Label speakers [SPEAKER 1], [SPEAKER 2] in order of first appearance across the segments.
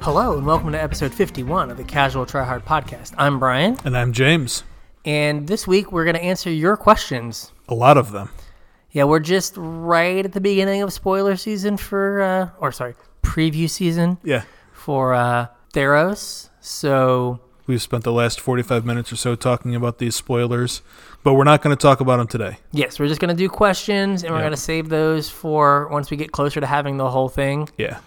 [SPEAKER 1] Hello and welcome to episode 51 of the Casual Try Hard Podcast. I'm Brian,
[SPEAKER 2] And I'm James.
[SPEAKER 1] and this week we're going to answer your questions.
[SPEAKER 2] A lot of them.
[SPEAKER 1] Yeah, we're just right at the beginning of spoiler season for, uh, or sorry, preview season
[SPEAKER 2] Yeah.
[SPEAKER 1] for uh, Theros. So,
[SPEAKER 2] We've spent the last 45 minutes or so talking about these spoilers, but we're not going to talk about them today.
[SPEAKER 1] yes, we're just going to do questions and we're
[SPEAKER 2] Yeah.
[SPEAKER 1] going to save those for once we get closer to having the whole thing.
[SPEAKER 2] Yeah.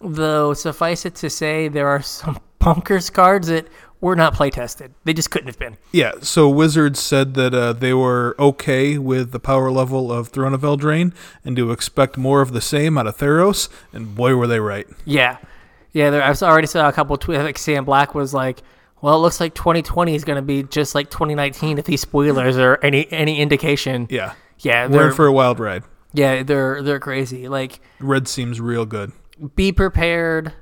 [SPEAKER 1] Though, suffice it to say, there are some bunkers cards that were not play tested, they just couldn't have been.
[SPEAKER 2] Yeah. So Wizards said that uh, they were okay with the power level of Throne of Eldraine and to expect more of the same out of Theros, and boy, were they right.
[SPEAKER 1] Yeah, yeah. There, I have already saw a couple tweets. Like Sam Black was like, "Well, it looks like 2020 is going to be just like 2019 if these spoilers are any any indication."
[SPEAKER 2] Yeah.
[SPEAKER 1] Yeah,
[SPEAKER 2] We're
[SPEAKER 1] they're
[SPEAKER 2] in for a wild ride.
[SPEAKER 1] yeah they're they're crazy. Like,
[SPEAKER 2] Red seems real good.
[SPEAKER 1] be prepared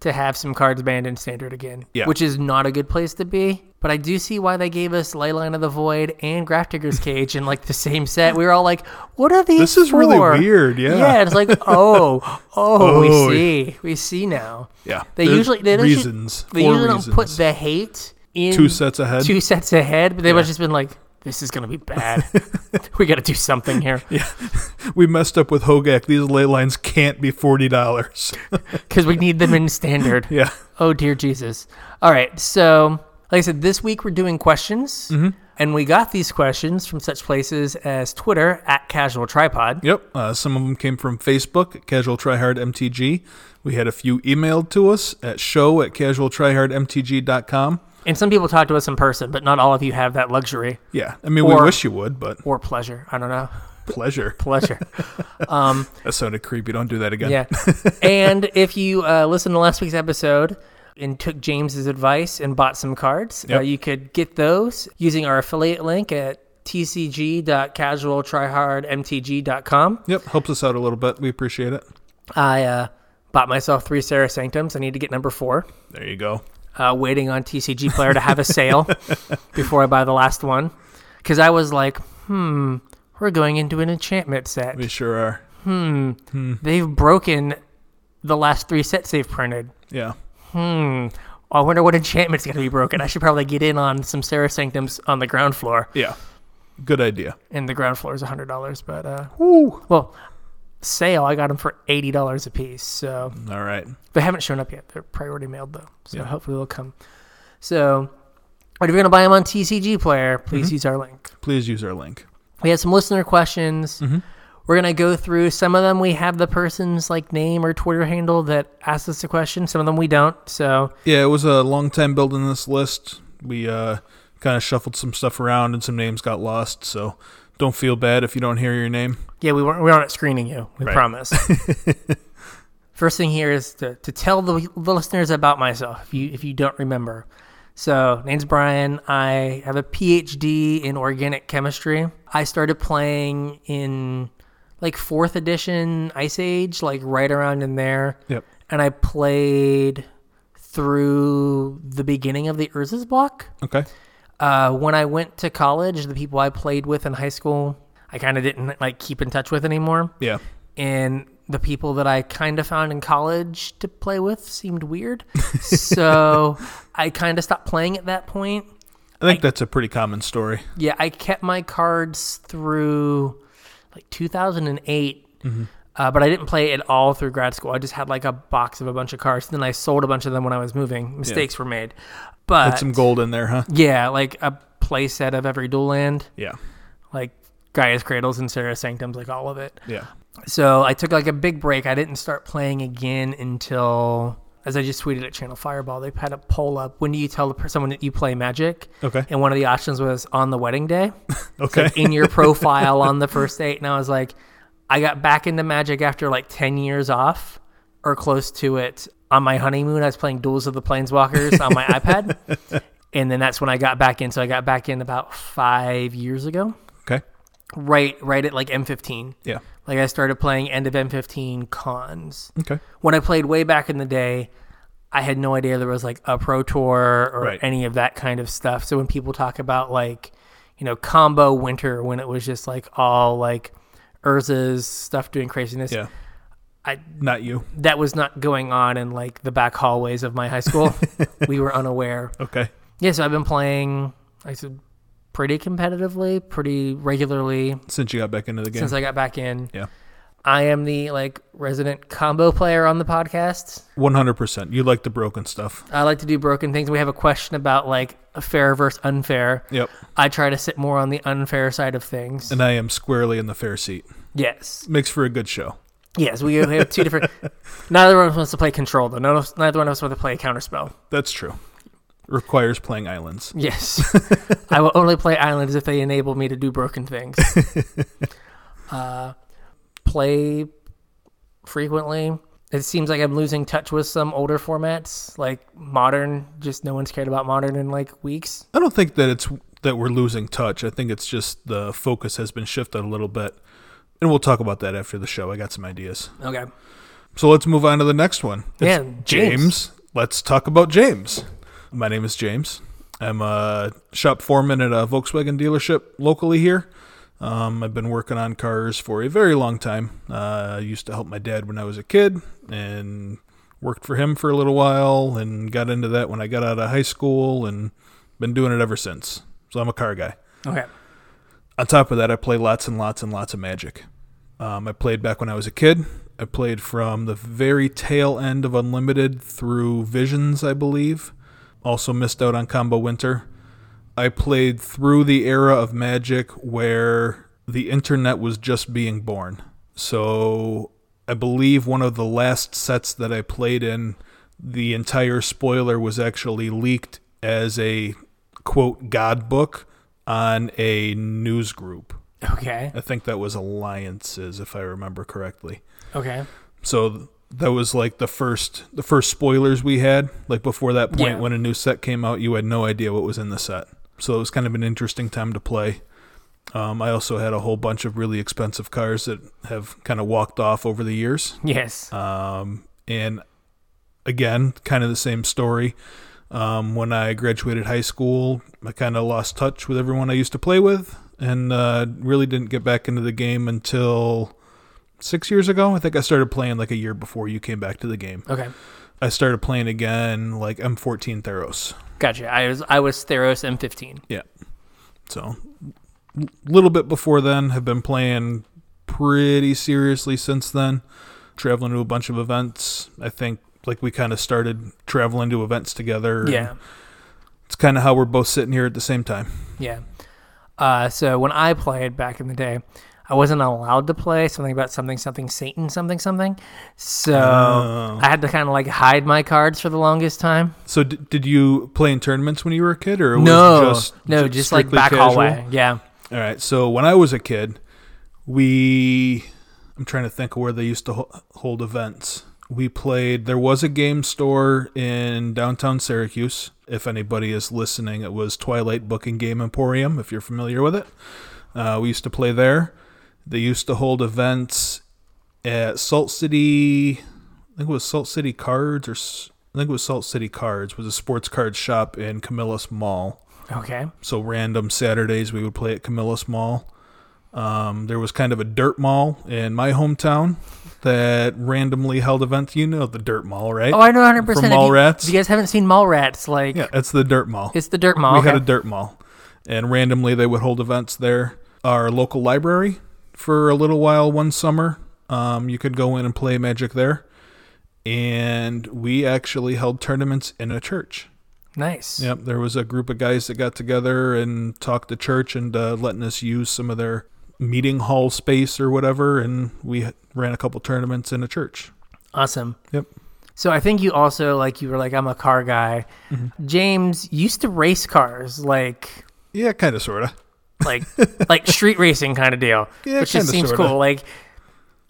[SPEAKER 1] to have some cards banned in standard again,
[SPEAKER 2] Yeah.
[SPEAKER 1] which is not a good place to be. But I do see why they gave us Leyline of the Void and Grafdigger's Cage in like the same set. We were all like, "What are these?"
[SPEAKER 2] This is really
[SPEAKER 1] for?"
[SPEAKER 2] weird, yeah.
[SPEAKER 1] yeah. It's like, oh, oh,
[SPEAKER 2] Oh,
[SPEAKER 1] we
[SPEAKER 2] yeah.
[SPEAKER 1] see, we see now.
[SPEAKER 2] Yeah.
[SPEAKER 1] They
[SPEAKER 2] There's
[SPEAKER 1] usually- they usually-
[SPEAKER 2] reasons.
[SPEAKER 1] They
[SPEAKER 2] for
[SPEAKER 1] usually
[SPEAKER 2] reasons.
[SPEAKER 1] don't put the hate in
[SPEAKER 2] two sets ahead.
[SPEAKER 1] two sets ahead, but they must have just been like, "This is gonna be bad. we got to do something here
[SPEAKER 2] we messed up with Hogak. These ley lines can't be forty dollars.
[SPEAKER 1] because we need them in standard."
[SPEAKER 2] yeah.
[SPEAKER 1] Oh dear Jesus! All right, so like I said, this week we're doing questions,
[SPEAKER 2] Mm-hmm.
[SPEAKER 1] and we got these questions from such places as Twitter at Casual Tripod.
[SPEAKER 2] Yep. Uh, some of them came from Facebook at Casual Tryhard MTG. We had a few emailed to us at show at casualtryhardmtg.com.
[SPEAKER 1] And some people talk to us in person, but not all of you have that luxury
[SPEAKER 2] Yeah. I mean,
[SPEAKER 1] Or-
[SPEAKER 2] we wish you would, but
[SPEAKER 1] or pleasure. I don't know,
[SPEAKER 2] pleasure.
[SPEAKER 1] pleasure. Um,
[SPEAKER 2] That sounded creepy. Don't do that again.
[SPEAKER 1] Yeah. and if you uh, listen to last week's episode and took James's advice and bought some cards, uh,
[SPEAKER 2] Yep.
[SPEAKER 1] you could get those using our affiliate link at tcg.casualtryhardmtg.com.
[SPEAKER 2] Yep. Helps us out a little bit. We appreciate it.
[SPEAKER 1] I uh, bought myself three Sarah Sanctums. I need to get number four.
[SPEAKER 2] There you go.
[SPEAKER 1] Uh, waiting on TCG Player to have a sale before I buy the last one. Because I was like, hmm, we're going into an enchantment set.
[SPEAKER 2] We sure are.
[SPEAKER 1] They've broken the last three sets they've printed.
[SPEAKER 2] Yeah.
[SPEAKER 1] Hmm. I wonder what enchantment's going to be broken. I should probably get in on some Sarah Sanctums on the ground floor.
[SPEAKER 2] Yeah. Good idea.
[SPEAKER 1] And the ground floor is $100, but, uh,
[SPEAKER 2] Woo.
[SPEAKER 1] well, sale, I got them for $80 a piece. So
[SPEAKER 2] All right.
[SPEAKER 1] they haven't shown up yet. They're priority mailed, though. So
[SPEAKER 2] Yeah.
[SPEAKER 1] hopefully they'll come. So, but if you're going to buy them on TCG Player, please use our link.
[SPEAKER 2] Please use our link.
[SPEAKER 1] We have some listener questions. We're going to go through some of them. We have the person's like name or Twitter handle that asked us a question. Some of them we don't. So,
[SPEAKER 2] Yeah, it was a long time building this list. We uh, kind of shuffled some stuff around and some names got lost. So don't feel bad if you don't hear your name.
[SPEAKER 1] Yeah, we weren't we aren't screening you. We
[SPEAKER 2] Right.
[SPEAKER 1] promise. First thing here is to, to tell the, the listeners about myself if you if you don't remember. So, name's Brian. I have a PhD in organic chemistry. I started playing in like 4th edition Ice Age, like right around in there.
[SPEAKER 2] Yep.
[SPEAKER 1] And I played through the beginning of the Urza's block.
[SPEAKER 2] Okay.
[SPEAKER 1] Uh, when I went to college, the people I played with in high school, I kind of didn't like keep in touch with anymore.
[SPEAKER 2] Yeah.
[SPEAKER 1] And the people that I kind of found in college to play with seemed weird, so I kind of stopped playing at that point.
[SPEAKER 2] I think that's a pretty common story.
[SPEAKER 1] Yeah, I kept my cards through like 2008, uh, but I didn't play at all through grad school. I just had like a box of a bunch of cards. Then I sold a bunch of them when I was moving. Mistakes were made, but
[SPEAKER 2] Put some gold in there, huh?
[SPEAKER 1] yeah, like a play set of every dual land.
[SPEAKER 2] Yeah.
[SPEAKER 1] like Gaia's Cradles and Sarah Sanctums, like all of it.
[SPEAKER 2] Yeah.
[SPEAKER 1] So I took like a big break. I didn't start playing again until, as I just tweeted at Channel Fireball, they had a poll up. When do you tell the per- someone that you play Magic?
[SPEAKER 2] Okay.
[SPEAKER 1] And one of the options was on the wedding day,
[SPEAKER 2] Okay.
[SPEAKER 1] like in your profile on the first date. And I was like, I got back into Magic after like 10 years off or close to it. On my honeymoon, I was playing Duels of the Planeswalkers on my iPad. And then that's when I got back in. So I got back in about five years ago
[SPEAKER 2] okay.
[SPEAKER 1] right right at like M15.
[SPEAKER 2] Yeah.
[SPEAKER 1] Like I started playing end of M15 cons.
[SPEAKER 2] Okay.
[SPEAKER 1] When I played way back in the day, I had no idea there was like a pro tour or
[SPEAKER 2] Right.
[SPEAKER 1] any of that kind of stuff. So when people talk about like, you know, combo winter when it was just like all like Urza's stuff doing craziness,
[SPEAKER 2] Yeah.
[SPEAKER 1] I
[SPEAKER 2] Not you.
[SPEAKER 1] that was not going on in like the back hallways of my high school. we were unaware.
[SPEAKER 2] Okay.
[SPEAKER 1] Yeah, so I've been playing. I said pretty competitively, pretty regularly
[SPEAKER 2] Since you got back into the game.
[SPEAKER 1] since I got back in.
[SPEAKER 2] yeah.
[SPEAKER 1] I am the like resident combo player on the podcast.
[SPEAKER 2] 100%. You like the broken stuff.
[SPEAKER 1] I like to do broken things. We have a question about like a fair versus unfair.
[SPEAKER 2] Yep.
[SPEAKER 1] I try to sit more on the unfair side of things.
[SPEAKER 2] And I am squarely in the fair seat.
[SPEAKER 1] yes,
[SPEAKER 2] Makes for a good show.
[SPEAKER 1] yes, we have two different. neither one of us wants to play control, though. None of, us- neither one of us wants to play counterspell.
[SPEAKER 2] That's true. Requires playing islands.
[SPEAKER 1] Yes, I will only play islands if they enable me to do broken things. uh, play frequently. It seems like I'm losing touch with some older formats, like modern. Just no one's cared about modern in like weeks.
[SPEAKER 2] I don't think that it's that we're losing touch. I think it's just the focus has been shifted a little bit. And we'll talk about that after the show. I got some ideas.
[SPEAKER 1] Okay.
[SPEAKER 2] So let's move on to the next one. It's
[SPEAKER 1] Yeah,
[SPEAKER 2] James.
[SPEAKER 1] James.
[SPEAKER 2] Let's talk about James. My name is James. I'm a shop foreman at a Volkswagen dealership locally here. Um, I've been working on cars for a very long time. Uh, I used to help my dad when I was a kid and worked for him for a little while and got into that when I got out of high school and been doing it ever since. So I'm a car guy.
[SPEAKER 1] Okay.
[SPEAKER 2] On top of that, I play lots and lots and lots of Magic. Um, I played back when I was a kid. I played from the very tail end of Unlimited through Visions, I believe. Also missed out on Combo Winter. I played through the era of Magic where the internet was just being born. So I believe one of the last sets that I played in, the entire spoiler was actually leaked as a quote God book on a news group.
[SPEAKER 1] Okay.
[SPEAKER 2] I think that was Alliances, if I remember correctly.
[SPEAKER 1] Okay.
[SPEAKER 2] So th- that was like the first the first spoilers we had. Like before that point,
[SPEAKER 1] Yeah.
[SPEAKER 2] when a new set came out, you had no idea what was in the set. So it was kind of an interesting time to play. Um, I also had a whole bunch of really expensive cars that have kind of walked off over the years.
[SPEAKER 1] Yes.
[SPEAKER 2] Um, and again, kind of the same story. Um, when I graduated high school, I kind of lost touch with everyone I used to play with and uh, really didn't get back into the game until six years ago. I think I started playing like a year before you came back to the game.
[SPEAKER 1] okay.
[SPEAKER 2] I started playing again like M14 Theros.
[SPEAKER 1] Gotcha. I was I was Theros M15.
[SPEAKER 2] Yeah. So, a little bit before then, have been playing pretty seriously since then. Traveling to a bunch of events. I think like we kind of started traveling to events together. and
[SPEAKER 1] Yeah.
[SPEAKER 2] It's kind of how we're both sitting here at the same time.
[SPEAKER 1] Yeah. Uh, so when I played back in the day, I wasn't allowed to play something about something something Satan something something. So
[SPEAKER 2] Oh.
[SPEAKER 1] I had to kind of like hide my cards for the longest time.
[SPEAKER 2] So, d- did you play in tournaments when you were a kid, or it
[SPEAKER 1] no,
[SPEAKER 2] was just
[SPEAKER 1] no,
[SPEAKER 2] j-
[SPEAKER 1] just like
[SPEAKER 2] strictly
[SPEAKER 1] back
[SPEAKER 2] casual?
[SPEAKER 1] hallway. Yeah.
[SPEAKER 2] All right. So when I was a kid, we I'm trying to think of where they used to ho- hold events. We played. There was a game store in downtown Syracuse. If anybody is listening, it was Twilight Book and Game Emporium. If you're familiar with it, uh, we used to play there. They used to hold events at Salt City. I think it was Salt City Cards, or s- I think it was Salt City Cards. Was a sports card shop in Camillus Mall.
[SPEAKER 1] Okay.
[SPEAKER 2] So random Saturdays we would play at Camillus Mall. Um, there was kind of a dirt mall in my hometown that randomly held events. You know the dirt mall, right?
[SPEAKER 1] Oh, I know 100. percent if,
[SPEAKER 2] From
[SPEAKER 1] you-
[SPEAKER 2] Mallrats?
[SPEAKER 1] if you guys haven't seen Mallrats, like
[SPEAKER 2] yeah, it's the dirt mall.
[SPEAKER 1] it's the Dirt Mall.
[SPEAKER 2] We had a
[SPEAKER 1] Okay.
[SPEAKER 2] dirt mall, and randomly they would hold events there. Our local library for a little while one summer, um, you could go in and play Magic there, and we actually held tournaments in a church.
[SPEAKER 1] nice.
[SPEAKER 2] Yep, there was a group of guys that got together and talked to church and uh, letting us use some of their meeting hall space or whatever, and we ran a couple tournaments in a church.
[SPEAKER 1] Awesome.
[SPEAKER 2] Yep.
[SPEAKER 1] So I think you also like you were like I'm a car guy.
[SPEAKER 2] Mm-hmm.
[SPEAKER 1] James used to race cars like
[SPEAKER 2] Yeah, kind of, sort of.
[SPEAKER 1] like like street racing kind of deal,
[SPEAKER 2] Yeah,
[SPEAKER 1] which just
[SPEAKER 2] kinda,
[SPEAKER 1] seems
[SPEAKER 2] sorta.
[SPEAKER 1] cool. Like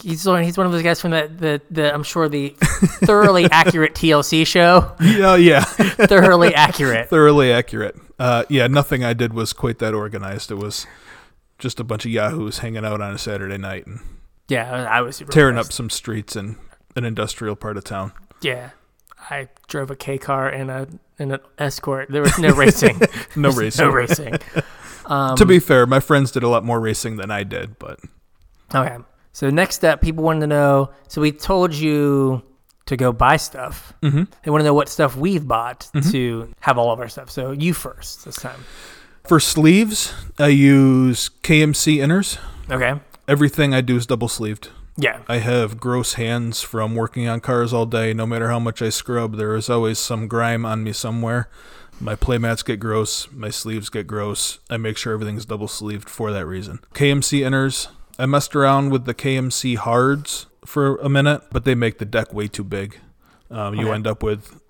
[SPEAKER 1] he's one, he's one of those guys from the, the, the I'm sure the thoroughly accurate TLC show,
[SPEAKER 2] Yeah, yeah,
[SPEAKER 1] thoroughly accurate.
[SPEAKER 2] thoroughly accurate. Uh, yeah, nothing I did was quite that organized. It was just a bunch of yahoos hanging out on a Saturday night and
[SPEAKER 1] Yeah, I I was super
[SPEAKER 2] tearing up
[SPEAKER 1] impressed.
[SPEAKER 2] some streets in an industrial part of town.
[SPEAKER 1] Yeah, I drove a K car and a and an escort. There was no racing.
[SPEAKER 2] No
[SPEAKER 1] There's
[SPEAKER 2] racing.
[SPEAKER 1] No racing. Um,
[SPEAKER 2] to be fair, my friends did a lot more racing than I did, but
[SPEAKER 1] okay. So next up, people wanted to know. So we told you to go buy stuff.
[SPEAKER 2] Mm-hmm.
[SPEAKER 1] They want to know what stuff we've bought to have all of our stuff. So you first this time.
[SPEAKER 2] For sleeves, I use KMC inners.
[SPEAKER 1] Okay.
[SPEAKER 2] Everything I do is double sleeved.
[SPEAKER 1] Yeah.
[SPEAKER 2] I have gross hands from working on cars all day. No matter how much I scrub, there is always some grime on me somewhere. My playmats get gross. My sleeves get gross. I make sure everything's double sleeved for that reason. KMC inners. I messed around with the KMC hards for a minute, but they make the deck way too big. Um, you
[SPEAKER 1] Okay.
[SPEAKER 2] end up with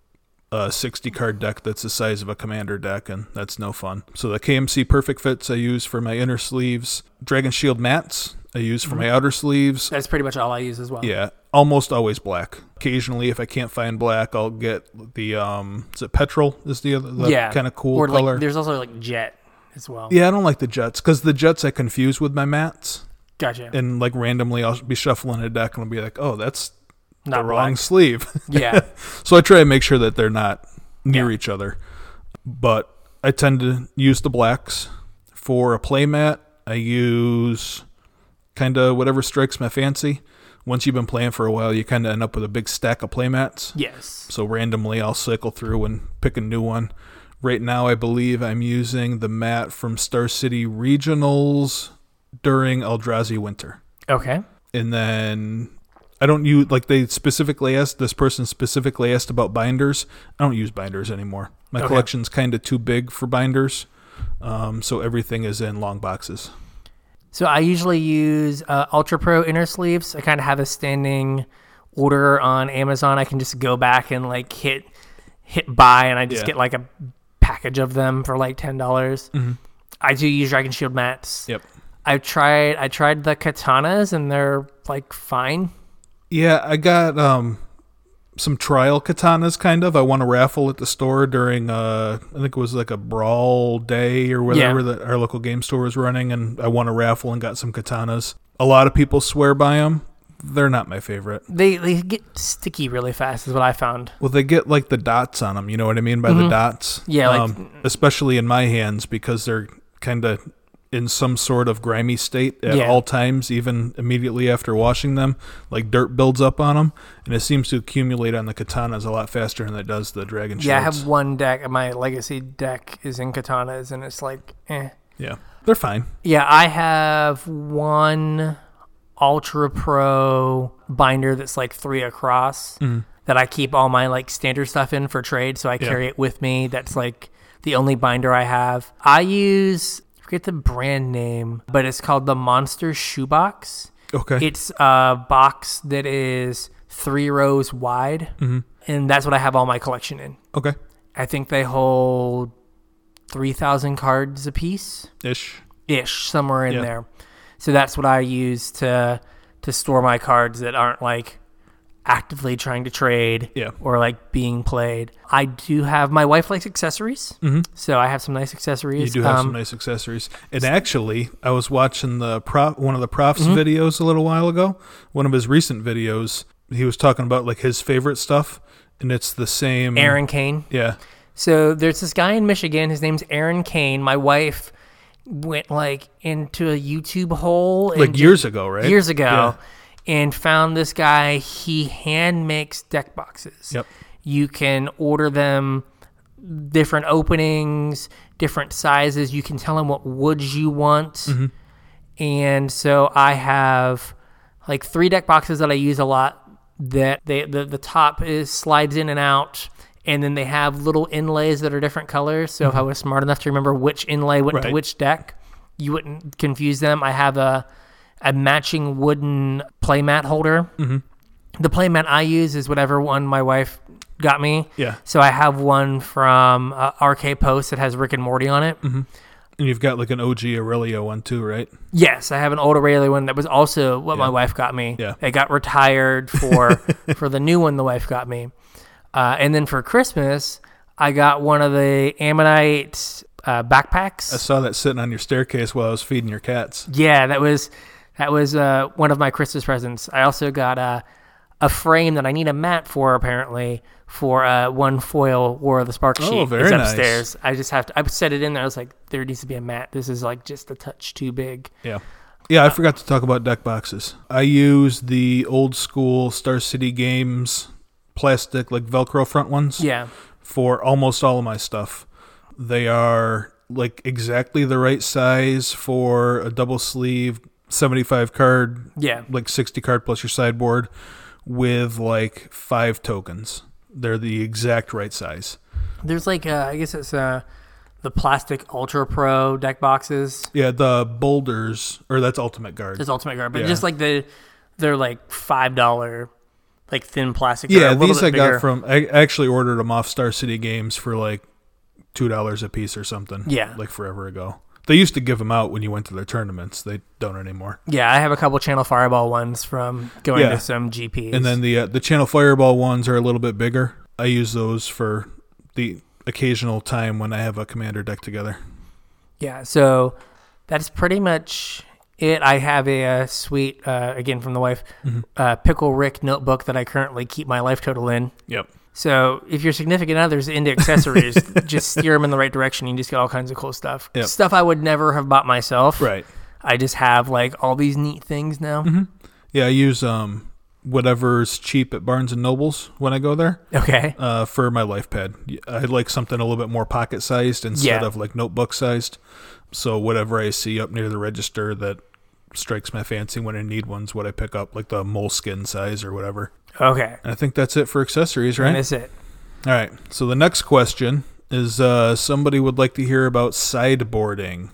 [SPEAKER 2] a 60 card deck that's the size of a commander deck, and that's no fun. So the KMC Perfect Fits I use for my inner sleeves. Dragon Shield mats I use for my outer sleeves.
[SPEAKER 1] That's pretty much all I use as well.
[SPEAKER 2] Yeah, almost always black. Occasionally, if I can't find black, I'll get the um. Is it petrol? Is the other the
[SPEAKER 1] yeah.
[SPEAKER 2] kind of cool
[SPEAKER 1] or
[SPEAKER 2] color?
[SPEAKER 1] Like, there's also like jet as well.
[SPEAKER 2] yeah, I don't like the jets because the jets I confuse with my mats,
[SPEAKER 1] Gotcha.
[SPEAKER 2] and like randomly I'll be shuffling a deck and I'll be like, oh, that's
[SPEAKER 1] Not
[SPEAKER 2] the wrong
[SPEAKER 1] black.
[SPEAKER 2] sleeve.
[SPEAKER 1] yeah.
[SPEAKER 2] so I try and make sure that they're not near
[SPEAKER 1] Yeah.
[SPEAKER 2] each other. But I tend to use the blacks for a playmat. I use kind of whatever strikes my fancy. Once you've been playing for a while, you kind of end up with a big stack of playmats.
[SPEAKER 1] Yes.
[SPEAKER 2] So randomly, I'll cycle through and pick a new one. Right now, I believe I'm using the mat from Star City Regionals during Eldrazi Winter.
[SPEAKER 1] Okay.
[SPEAKER 2] And then I don't use, like, they specifically asked, this person specifically asked about binders. I don't use binders anymore. My
[SPEAKER 1] Okay.
[SPEAKER 2] collection's kind of too big for binders. Um, so everything is in long boxes.
[SPEAKER 1] So I usually use uh, Ultra Pro inner sleeves. I kind of have a standing order on Amazon. I can just go back and like hit hit buy, and I just
[SPEAKER 2] Yeah.
[SPEAKER 1] get like a package of them for like ten dollars. I do use Dragon Shield mats.
[SPEAKER 2] Yep.
[SPEAKER 1] I've tried I tried the katanas, and they're like fine.
[SPEAKER 2] Yeah, I got um some trial katanas kind of. I won a raffle at the store during uh I think it was like a brawl day or whatever
[SPEAKER 1] Yeah.
[SPEAKER 2] that our local game store was running and I won a raffle and got some katanas. A lot of people swear by them. They're not my favorite.
[SPEAKER 1] They they get sticky really fast, is what I found.
[SPEAKER 2] Well, they get like the dots on them, you know what I mean by the dots?
[SPEAKER 1] Mm-hmm.
[SPEAKER 2] Um,
[SPEAKER 1] Yeah, like-
[SPEAKER 2] especially in my hands because they're kind of in some sort of grimy state at
[SPEAKER 1] Yeah.
[SPEAKER 2] all times, even immediately after washing them. Like dirt builds up on them, and it seems to accumulate on the katanas a lot faster than it does the dragon shields.
[SPEAKER 1] Yeah, I have one deck. My legacy deck is in katanas, and it's like eh.
[SPEAKER 2] yeah. They're fine.
[SPEAKER 1] Yeah, I have one Ultra Pro binder that's like three across that I keep all my like standard stuff in for trade. So I
[SPEAKER 2] Mm. Yeah.
[SPEAKER 1] carry it with me. That's like the only binder I have. I use, I forget the brand name, but it's called the Monster Shoebox.
[SPEAKER 2] Okay.
[SPEAKER 1] It's a box that is three rows wide.
[SPEAKER 2] Mm-hmm.
[SPEAKER 1] And that's what I have all my collection in.
[SPEAKER 2] okay.
[SPEAKER 1] I think they hold 3,000 cards apiece
[SPEAKER 2] Ish.
[SPEAKER 1] ish somewhere in
[SPEAKER 2] Yeah.
[SPEAKER 1] there. So that's what I use to to store my cards that aren't like actively trying to trade
[SPEAKER 2] Yeah.
[SPEAKER 1] or like being played. I do have my wife likes accessories, mm-hmm. so I have some nice
[SPEAKER 2] You
[SPEAKER 1] accessories. Um,
[SPEAKER 2] do have some nice accessories. And actually, I was watching the prop one of the props
[SPEAKER 1] Mm-hmm.
[SPEAKER 2] videos a little while ago. One of his recent videos, he was talking about like his favorite stuff, and it's the same.
[SPEAKER 1] Aaron Kane.
[SPEAKER 2] Yeah.
[SPEAKER 1] So there's this guy in Michigan. His name's Aaron Kane. My wife went like into a YouTube hole and
[SPEAKER 2] Like
[SPEAKER 1] just-
[SPEAKER 2] years ago, right?
[SPEAKER 1] years ago
[SPEAKER 2] Yeah.
[SPEAKER 1] and found this guy. He hand makes deck boxes.
[SPEAKER 2] Yep.
[SPEAKER 1] You can order them different openings, different sizes. You can tell him what woods you want. And so I have like three deck boxes that I use a lot that they the, the top is slides in and out and then they have little inlays that are different colors. So if I was smart enough to remember which inlay went to
[SPEAKER 2] Mm-hmm. Right.
[SPEAKER 1] which deck, you wouldn't confuse them. I have a a matching wooden playmat holder.
[SPEAKER 2] Mm-hmm.
[SPEAKER 1] The playmat I use is whatever one my wife got me.
[SPEAKER 2] Yeah.
[SPEAKER 1] So I have one from uh, RK Post that has Rick and Morty on it.
[SPEAKER 2] And you've got like an OG Aurelia one too, right?
[SPEAKER 1] Yes, I have an old Aurelia one that was also what my wife got me.
[SPEAKER 2] Yeah.
[SPEAKER 1] It got retired for for the new one the wife got me. Uh, and then for Christmas, I got one of the Ammonite uh, backpacks.
[SPEAKER 2] I saw that sitting on your staircase while I was feeding your cats.
[SPEAKER 1] Yeah, that was that was uh, one of my Christmas presents. I also got a a frame that I need a mat for apparently for uh, one foil War of the Spark sheet.
[SPEAKER 2] Oh, very
[SPEAKER 1] it's
[SPEAKER 2] nice.
[SPEAKER 1] upstairs. I just have to. I set it in there. I was like, there needs to be a mat. This is like just a touch too big.
[SPEAKER 2] Yeah. Yeah,
[SPEAKER 1] Uh,
[SPEAKER 2] I forgot to talk about deck boxes. I use the old school Star City Games plastic, like Velcro front ones,
[SPEAKER 1] Yeah.
[SPEAKER 2] for almost all of my stuff. They are like exactly the right size for a double sleeve, 75 card,
[SPEAKER 1] Yeah.
[SPEAKER 2] like 60 card plus your sideboard with like five tokens. They're the exact right size.
[SPEAKER 1] There's like uh, I guess it's uh, the plastic Ultra Pro deck boxes.
[SPEAKER 2] Yeah, the boulders, or that's Ultimate Guard.
[SPEAKER 1] There's Ultimate Guard, but
[SPEAKER 2] Yeah.
[SPEAKER 1] just like the they're like five dollar like thin plastic. They're a
[SPEAKER 2] Yeah,
[SPEAKER 1] little
[SPEAKER 2] these
[SPEAKER 1] bit
[SPEAKER 2] I
[SPEAKER 1] bigger.
[SPEAKER 2] got from. I actually ordered them off Star City Games for like two dollars a piece or something.
[SPEAKER 1] Yeah.
[SPEAKER 2] like forever ago. They used to give them out when you went to their tournaments. They don't anymore.
[SPEAKER 1] Yeah, I have a couple Channel Fireball ones from going
[SPEAKER 2] Yeah.
[SPEAKER 1] to some GPs.
[SPEAKER 2] And then the uh, the Channel Fireball ones are a little bit bigger. I use those for the occasional time when I have a commander deck together.
[SPEAKER 1] yeah, so that's pretty much it. I have a, uh sweet uh, again from the wife
[SPEAKER 2] Mm-hmm.
[SPEAKER 1] uh, pickle Rick notebook that I currently keep my life total in.
[SPEAKER 2] Yep.
[SPEAKER 1] So if your significant other's into accessories, just steer them in the right direction. You just get all kinds of cool stuff.
[SPEAKER 2] Yep.
[SPEAKER 1] Stuff I would never have bought myself.
[SPEAKER 2] Right. Mm-hmm.
[SPEAKER 1] I just have like all these neat things now.
[SPEAKER 2] Yeah, I use um whatever's cheap at Barnes and Nobles when I go there.
[SPEAKER 1] Okay.
[SPEAKER 2] uh, for my life pad. I like something a little bit more pocket sized instead
[SPEAKER 1] Yeah.
[SPEAKER 2] of like notebook sized. So whatever I see up near the register that strikes my fancy when I need one's what I pick up, like the moleskin size or whatever.
[SPEAKER 1] Okay.
[SPEAKER 2] And I think that's it for accessories, right?
[SPEAKER 1] That's it.
[SPEAKER 2] All right. So the next question is uh, somebody would like to hear about sideboarding.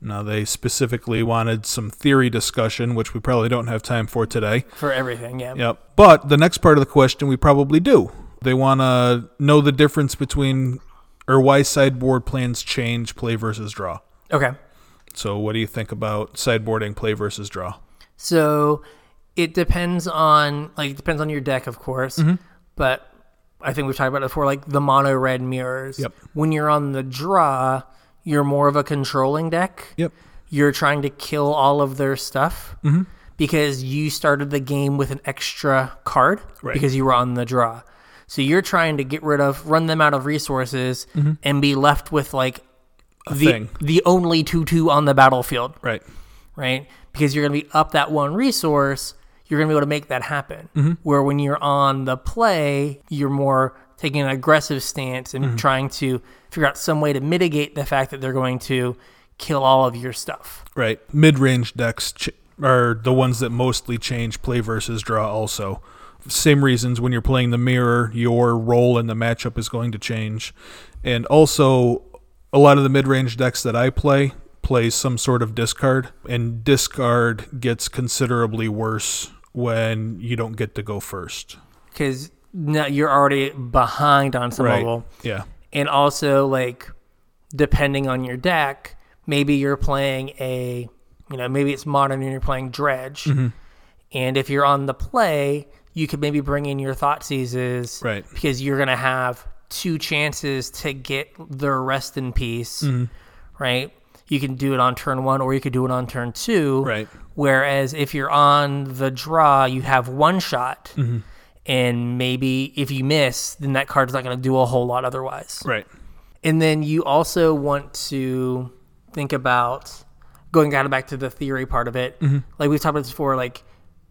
[SPEAKER 2] Now they specifically wanted some theory discussion, which we probably don't have time for today.
[SPEAKER 1] For everything, yeah.
[SPEAKER 2] Yep. But the next part of the question we probably do. They want to know the difference between or why sideboard plans change play versus draw.
[SPEAKER 1] Okay.
[SPEAKER 2] So what do you think about sideboarding play versus draw?
[SPEAKER 1] So it depends on like it depends on your deck, of course.
[SPEAKER 2] Mm-hmm.
[SPEAKER 1] But I think we've talked about it before, like the mono red mirrors.
[SPEAKER 2] Yep.
[SPEAKER 1] When you're on the draw, you're more of a controlling deck.
[SPEAKER 2] Yep.
[SPEAKER 1] You're trying to kill all of their stuff
[SPEAKER 2] Mm-hmm.
[SPEAKER 1] because you started the game with an extra card
[SPEAKER 2] Right.
[SPEAKER 1] because you were on the draw. So you're trying to get rid of, run them out of resources, and be left with like the
[SPEAKER 2] Mm-hmm. thing.
[SPEAKER 1] the only two two on the battlefield
[SPEAKER 2] Right.
[SPEAKER 1] right? Because you're going to be up that one resource, you're going to be able to make that happen.
[SPEAKER 2] Mm-hmm.
[SPEAKER 1] Where when you're on the play, you're more taking an aggressive stance
[SPEAKER 2] Mm-hmm.
[SPEAKER 1] and trying to figure out some way to mitigate the fact that they're going to kill all of your stuff.
[SPEAKER 2] Right. Mid-range decks ch- are the ones that mostly change play versus draw also. Same reasons when you're playing the mirror, your role in the matchup is going to change. And also a lot of the mid-range decks that I play play some sort of discard and discard gets considerably worse when you don't get to go first.
[SPEAKER 1] Because now you're already behind on some level.
[SPEAKER 2] Yeah.
[SPEAKER 1] and also like depending on your deck maybe you're playing a you know maybe it's modern and you're playing dredge
[SPEAKER 2] Mm-hmm.
[SPEAKER 1] and if you're on the play you could maybe bring in your thought seizes
[SPEAKER 2] Right.
[SPEAKER 1] because you're gonna have two chances to get their rest in peace
[SPEAKER 2] Mm-hmm.
[SPEAKER 1] right you can do it on turn one or you could do it on turn two
[SPEAKER 2] Right.
[SPEAKER 1] Whereas if you're on the draw, you have one shot,
[SPEAKER 2] Mm-hmm.
[SPEAKER 1] and maybe if you miss, then that card's not going to do a whole lot otherwise.
[SPEAKER 2] Right.
[SPEAKER 1] And then you also want to think about going kind of back to the theory part of it.
[SPEAKER 2] Mm-hmm.
[SPEAKER 1] Like we've talked about this before, like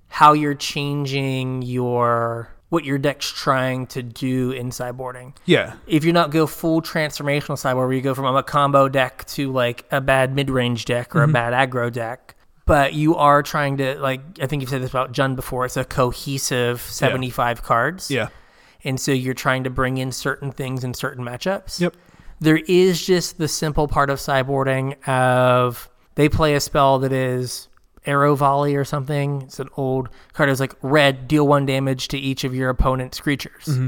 [SPEAKER 1] how you're changing your what your deck's trying to do in sideboarding.
[SPEAKER 2] Yeah.
[SPEAKER 1] If you not go full transformational sideboard where you go from a combo deck to like a bad mid range deck
[SPEAKER 2] Mm-hmm.
[SPEAKER 1] or a bad aggro deck, but you are trying to like I think you've said this about Jun before, it's a cohesive seventy five cards.
[SPEAKER 2] Yeah.
[SPEAKER 1] And so you're trying to bring in certain things in certain matchups.
[SPEAKER 2] Yep.
[SPEAKER 1] There is just the simple part of sideboarding of they play a spell that is arrow volley or something. It's an old card. It's like red, deal one damage to each of your opponent's creatures.
[SPEAKER 2] Mm-hmm.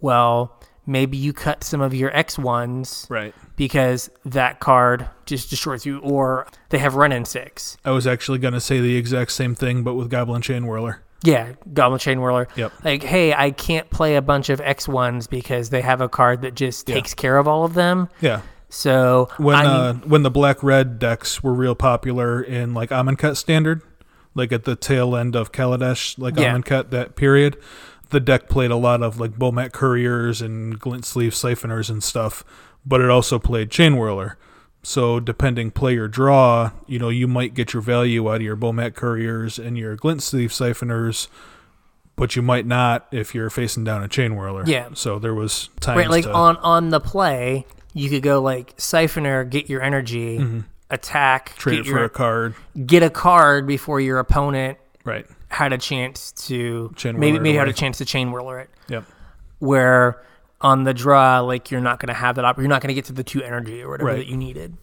[SPEAKER 1] Well, maybe you cut some of your X ones
[SPEAKER 2] Right.
[SPEAKER 1] because that card just destroys you, or they have run in six.
[SPEAKER 2] I was actually going to say the exact same thing but with Goblin Chain Whirler.
[SPEAKER 1] Yeah, Goblin Chain Whirler.
[SPEAKER 2] Yep.
[SPEAKER 1] Like, hey, I can't play a bunch of X ones because they have a card that just takes care of all of them.
[SPEAKER 2] Yeah.
[SPEAKER 1] So
[SPEAKER 2] when
[SPEAKER 1] I need-
[SPEAKER 2] uh, when the black red decks were real popular in like Amonkhet standard, like at the tail end of Kaladesh, like
[SPEAKER 1] Yeah.
[SPEAKER 2] Amonkhet that period, the deck played a lot of like Bomet couriers and glint sleeve siphoners and stuff, but it also played Chain Whirler. So depending play or draw, you know, you might get your value out of your Bomat couriers and your glint sleeve siphoners, but you might not if you're facing down a chain whirler.
[SPEAKER 1] Yeah.
[SPEAKER 2] So there was times
[SPEAKER 1] Right, like
[SPEAKER 2] to-
[SPEAKER 1] on on the play, you could go like siphoner, get your energy, attack,
[SPEAKER 2] Mm-hmm. trade
[SPEAKER 1] get,
[SPEAKER 2] it
[SPEAKER 1] your,
[SPEAKER 2] for a card.
[SPEAKER 1] get a card before your opponent
[SPEAKER 2] Right.
[SPEAKER 1] had a chance to
[SPEAKER 2] Chain
[SPEAKER 1] maybe
[SPEAKER 2] whirler it
[SPEAKER 1] maybe had a
[SPEAKER 2] away.
[SPEAKER 1] chance to chain whirler it.
[SPEAKER 2] Yep.
[SPEAKER 1] Where on the draw, like you're not going to have that. Op- you're not going to get to the two energy or whatever
[SPEAKER 2] Right.
[SPEAKER 1] that you needed.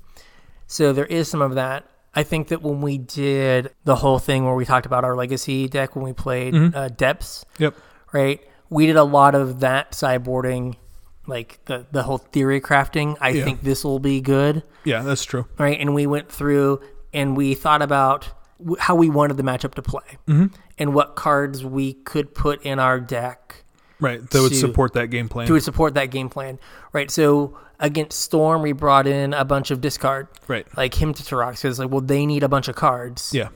[SPEAKER 1] So there is some of that. I think that when we did the whole thing where we talked about our legacy deck when we played
[SPEAKER 2] Mm-hmm.
[SPEAKER 1] uh, depths,
[SPEAKER 2] Yep.
[SPEAKER 1] right? We did a lot of that sideboarding, like the the whole theory crafting. I
[SPEAKER 2] Yeah.
[SPEAKER 1] think this will be good,
[SPEAKER 2] Yeah, that's true.
[SPEAKER 1] right? And we went through and we thought about w- how we wanted the matchup to play
[SPEAKER 2] Mm-hmm.
[SPEAKER 1] and what cards we could put in our deck
[SPEAKER 2] Right. That would
[SPEAKER 1] To-
[SPEAKER 2] support that game plan.
[SPEAKER 1] to support that game plan, right? So against Storm, we brought in a bunch of discard,
[SPEAKER 2] right.
[SPEAKER 1] like him to Tarax. It's like, well, they need a bunch of cards.
[SPEAKER 2] Yeah.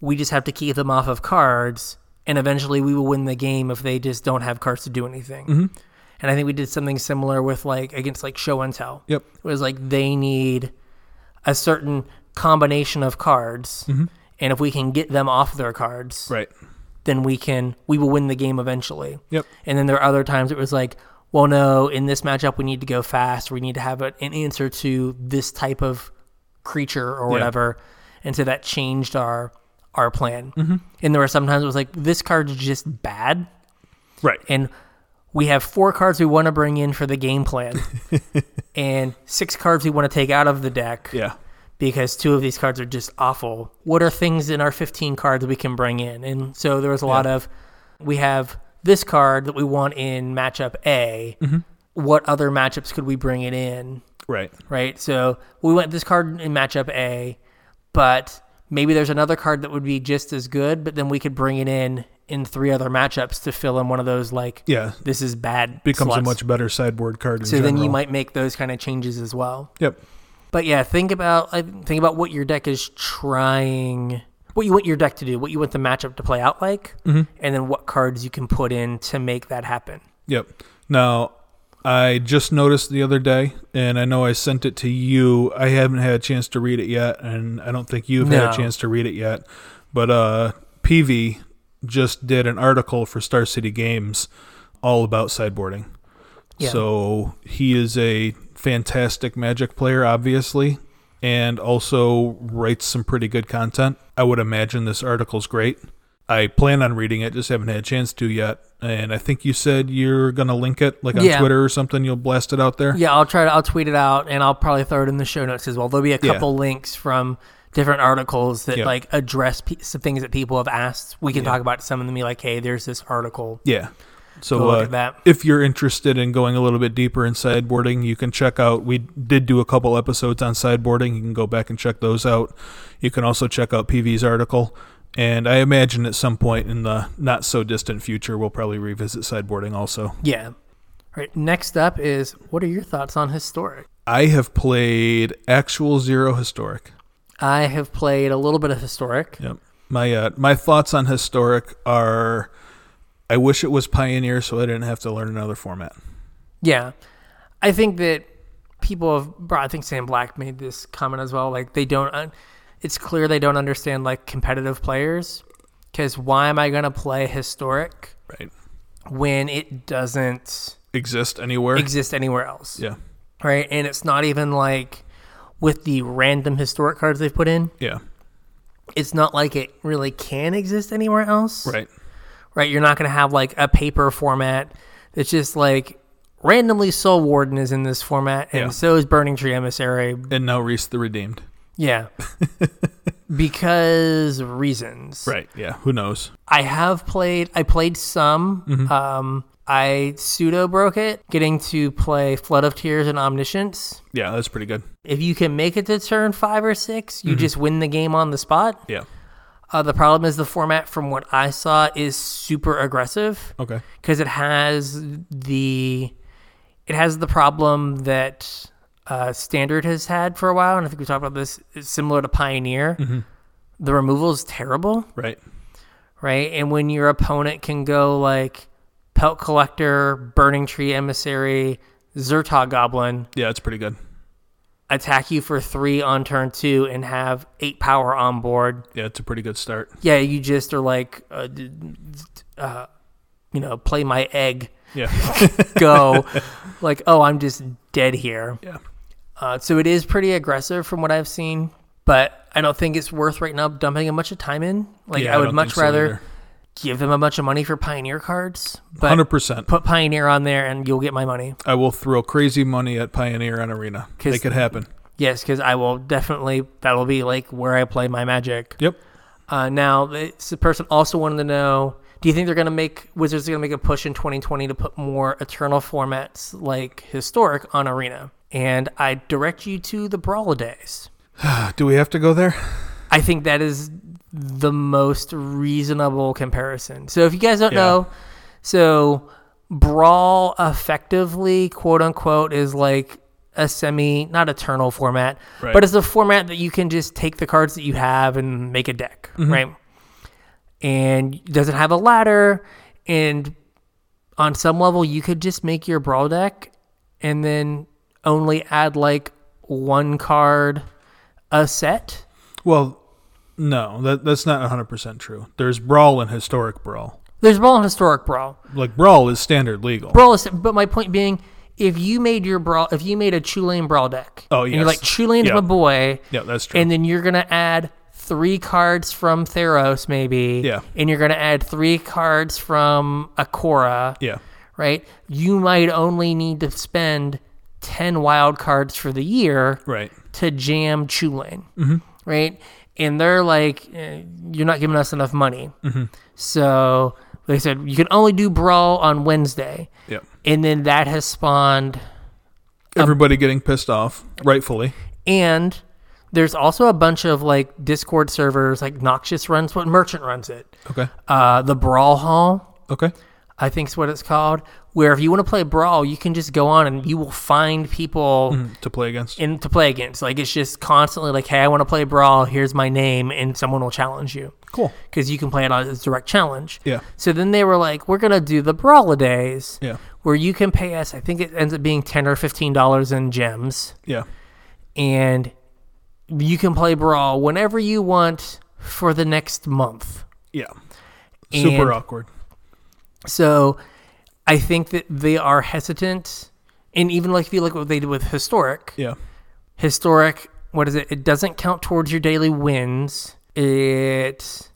[SPEAKER 1] We just have to keep them off of cards, and eventually we will win the game if they just don't have cards to do anything.
[SPEAKER 2] Mm-hmm.
[SPEAKER 1] And I think we did something similar with like against like show and tell.
[SPEAKER 2] Yep.
[SPEAKER 1] It was like they need a certain combination of cards, and if we can get them off their cards,
[SPEAKER 2] Mm-hmm. Right.
[SPEAKER 1] then we can we will win the game eventually.
[SPEAKER 2] Yep.
[SPEAKER 1] And then there are other times it was like, well, no, in this matchup we need to go fast. We need to have a, an answer to this type of creature or whatever, and so that changed our our plan. Mm-hmm. And there were sometimes it was like this card's just bad,
[SPEAKER 2] Right.
[SPEAKER 1] and we have four cards we want to bring in for the game plan, and six cards we want to take out of the deck
[SPEAKER 2] Yeah.
[SPEAKER 1] because two of these cards are just awful. What are things in our 15 cards we can bring in? And so there was a lot of we have this card that we want in matchup A.
[SPEAKER 2] Mm-hmm.
[SPEAKER 1] What other matchups could we bring it in?
[SPEAKER 2] Right.
[SPEAKER 1] Right? So we went this card in matchup A, but maybe there's another card that would be just as good, but then we could bring it in in three other matchups to fill in one of those like
[SPEAKER 2] Yeah.
[SPEAKER 1] this is bad
[SPEAKER 2] Becomes a
[SPEAKER 1] slots.
[SPEAKER 2] much better sideboard card. In
[SPEAKER 1] so then you
[SPEAKER 2] general.
[SPEAKER 1] might make those kind of changes as well.
[SPEAKER 2] Yep.
[SPEAKER 1] But yeah, think about I think about what your deck is trying, what you want your deck to do, what you want the matchup to play out like,
[SPEAKER 2] Mm-hmm.
[SPEAKER 1] and then what cards you can put in to make that happen.
[SPEAKER 2] Yep. Now, I just noticed the other day, and I know I sent it to you. I haven't had a chance to read it yet, and I don't think you've had
[SPEAKER 1] No.
[SPEAKER 2] a chance to read it yet. But uh, PV just did an article for Star City Games all about sideboarding.
[SPEAKER 1] Yeah.
[SPEAKER 2] So he is a fantastic Magic player, obviously, and also writes some pretty good content. I would imagine this article's great. I plan on reading it, just haven't had a chance to yet. And I think you said you're gonna link it, like on
[SPEAKER 1] Yeah.
[SPEAKER 2] Twitter or something. You'll blast it out there.
[SPEAKER 1] Yeah, I'll try to I'll tweet it out and I'll probably throw it in the show notes as well. There'll be a
[SPEAKER 2] Yeah.
[SPEAKER 1] couple links from different articles that
[SPEAKER 2] Yeah.
[SPEAKER 1] like address pe- some things that people have asked. We can talk about some of them. Be like, hey, there's this article.
[SPEAKER 2] Yeah.
[SPEAKER 1] Go
[SPEAKER 2] So
[SPEAKER 1] look
[SPEAKER 2] uh,
[SPEAKER 1] at that.
[SPEAKER 2] if you're interested in going a little bit deeper in sideboarding, you can check out. We did do a couple episodes on sideboarding. You can go back and check those out. You can also check out PV's article. And I imagine at some point in the not so distant future, we'll probably revisit sideboarding also.
[SPEAKER 1] Yeah. All right. Next up is what are your thoughts on historic?
[SPEAKER 2] I have played actual zero historic.
[SPEAKER 1] I have played a little bit of historic.
[SPEAKER 2] Yep. My uh, my thoughts on historic are, I wish it was Pioneer so I didn't have to learn another format.
[SPEAKER 1] Yeah. I think that people have brought, I think Sam Black made this comment as well. Like, they don't, un- it's clear they don't understand like competitive players. Cause why am I going to play historic
[SPEAKER 2] Right.
[SPEAKER 1] when it doesn't
[SPEAKER 2] Exist anywhere.
[SPEAKER 1] exist anywhere else?
[SPEAKER 2] yeah.
[SPEAKER 1] Right. And it's not even like with the random historic cards they've put in,
[SPEAKER 2] Yeah.
[SPEAKER 1] it's not like it really can exist anywhere else.
[SPEAKER 2] Right.
[SPEAKER 1] right? You're not going to have like a paper format that's just like randomly Soul Warden is in this format, and
[SPEAKER 2] Yeah.
[SPEAKER 1] so is Burning Tree Emissary.
[SPEAKER 2] And now Reese the Redeemed.
[SPEAKER 1] Yeah. because reasons.
[SPEAKER 2] Right. Yeah. Who knows?
[SPEAKER 1] I have played, I played some.
[SPEAKER 2] Mm-hmm.
[SPEAKER 1] Um, I pseudo broke it, getting to play Flood of Tears and Omniscience.
[SPEAKER 2] Yeah, that's pretty good.
[SPEAKER 1] If you can make it to turn five or six,
[SPEAKER 2] Mm-hmm.
[SPEAKER 1] you just win the game on the spot.
[SPEAKER 2] Yeah.
[SPEAKER 1] Uh, the problem is the format, from what I saw, is super aggressive.
[SPEAKER 2] Okay.
[SPEAKER 1] because it has the it has the problem that uh, standard has had for a while, and I think we talked about this. It's similar to Pioneer. The removal is terrible,
[SPEAKER 2] Right.
[SPEAKER 1] right? And when your opponent can go like Pelt Collector, Burning Tree Emissary, Zertog Goblin,
[SPEAKER 2] Yeah, it's pretty good.
[SPEAKER 1] attack you for three on turn two and have eight power on board.
[SPEAKER 2] Yeah, it's a pretty good start.
[SPEAKER 1] Yeah, you just are like, uh, d- d- uh, you know, play my egg,
[SPEAKER 2] Yeah.
[SPEAKER 1] go. like, oh, I'm just dead here.
[SPEAKER 2] yeah.
[SPEAKER 1] Uh, so it is pretty aggressive from what I've seen, but I don't think it's worth right now dumping a bunch of time in. Like,
[SPEAKER 2] Yeah,
[SPEAKER 1] I would
[SPEAKER 2] don't
[SPEAKER 1] much
[SPEAKER 2] think so
[SPEAKER 1] rather
[SPEAKER 2] either.
[SPEAKER 1] give them a bunch of money for Pioneer cards, but
[SPEAKER 2] 100%.
[SPEAKER 1] put Pioneer on there and you'll get my money.
[SPEAKER 2] I will throw crazy money at Pioneer and Arena.
[SPEAKER 1] 'Cause-
[SPEAKER 2] Make it happen.
[SPEAKER 1] Yes, because I will definitely, that'll be like where I play my magic.
[SPEAKER 2] Yep.
[SPEAKER 1] Uh, now, this person also wanted to know do you think they're going to make, Wizards are going to make a push in 2020 to put more Eternal formats like Historic on Arena? And I direct you to the Brawl Days.
[SPEAKER 2] Uh, Do we have to go there?
[SPEAKER 1] I think that is the most reasonable comparison. So if you guys don't
[SPEAKER 2] Yeah.
[SPEAKER 1] know, so Brawl effectively, quote unquote, is like a semi, not eternal format,
[SPEAKER 2] Right.
[SPEAKER 1] but it's a format that you can just take the cards that you have and make a deck,
[SPEAKER 2] Mm-hmm.
[SPEAKER 1] right? And it doesn't have a ladder. And on some level, you could just make your Brawl deck and then only add like one card a set.
[SPEAKER 2] Well, no, that, that's not 100% true. There's Brawl and Historic Brawl.
[SPEAKER 1] There's brawl and historic brawl.
[SPEAKER 2] Like, Brawl is standard legal.
[SPEAKER 1] Brawl is, but my point being, if you made your brawl, if you made a Chulane brawl deck,
[SPEAKER 2] Oh,
[SPEAKER 1] and you're
[SPEAKER 2] yes.
[SPEAKER 1] like Chulane's my
[SPEAKER 2] Yeah.
[SPEAKER 1] boy,
[SPEAKER 2] yeah, that's true.
[SPEAKER 1] and then you're gonna add three cards from Theros maybe,
[SPEAKER 2] Yeah.
[SPEAKER 1] and you're gonna add three cards from Akora,
[SPEAKER 2] yeah.
[SPEAKER 1] right? You might only need to spend ten wild cards for the year,
[SPEAKER 2] Right.
[SPEAKER 1] to jam Chulane, right? And they're like, eh, you're not giving us enough money. So they said, you can only do Brawl on Wednesday.
[SPEAKER 2] Yep.
[SPEAKER 1] And then that has spawned. Um,
[SPEAKER 2] Everybody getting pissed off, rightfully.
[SPEAKER 1] And there's also a bunch of like Discord servers, like Noxious runs what Merchant runs it.
[SPEAKER 2] Okay.
[SPEAKER 1] Uh, the Brawl Hall,
[SPEAKER 2] Okay.
[SPEAKER 1] I think is what it's called, where if you want to play Brawl, you can just go on and you will find people.
[SPEAKER 2] To play against.
[SPEAKER 1] in to play against. Like it's just constantly like, hey, I want to play brawl. Here's my name, and someone will challenge you
[SPEAKER 2] Cool.
[SPEAKER 1] because you can play it on as direct challenge.
[SPEAKER 2] Yeah.
[SPEAKER 1] So then they were like, we're gonna do the brawl days,
[SPEAKER 2] Yeah.
[SPEAKER 1] where you can pay us. I think it ends up being ten or fifteen dollars in gems,
[SPEAKER 2] Yeah.
[SPEAKER 1] and you can play brawl whenever you want for the next month.
[SPEAKER 2] Yeah. Super
[SPEAKER 1] And-
[SPEAKER 2] awkward.
[SPEAKER 1] So I think that they are hesitant, and even like if you look at what they did with historic,
[SPEAKER 2] Yeah.
[SPEAKER 1] historic what is it it doesn't count towards your daily wins it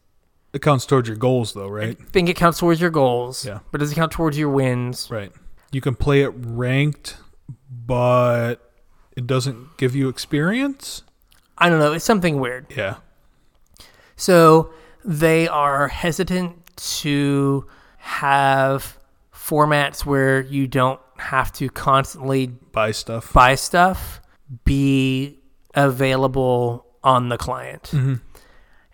[SPEAKER 2] It counts towards your goals, though, right?
[SPEAKER 1] I think it counts towards your goals
[SPEAKER 2] Yeah.
[SPEAKER 1] but it doesn't count towards your wins
[SPEAKER 2] Right. You can play it ranked, but it doesn't give you experience.
[SPEAKER 1] i don't know it's something weird
[SPEAKER 2] Yeah.
[SPEAKER 1] so they are hesitant to have formats where you don't have to constantly
[SPEAKER 2] Buy stuff.
[SPEAKER 1] buy stuff be available on the client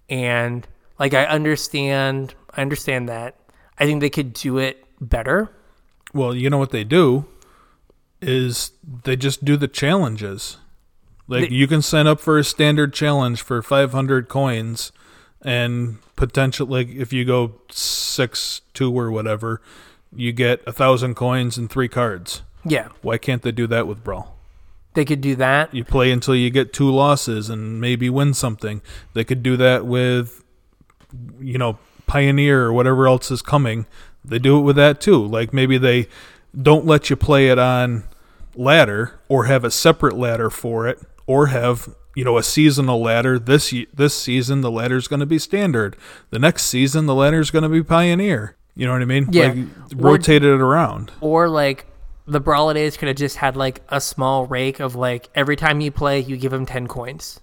[SPEAKER 1] and like i understand i understand that i think they could do it better
[SPEAKER 2] Well, you know what they do is they just do the challenges. Like
[SPEAKER 1] They-
[SPEAKER 2] you can sign up for a standard challenge for 500 coins and potentially like if you go 6 2 or whatever, you get a 1000 coins and 3 cards.
[SPEAKER 1] yeah
[SPEAKER 2] Why can't they do that with Brawl?
[SPEAKER 1] They could do that.
[SPEAKER 2] You play until you get two losses and maybe win something. They could do that with you know, Pioneer or whatever else is coming. They do it with that too. Like maybe they don't let you play it on ladder or have a separate ladder for it or have you know a seasonal ladder this ye- this season the ladder's going to be standard the next season the ladder's going to be pioneer you know what i mean
[SPEAKER 1] Yeah.
[SPEAKER 2] like
[SPEAKER 1] Or-
[SPEAKER 2] rotate it around
[SPEAKER 1] Or like the Brawladays could have just had like a small rake of like every time you play, you give them 10 coins,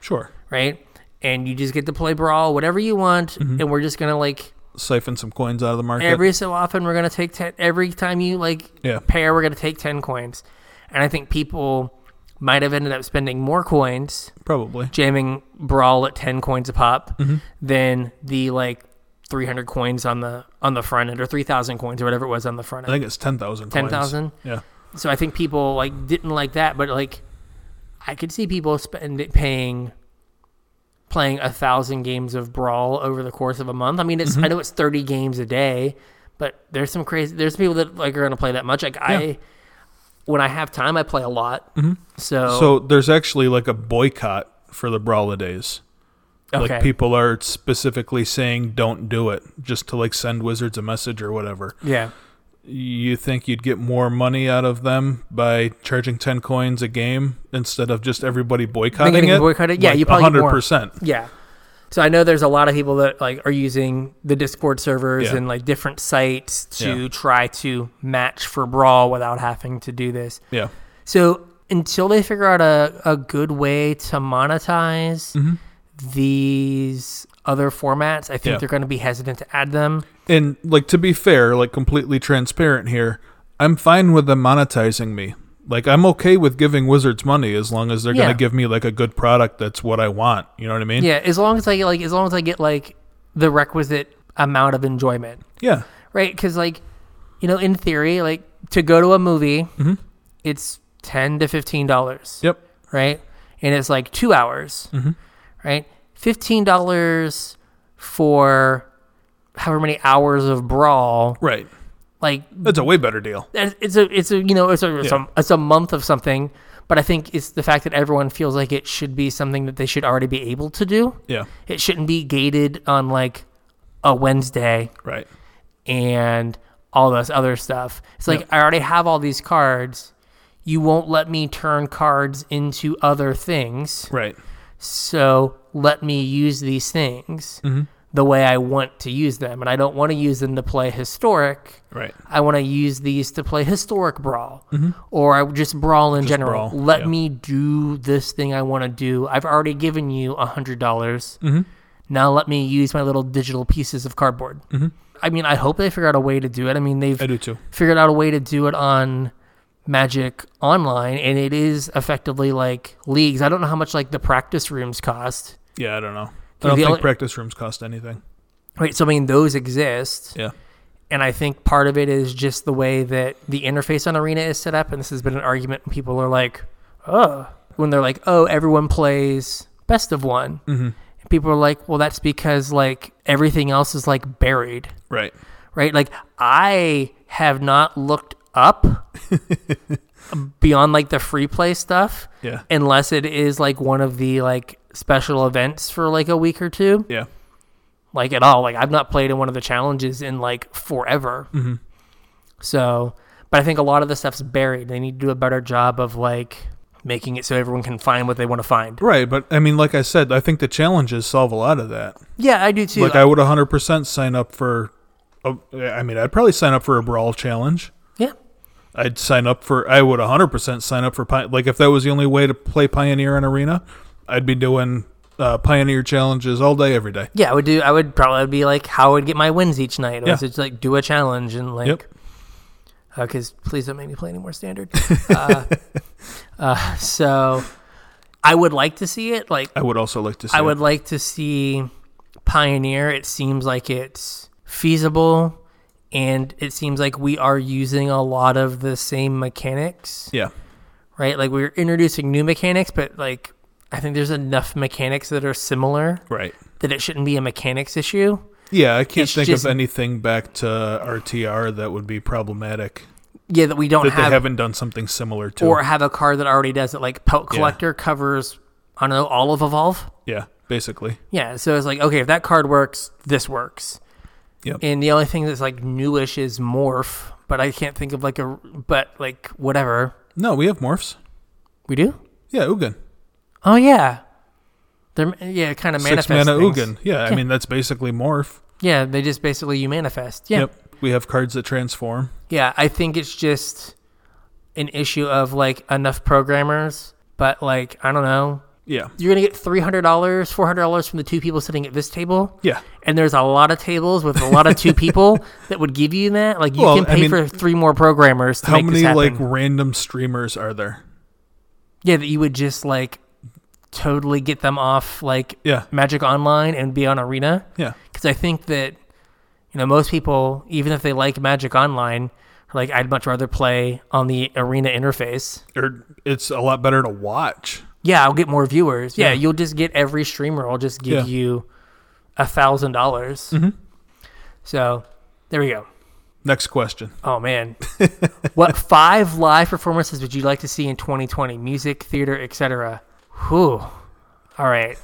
[SPEAKER 2] sure
[SPEAKER 1] right? And you just get to play Brawl, whatever you want. And we're just going to like
[SPEAKER 2] siphon some coins out of the market
[SPEAKER 1] every so often, we're going to take 10. Every time you like
[SPEAKER 2] Yeah.
[SPEAKER 1] pair, we're going to take 10 coins. And I think people might have ended up spending more coins
[SPEAKER 2] probably
[SPEAKER 1] jamming Brawl at 10 coins a pop than the like 300 coins on the on the front end or 3,000 coins or whatever it was on the front
[SPEAKER 2] I
[SPEAKER 1] end.
[SPEAKER 2] think it's ten thousand.
[SPEAKER 1] 10,000?
[SPEAKER 2] Yeah.
[SPEAKER 1] so I think people like didn't like that, but like I could see people spend it paying playing a thousand games of brawl over the course of a month. I mean, it's
[SPEAKER 2] Mm-hmm.
[SPEAKER 1] I know it's thirty games a day, but there's some crazy. There's people that like are gonna play that much. Like I, when I have time, I play a lot. So,
[SPEAKER 2] Mm-hmm. So there's actually like a boycott for the Brawler days.
[SPEAKER 1] okay.
[SPEAKER 2] Like people are specifically saying don't do it just to like send wizards a message or whatever.
[SPEAKER 1] yeah,
[SPEAKER 2] You think you'd get more money out of them by charging 10 coins a game instead of just everybody boycotting
[SPEAKER 1] Thinking
[SPEAKER 2] it?
[SPEAKER 1] boycott it? Yeah,
[SPEAKER 2] Like,
[SPEAKER 1] you probably get more.
[SPEAKER 2] 100%.
[SPEAKER 1] yeah. So I know there's a lot of people that like are using the Discord servers
[SPEAKER 2] Yeah.
[SPEAKER 1] and like different sites to
[SPEAKER 2] Yeah.
[SPEAKER 1] try to match for brawl without having to do this.
[SPEAKER 2] Yeah.
[SPEAKER 1] So until they figure out a, a good way to monetize
[SPEAKER 2] Mm-hmm.
[SPEAKER 1] these other formats, I think
[SPEAKER 2] Yeah.
[SPEAKER 1] they're going to be hesitant to add them.
[SPEAKER 2] And like to be fair, like completely transparent here, I'm fine with them monetizing me. Like I'm okay with giving Wizards money as long as they're
[SPEAKER 1] Yeah.
[SPEAKER 2] going to give me like a good product that's what I want. You know what I mean?
[SPEAKER 1] Yeah, as long as I get like as long as I get like the requisite amount of enjoyment,
[SPEAKER 2] Yeah.
[SPEAKER 1] right? Because like you know, in theory, like to go to a movie, it's ten to fifteen dollars,
[SPEAKER 2] Mm-hmm. Yep. Mm-hmm.
[SPEAKER 1] right? And it's like two hours, right? Fifteen dollars for however many hours of brawl,
[SPEAKER 2] Right.
[SPEAKER 1] like
[SPEAKER 2] That's a way better deal.
[SPEAKER 1] it's it's a it's a you know it's a it's, a it's a month of something but i think it's the fact that everyone feels like it should be something that they should already be able to do
[SPEAKER 2] Yeah.
[SPEAKER 1] it shouldn't be gated on like a wednesday
[SPEAKER 2] Right.
[SPEAKER 1] and all this other stuff it's like i already have all these cards you won't let me turn cards into other things
[SPEAKER 2] Right.
[SPEAKER 1] so let me use these things the way i want to use them and i don't want to use them to play historic
[SPEAKER 2] Right.
[SPEAKER 1] I want to use these to play historic brawl or I just brawl in general.
[SPEAKER 2] Mm-hmm. brawl,
[SPEAKER 1] Let
[SPEAKER 2] yeah.
[SPEAKER 1] me do this thing I want to do. I've already given you a hundred dollars.
[SPEAKER 2] Mm-hmm.
[SPEAKER 1] Now let me use my little digital pieces of cardboard.
[SPEAKER 2] Mm-hmm.
[SPEAKER 1] I mean, I hope they figure out a way to do it. I mean, they've
[SPEAKER 2] I do too.
[SPEAKER 1] figured out a way to do it on Magic Online, and it is effectively like leagues. I don't know how much like the practice rooms cost.
[SPEAKER 2] Yeah, I don't know. I
[SPEAKER 1] The
[SPEAKER 2] don't think
[SPEAKER 1] only-
[SPEAKER 2] practice rooms cost anything.
[SPEAKER 1] Right, so I mean, those exist.
[SPEAKER 2] Yeah.
[SPEAKER 1] And I think part of it is just the way that the interface on Arena is set up. And this has been an argument when people are like, oh, when they're like, oh, everyone plays best of one. Mm-hmm. And people are like, well, that's because like everything else is like buried,
[SPEAKER 2] Right.
[SPEAKER 1] right? Like I have not looked up beyond like the free play stuff
[SPEAKER 2] Yeah.
[SPEAKER 1] unless it is like one of the like special events for like a week or two
[SPEAKER 2] Yeah.
[SPEAKER 1] like at all. Like I've not played in one of the challenges in like forever. So, but I think a lot of the stuff's buried. They need to do a better job of like making it so everyone can find what they want to find.
[SPEAKER 2] Right, but I mean like I said, I think the challenges solve a lot of that.
[SPEAKER 1] Yeah, I do too.
[SPEAKER 2] like I would 100% sign up for a, I mean, I'd probably sign up for a brawl challenge.
[SPEAKER 1] yeah,
[SPEAKER 2] I'd sign up for. I would 100% sign up for. Pi- Like if that was the only way to play Pioneer in Arena, I'd be doing uh, Pioneer challenges all day, every day.
[SPEAKER 1] yeah. I would do. I would probably be like how I would get my wins each night.
[SPEAKER 2] Yeah.
[SPEAKER 1] Was it's like do a challenge and like.
[SPEAKER 2] Yep.
[SPEAKER 1] Because please don't make me play any more standard. uh, uh, so, I would like to see it. Like,
[SPEAKER 2] I would also like to. See
[SPEAKER 1] I would
[SPEAKER 2] It.
[SPEAKER 1] like to see Pioneer. It seems like it's feasible, and it seems like we are using a lot of the same mechanics,
[SPEAKER 2] Yeah.
[SPEAKER 1] right? Like we're introducing new mechanics, but like I think there's enough mechanics that are similar
[SPEAKER 2] Right.
[SPEAKER 1] that it shouldn't be a mechanics issue.
[SPEAKER 2] Yeah, I can't
[SPEAKER 1] It's
[SPEAKER 2] think
[SPEAKER 1] just-
[SPEAKER 2] of anything back to RTR that would be problematic
[SPEAKER 1] Yeah, that we don't
[SPEAKER 2] that they
[SPEAKER 1] have,
[SPEAKER 2] haven't done something similar to.
[SPEAKER 1] or have a card that already does it. Like Pelt Collector covers, I don't know, all of Evolve.
[SPEAKER 2] yeah, basically.
[SPEAKER 1] Yeah, so it's like okay, if that card works, this works.
[SPEAKER 2] Yep.
[SPEAKER 1] And the only thing that's like newish is morph, but I can't think of like a but like whatever
[SPEAKER 2] No, we have morphs.
[SPEAKER 1] we do.
[SPEAKER 2] Yeah, Ugin.
[SPEAKER 1] Oh yeah, they're yeah kind of manifest
[SPEAKER 2] Six mana
[SPEAKER 1] things.
[SPEAKER 2] Ugin. Yeah, I mean that's basically morph.
[SPEAKER 1] Yeah, they just basically you manifest. Yeah,
[SPEAKER 2] Yep. We have cards that transform.
[SPEAKER 1] yeah. I think it's just an issue of like enough programmers, but like I don't know.
[SPEAKER 2] Yeah.
[SPEAKER 1] You're gonna get three hundred dollars, four hundred dollars from the two people sitting at this table.
[SPEAKER 2] Yeah.
[SPEAKER 1] and there's a lot of tables with a lot of two people that would give you that. Like you
[SPEAKER 2] Well,
[SPEAKER 1] can
[SPEAKER 2] I
[SPEAKER 1] pay
[SPEAKER 2] mean,
[SPEAKER 1] for three more programmers to
[SPEAKER 2] How
[SPEAKER 1] make this
[SPEAKER 2] many
[SPEAKER 1] happen.
[SPEAKER 2] like random streamers are there?
[SPEAKER 1] yeah, that you would just like totally get them off like
[SPEAKER 2] Yeah.
[SPEAKER 1] Magic Online and be on Arena
[SPEAKER 2] Yeah.
[SPEAKER 1] because I think that you know most people, even if they like Magic Online, are like I'd much rather play on the Arena interface.
[SPEAKER 2] or it's a lot better to watch.
[SPEAKER 1] Yeah, I'll get more viewers. Yeah,
[SPEAKER 2] Yeah.
[SPEAKER 1] you'll just get every streamer will just give
[SPEAKER 2] Yeah. Mm-hmm.
[SPEAKER 1] you a thousand dollars. So there we go.
[SPEAKER 2] Next question.
[SPEAKER 1] Oh man, what five live performances would you like to see in 2020? Music, theater, etc. Whew. All right,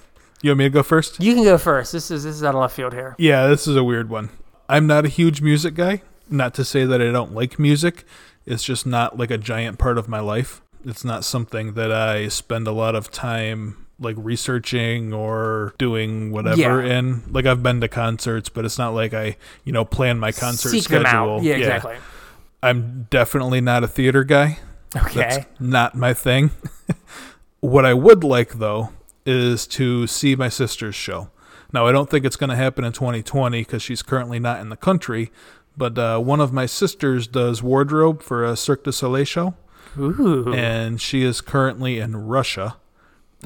[SPEAKER 2] You want me to go first?
[SPEAKER 1] you can go first. This is this is out of left field here.
[SPEAKER 2] Yeah, this is a weird one. I'm not a huge music guy. Not to say that I don't like music. It's just not like a giant part of my life. It's not something that I spend a lot of time like researching or doing whatever
[SPEAKER 1] Yeah.
[SPEAKER 2] in. Like I've been to concerts, but it's not like I, you know, plan my concert
[SPEAKER 1] Seek
[SPEAKER 2] schedule.
[SPEAKER 1] them out. Yeah, exactly.
[SPEAKER 2] I'm definitely not a theater guy.
[SPEAKER 1] Okay.
[SPEAKER 2] That's not my thing. what I would like though is to see my sister's show. Now I don't think it's going to happen in 2020 because she's currently not in the country. But uh, one of my sisters does wardrobe for a Cirque du Soleil show,
[SPEAKER 1] Ooh.
[SPEAKER 2] and she is currently in Russia,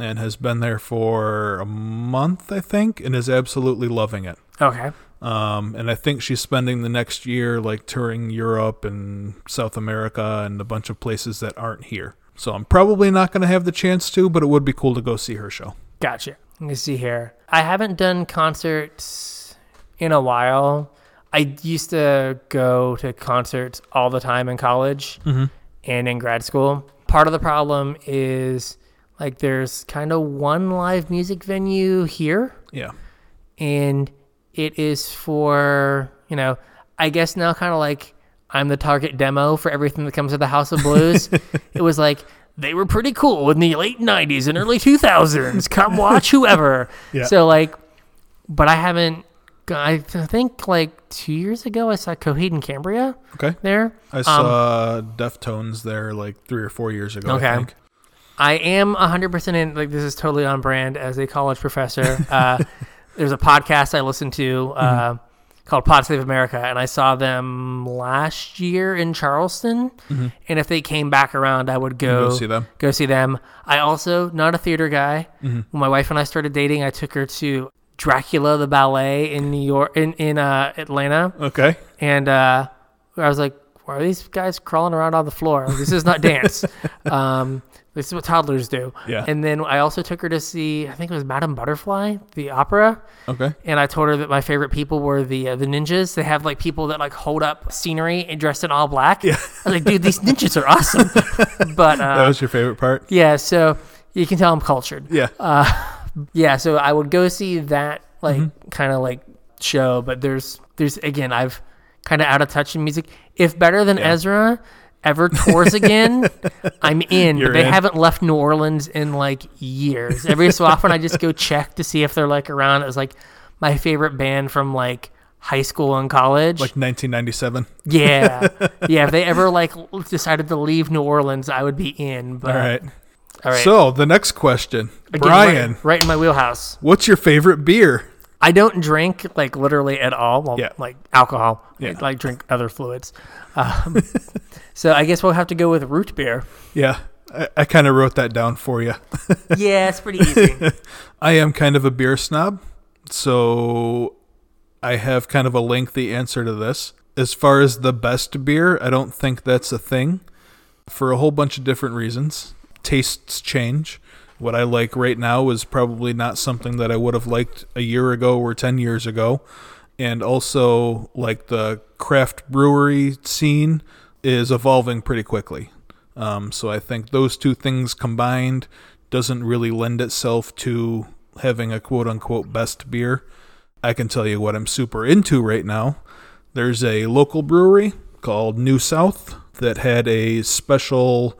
[SPEAKER 2] and has been there for a month, I think, and is absolutely loving it.
[SPEAKER 1] Okay.
[SPEAKER 2] Um, and I think she's spending the next year like touring Europe and South America and a bunch of places that aren't here. So I'm probably not going to have the chance to, but it would be cool to go see her show.
[SPEAKER 1] Gotcha. Let me see here. I haven't done concerts in a while. I used to go to concerts all the time in college and in grad school. Part of the problem is like there's kind of one live music venue here,
[SPEAKER 2] Yeah.
[SPEAKER 1] and it is for, you know, I guess now kind of like I'm the target demo for everything that comes to the House of Blues. it was like, they were pretty cool in the late 90s and early 2000s. Come watch whoever.
[SPEAKER 2] Yeah.
[SPEAKER 1] So, like, but I haven't, I think like two years ago, I saw Coheed and Cambria
[SPEAKER 2] Okay.
[SPEAKER 1] there.
[SPEAKER 2] I saw Deftones there like three or four years ago.
[SPEAKER 1] Um, Okay.
[SPEAKER 2] I think.
[SPEAKER 1] I am 100% in, like, this is totally on brand as a college professor. Uh, there's a podcast I listen to uh,
[SPEAKER 2] Mm-hmm.
[SPEAKER 1] called Pod Save America, and I saw them last year in Charleston. And if they came back around, I would go,
[SPEAKER 2] Mm-hmm. Go see them. Mm-hmm.
[SPEAKER 1] Go see them. I also, not a theater guy. When my wife and I started dating, I took her to Dracula the ballet in New York, in, in uh, Atlanta.
[SPEAKER 2] Okay.
[SPEAKER 1] And uh, I was like, why are these guys crawling around on the floor? This is not dance. um, this is what toddlers do.
[SPEAKER 2] Yeah.
[SPEAKER 1] And then I also took her to see, I think it was Madame Butterfly, the opera.
[SPEAKER 2] Okay.
[SPEAKER 1] And I told her that my favorite people were the uh, the ninjas. They have like people that like hold up scenery and dressed in all black. Yeah. I was like, dude, these ninjas are awesome. but uh,
[SPEAKER 2] That was your favorite part?
[SPEAKER 1] yeah, so you can tell I'm cultured.
[SPEAKER 2] Yeah.
[SPEAKER 1] Yeah, so I would go see that like
[SPEAKER 2] Mm-hmm.
[SPEAKER 1] kind of like show, but there's there's again I've kind of out of touch in music. If Better Than Ezra ever tours again, I'm in.
[SPEAKER 2] You're
[SPEAKER 1] But they
[SPEAKER 2] in.
[SPEAKER 1] haven't left New Orleans in like years. Every so often I just go check to see if they're like around. It was like my favorite band from like high school and college.
[SPEAKER 2] like 1997.
[SPEAKER 1] uh, yeah, yeah. If they ever like l- decided to leave New Orleans, I would be in. But
[SPEAKER 2] All right.
[SPEAKER 1] all right.
[SPEAKER 2] So the next question,
[SPEAKER 1] Again, right-
[SPEAKER 2] Brian,
[SPEAKER 1] right in my wheelhouse.
[SPEAKER 2] what's your favorite beer?
[SPEAKER 1] I don't drink like literally at all. Well,
[SPEAKER 2] Yeah.
[SPEAKER 1] like alcohol.
[SPEAKER 2] Yeah.
[SPEAKER 1] I, like drink other fluids. Um, so I guess we'll have to go with root beer.
[SPEAKER 2] Yeah. I, I kind of wrote that down for you.
[SPEAKER 1] Yeah, it's pretty easy.
[SPEAKER 2] I am kind of a beer snob, so I have kind of a lengthy answer to this. As far as the best beer, I don't think that's a thing for a whole bunch of different reasons. Tastes change. What I like right now is probably not something that I would have liked a year ago or 10 years ago. And also, like the craft brewery scene is evolving pretty quickly. Um, so I think those two things combined doesn't really lend itself to having a quote unquote best beer. I can tell you what I'm super into right now. There's a local brewery called New South that had a special,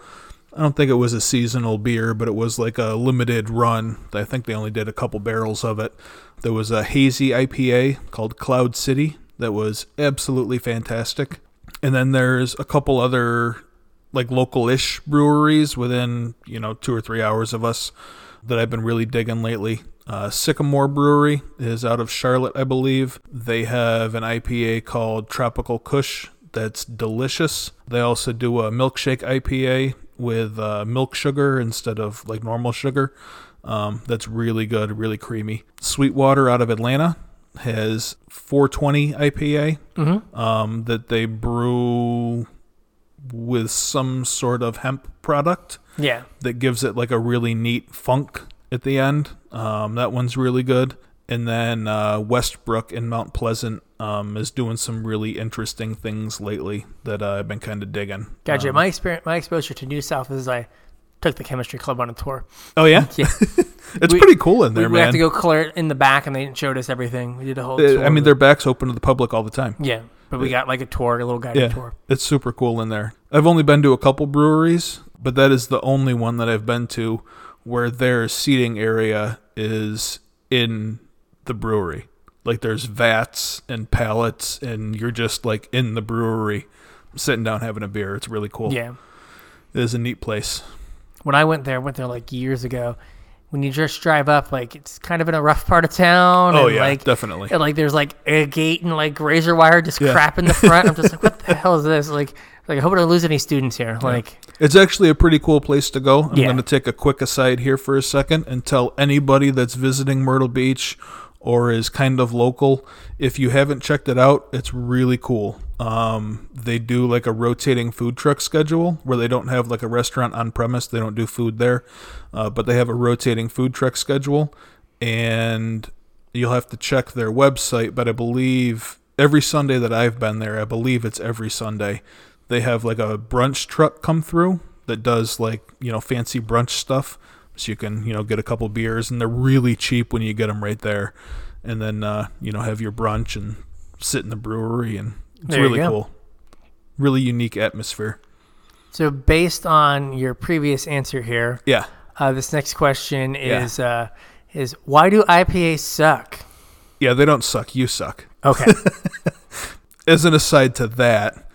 [SPEAKER 2] I don't think it was a seasonal beer, but it was like a limited run. I think they only did a couple barrels of it. There was a hazy IPA called Cloud City that was absolutely fantastic. And then there's a couple other like local-ish breweries within you know two or three hours of us that I've been really digging lately. Uh, Sycamore Brewery is out of Charlotte, I believe. They have an IPA called Tropical Kush that's delicious. They also do a milkshake IPA with uh, milk sugar instead of like normal sugar. Um, that's really good, really creamy. Sweetwater out of Atlanta has 420 IPA um, that they brew with some sort of hemp product
[SPEAKER 1] yeah.
[SPEAKER 2] that gives it like a really neat funk at the end. Um, that one's really good. And then uh, Westbrook in Mount Pleasant um, is doing some really interesting things lately that uh, I've been kind of digging.
[SPEAKER 1] Gotcha.
[SPEAKER 2] Um,
[SPEAKER 1] my experience, my exposure to New South is I took the chemistry club on a tour.
[SPEAKER 2] oh yeah,
[SPEAKER 1] Yeah,
[SPEAKER 2] it's
[SPEAKER 1] We-
[SPEAKER 2] pretty cool in
[SPEAKER 1] we,
[SPEAKER 2] there,
[SPEAKER 1] we
[SPEAKER 2] man.
[SPEAKER 1] had to go clear in the back, and they showed us everything. We did a whole.
[SPEAKER 2] Uh,
[SPEAKER 1] tour
[SPEAKER 2] I mean,
[SPEAKER 1] of it.
[SPEAKER 2] their back's open to the public all the time.
[SPEAKER 1] yeah, but we got like a tour, a little guided
[SPEAKER 2] Yeah,
[SPEAKER 1] tour.
[SPEAKER 2] it's super cool in there. I've only been to a couple breweries, but that is the only one that I've been to where their seating area is in the brewery. Like there's vats and pallets, and you're just like in the brewery, sitting down having a beer. It's really cool.
[SPEAKER 1] Yeah,
[SPEAKER 2] It is a neat place.
[SPEAKER 1] when I went there, I went there like years ago. When you just drive up, like it's kind of in a rough part of town.
[SPEAKER 2] Oh
[SPEAKER 1] and,
[SPEAKER 2] yeah,
[SPEAKER 1] like,
[SPEAKER 2] definitely.
[SPEAKER 1] and, like there's like a gate and like razor wire just
[SPEAKER 2] Yeah.
[SPEAKER 1] crap in the front. I'm just like, what the hell is this? Like, like I hope I don't lose any students here. Like,
[SPEAKER 2] It's actually a pretty cool place to go. I'm
[SPEAKER 1] Yeah.
[SPEAKER 2] going to take a quick aside here for a second and tell anybody that's visiting Myrtle Beach or is kind of local if you haven't checked it out, it's really cool. Um, they do like a rotating food truck schedule where they don't have like a restaurant on premise, they don't do food there, uh, but they have a rotating food truck schedule. And you'll have to check their website, but I believe every Sunday that I've been there, I believe it's every Sunday, they have like a brunch truck come through that does like, you know, fancy brunch stuff. So you can, you know, get a couple beers and they're really cheap when you get them right there. And then, uh, you know, have your brunch and sit in the brewery and it's
[SPEAKER 1] There you
[SPEAKER 2] really
[SPEAKER 1] go.
[SPEAKER 2] cool. Really unique atmosphere.
[SPEAKER 1] so based on your previous answer here,
[SPEAKER 2] Yeah.
[SPEAKER 1] uh, this next question
[SPEAKER 2] Yeah.
[SPEAKER 1] is uh, is why do IPAs suck?
[SPEAKER 2] Yeah, they don't suck. You suck.
[SPEAKER 1] Okay,
[SPEAKER 2] as an aside to that,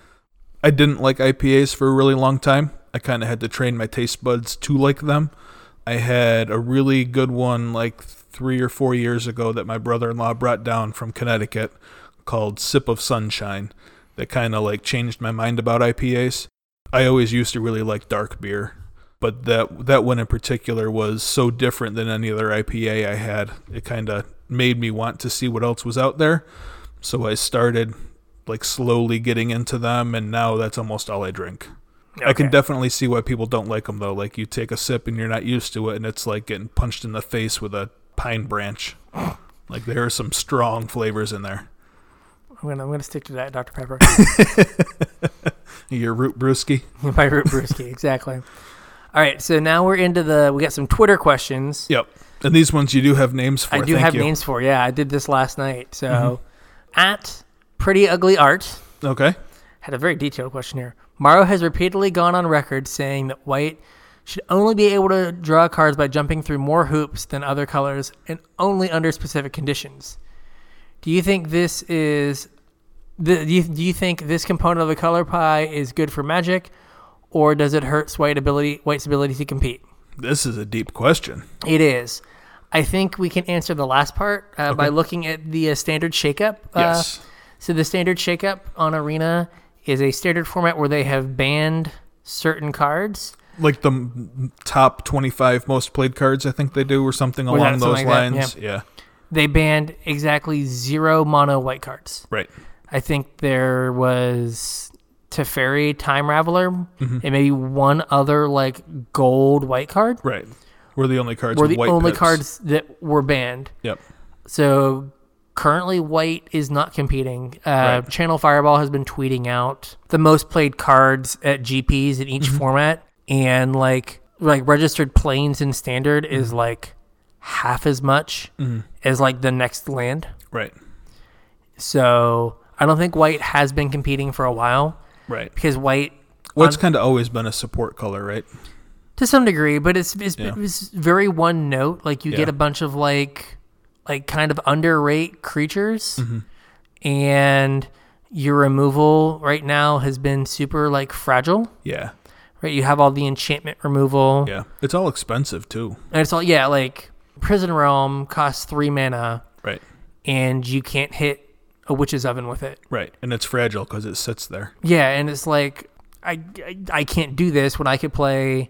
[SPEAKER 2] I didn't like IPAs for a really long time. I kind of had to train my taste buds to like them. I had a really good one like three or four years ago that my brother in law brought down from Connecticut called Sip of Sunshine that kind of like changed my mind about IPAs. I always used to really like dark beer, but that that one in particular was so different than any other IPA I had. It kind of made me want to see what else was out there. So I started like slowly getting into them, and now that's almost all I drink. I can
[SPEAKER 1] Okay.
[SPEAKER 2] definitely see why people don't like them though. Like you take a sip and you're not used to it, and it's like getting punched in the face with a pine branch. like there are some strong flavors in there.
[SPEAKER 1] I'm gonna I'm gonna stick to that, Dr Pepper.
[SPEAKER 2] Your root brewski.
[SPEAKER 1] My root brewski, exactly. All right, so now we're into the we got some Twitter questions.
[SPEAKER 2] Yep. And these ones you do have names for.
[SPEAKER 1] I do
[SPEAKER 2] Thank
[SPEAKER 1] have
[SPEAKER 2] you. Mm-hmm.
[SPEAKER 1] names for. Yeah, I did this last night. So, at Pretty Ugly Art
[SPEAKER 2] Okay.
[SPEAKER 1] had a very detailed question here. Morrow has repeatedly gone on record saying that white should only be able to draw cards by jumping through more hoops than other colors and only under specific conditions. Do you think this is the, do, you, do you think this component of the color pie is good for magic or does it hurt white ability white's ability to compete?
[SPEAKER 2] This is a deep question.
[SPEAKER 1] It is. I think we can answer the last part uh, by looking at the uh, standard shakeup. Uh,
[SPEAKER 2] Yes.
[SPEAKER 1] So the standard shakeup on Arena is a standard format where they have banned certain cards.
[SPEAKER 2] like the m- top 25 most played cards, I think they do, or something
[SPEAKER 1] that,
[SPEAKER 2] along those
[SPEAKER 1] something like that,
[SPEAKER 2] lines. Yeah.
[SPEAKER 1] They banned exactly zero mono white cards.
[SPEAKER 2] Right.
[SPEAKER 1] I think there was Teferi Time Raveler
[SPEAKER 2] Mm-hmm.
[SPEAKER 1] and maybe one other like gold white card
[SPEAKER 2] Right. We're the only cards.
[SPEAKER 1] were
[SPEAKER 2] with
[SPEAKER 1] the
[SPEAKER 2] white
[SPEAKER 1] only
[SPEAKER 2] pips.
[SPEAKER 1] cards that were banned.
[SPEAKER 2] Yep.
[SPEAKER 1] So currently, White is not competing. Uh,
[SPEAKER 2] Right.
[SPEAKER 1] Channel Fireball has been tweeting out the most played cards at GPs in each format, and like like registered planes in standard is like half as much as like the next land.
[SPEAKER 2] Right.
[SPEAKER 1] So I don't think White has been competing for a while
[SPEAKER 2] Right.
[SPEAKER 1] because White.
[SPEAKER 2] Well, it's kind of always been a support color, right?
[SPEAKER 1] to some degree, but it's it's,
[SPEAKER 2] Yeah.
[SPEAKER 1] it's very one note. Like you get
[SPEAKER 2] Yeah.
[SPEAKER 1] a bunch of like like kind of underrate creatures,
[SPEAKER 2] Mm-hmm.
[SPEAKER 1] and your removal right now has been super like fragile.
[SPEAKER 2] Yeah.
[SPEAKER 1] Right, you have all the enchantment removal,
[SPEAKER 2] Yeah. It's all expensive too.
[SPEAKER 1] and it's all yeah like prison realm costs three mana,
[SPEAKER 2] Right.
[SPEAKER 1] and you can't hit a witch's oven with it.
[SPEAKER 2] Right. And it's fragile because it sits there.
[SPEAKER 1] Yeah, and it's like I I, I can't do this when I could play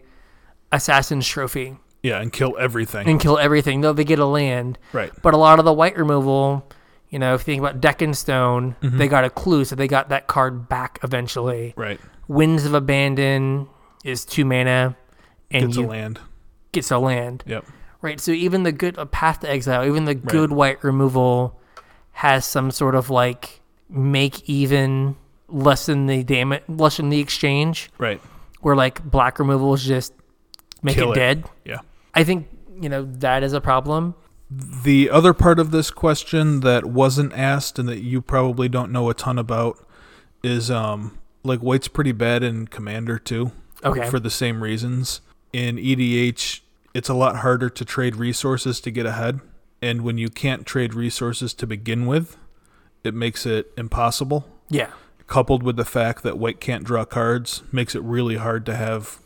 [SPEAKER 1] assassin's trophy
[SPEAKER 2] Yeah. And kill everything.
[SPEAKER 1] and kill everything though they get a land
[SPEAKER 2] right.
[SPEAKER 1] But a lot of the white removal, you know, if you think about Deck and Stone,
[SPEAKER 2] Mm-hmm.
[SPEAKER 1] they got a clue, so they got that card back eventually.
[SPEAKER 2] Right.
[SPEAKER 1] Winds of Abandon is two mana, and
[SPEAKER 2] It's a
[SPEAKER 1] you
[SPEAKER 2] land.
[SPEAKER 1] gets a land.
[SPEAKER 2] Yep.
[SPEAKER 1] Right. So even the good a path to exile, even the good white removal has some sort of like make even lessen the damage lessen the exchange
[SPEAKER 2] Right.
[SPEAKER 1] where like black removal is just make
[SPEAKER 2] Kill
[SPEAKER 1] it,
[SPEAKER 2] it.
[SPEAKER 1] dead.
[SPEAKER 2] Yeah.
[SPEAKER 1] I think, you know, that is a problem.
[SPEAKER 2] The other part of this question that wasn't asked and that you probably don't know a ton about is um like white's pretty bad in commander too.
[SPEAKER 1] Okay.
[SPEAKER 2] For the same reasons. In EDH, it's a lot harder to trade resources to get ahead, and when you can't trade resources to begin with, it makes it impossible.
[SPEAKER 1] yeah.
[SPEAKER 2] Coupled with the fact that white can't draw cards makes it really hard to have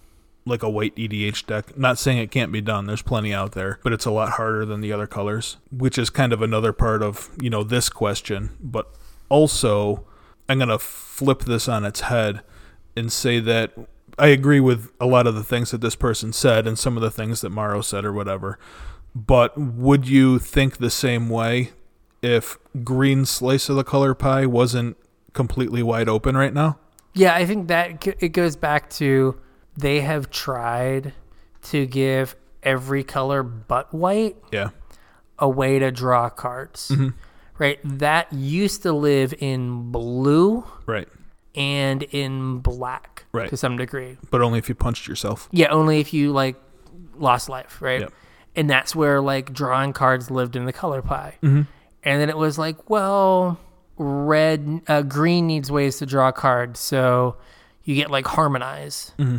[SPEAKER 2] like a white EDH deck. Not saying it can't be done, there's plenty out there, but it's a lot harder than the other colors, which is kind of another part of, you know, this question. But also, I'm going to flip this on its head and say that I agree with a lot of the things that this person said and some of the things that Morrow said or whatever. But would you think the same way if green slice of the color pie wasn't completely wide open right now?
[SPEAKER 1] Yeah, I think that g- it goes back to they have tried to give every color but white
[SPEAKER 2] Yeah.
[SPEAKER 1] a way to draw cards. Right? That used to live in blue
[SPEAKER 2] Right.
[SPEAKER 1] and in black
[SPEAKER 2] Right.
[SPEAKER 1] to some degree.
[SPEAKER 2] But only if you punched yourself.
[SPEAKER 1] Yeah, only if you like lost life, right?
[SPEAKER 2] Yep.
[SPEAKER 1] And that's where like drawing cards lived in the color pie.
[SPEAKER 2] Mm-hmm.
[SPEAKER 1] And then it was like, well, red, uh, green needs ways to draw cards, so you get like harmonize,
[SPEAKER 2] Mm-hmm.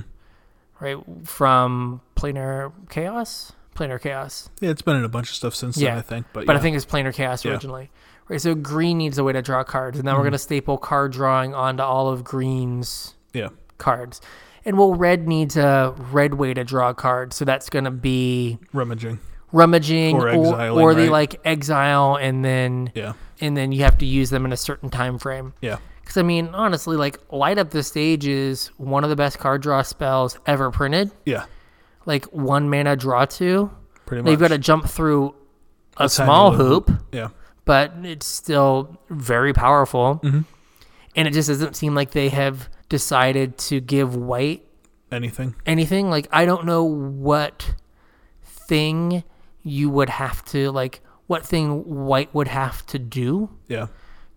[SPEAKER 1] right? From planar chaos, planar chaos.
[SPEAKER 2] Yeah, it's been in a bunch of stuff since
[SPEAKER 1] Yeah,
[SPEAKER 2] then, I think. But,
[SPEAKER 1] But
[SPEAKER 2] yeah.
[SPEAKER 1] I think it's planar chaos
[SPEAKER 2] Yeah. Mm-hmm.
[SPEAKER 1] originally. Right, so green needs a way to draw cards, and now we're gonna staple card drawing onto all of green's
[SPEAKER 2] yeah,
[SPEAKER 1] cards. And well, red needs a red way to draw cards, so that's going to be
[SPEAKER 2] rummaging.
[SPEAKER 1] rummaging or,
[SPEAKER 2] Or exiling,
[SPEAKER 1] or they
[SPEAKER 2] right?
[SPEAKER 1] like exile, and then
[SPEAKER 2] Yeah,
[SPEAKER 1] and then you have to use them in a certain time frame.
[SPEAKER 2] yeah,
[SPEAKER 1] Because I mean, honestly, like light up the stage is one of the best card draw spells ever printed.
[SPEAKER 2] yeah.
[SPEAKER 1] Like one mana draw two,
[SPEAKER 2] Pretty much.
[SPEAKER 1] they've got to jump through a,
[SPEAKER 2] A tiny
[SPEAKER 1] small
[SPEAKER 2] little
[SPEAKER 1] hoop,
[SPEAKER 2] yeah,
[SPEAKER 1] but it's still very powerful.
[SPEAKER 2] Mm-hmm.
[SPEAKER 1] And it just doesn't seem like they have decided to give white
[SPEAKER 2] anything.
[SPEAKER 1] anything. Like I don't know what thing you would have to like what thing white would have to do
[SPEAKER 2] Yeah,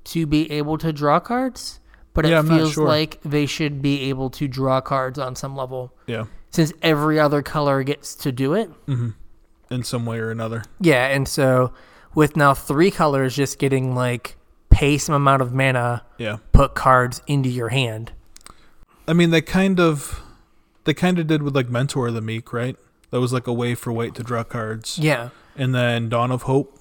[SPEAKER 1] to be able to draw cards, but it
[SPEAKER 2] Yeah, I'm not
[SPEAKER 1] feels
[SPEAKER 2] sure.
[SPEAKER 1] like they should be able to draw cards on some level
[SPEAKER 2] yeah.
[SPEAKER 1] since every other color gets to do it.
[SPEAKER 2] In some way or another.
[SPEAKER 1] Yeah, and so with now three colors just getting like pay some amount of mana,
[SPEAKER 2] Yeah.
[SPEAKER 1] put cards into your hand.
[SPEAKER 2] I mean, they kind of, they kind of did with like Mentor of the Meek, right? That was like a way for White to draw cards.
[SPEAKER 1] Yeah.
[SPEAKER 2] And then Dawn of Hope.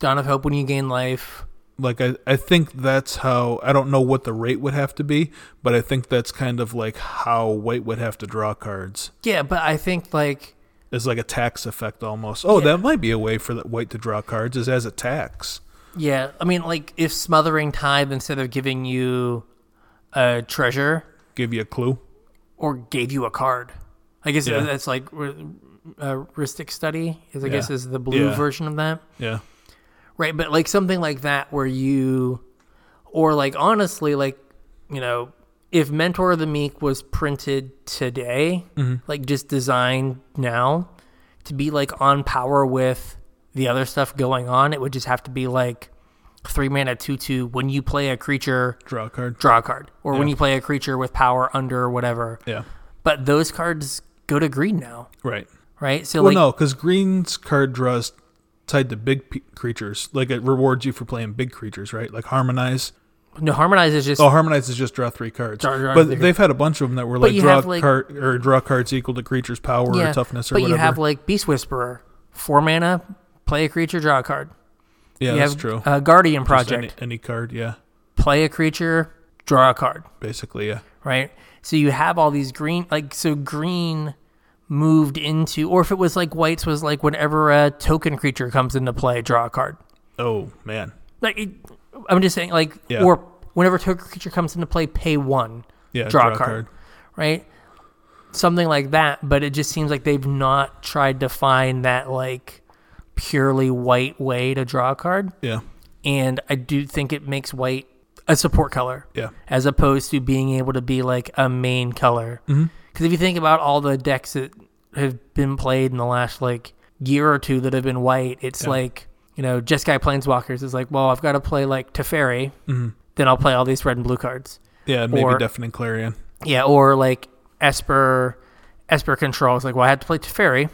[SPEAKER 1] Dawn of Hope when you gain life.
[SPEAKER 2] Like I, I think that's how. I don't know what the rate would have to be, but I think that's kind of like how White would have to draw cards.
[SPEAKER 1] Yeah, but I think like
[SPEAKER 2] It's like a tax effect almost. Oh, that might be a way for the White to draw cards is as a tax.
[SPEAKER 1] Yeah, I mean, like if smothering time instead of giving you a treasure
[SPEAKER 2] Give you a clue.
[SPEAKER 1] or gave you a card, I guess
[SPEAKER 2] Yeah.
[SPEAKER 1] that's like uh, Ristic Study. Is I
[SPEAKER 2] Yeah.
[SPEAKER 1] guess is the blue
[SPEAKER 2] Yeah.
[SPEAKER 1] version of that,
[SPEAKER 2] Yeah.
[SPEAKER 1] right? But like something like that where you, or like honestly, like you know, if Mentor of the Meek was printed today, like just designed now to be like on power with the other stuff going on, it would just have to be like. Three mana, two two. When you play a creature,
[SPEAKER 2] Draw a card.
[SPEAKER 1] draw a card or when you play a creature with power under or whatever
[SPEAKER 2] Yeah.
[SPEAKER 1] but those cards go to green now
[SPEAKER 2] Right.
[SPEAKER 1] right so
[SPEAKER 2] Well,
[SPEAKER 1] like
[SPEAKER 2] no, because green's card draws tied to big pe creatures. Like it rewards you for playing big creatures, right? Like harmonize.
[SPEAKER 1] no harmonize is just
[SPEAKER 2] Oh, harmonize is just draw three cards.
[SPEAKER 1] Draw- draw
[SPEAKER 2] but
[SPEAKER 1] three
[SPEAKER 2] they've had a bunch of them that were like
[SPEAKER 1] you
[SPEAKER 2] draw
[SPEAKER 1] have, like-
[SPEAKER 2] card or draw cards equal to creature's power
[SPEAKER 1] yeah,
[SPEAKER 2] or toughness or
[SPEAKER 1] but
[SPEAKER 2] whatever.
[SPEAKER 1] you have like beast whisperer four mana play a creature draw a card
[SPEAKER 2] yeah,
[SPEAKER 1] you
[SPEAKER 2] that's
[SPEAKER 1] have
[SPEAKER 2] true.
[SPEAKER 1] Uh, guardian
[SPEAKER 2] Just
[SPEAKER 1] project
[SPEAKER 2] any, any card, yeah,
[SPEAKER 1] play a creature draw a card
[SPEAKER 2] basically, yeah,
[SPEAKER 1] right? So you have all these green, like so green moved into, or if it was like whites was like whenever a token creature comes into play, draw a card.
[SPEAKER 2] Oh man,
[SPEAKER 1] Like it, I'm just saying, like
[SPEAKER 2] Yeah.
[SPEAKER 1] or whenever a token creature comes into play, pay one,
[SPEAKER 2] yeah,
[SPEAKER 1] draw, a card, right? Something like that. But it just seems like they've not tried to find that like purely white way to draw a card,
[SPEAKER 2] Yeah,
[SPEAKER 1] and I do think it makes white a support color
[SPEAKER 2] yeah,
[SPEAKER 1] as opposed to being able to be like a
[SPEAKER 2] Mm-hmm.
[SPEAKER 1] main color. Because if you think about all the decks that have been played in the last like year or two that have been white, it's
[SPEAKER 2] Yeah.
[SPEAKER 1] like you know Jeskai Planeswalkers is like, well, I've got to play like Teferi,
[SPEAKER 2] Mm-hmm.
[SPEAKER 1] then I'll play all these red and blue cards.
[SPEAKER 2] Yeah, maybe
[SPEAKER 1] Or-
[SPEAKER 2] Deafening Clarion.
[SPEAKER 1] Yeah, or like Esper, Esper Control. It's like, well, I have to play Teferi,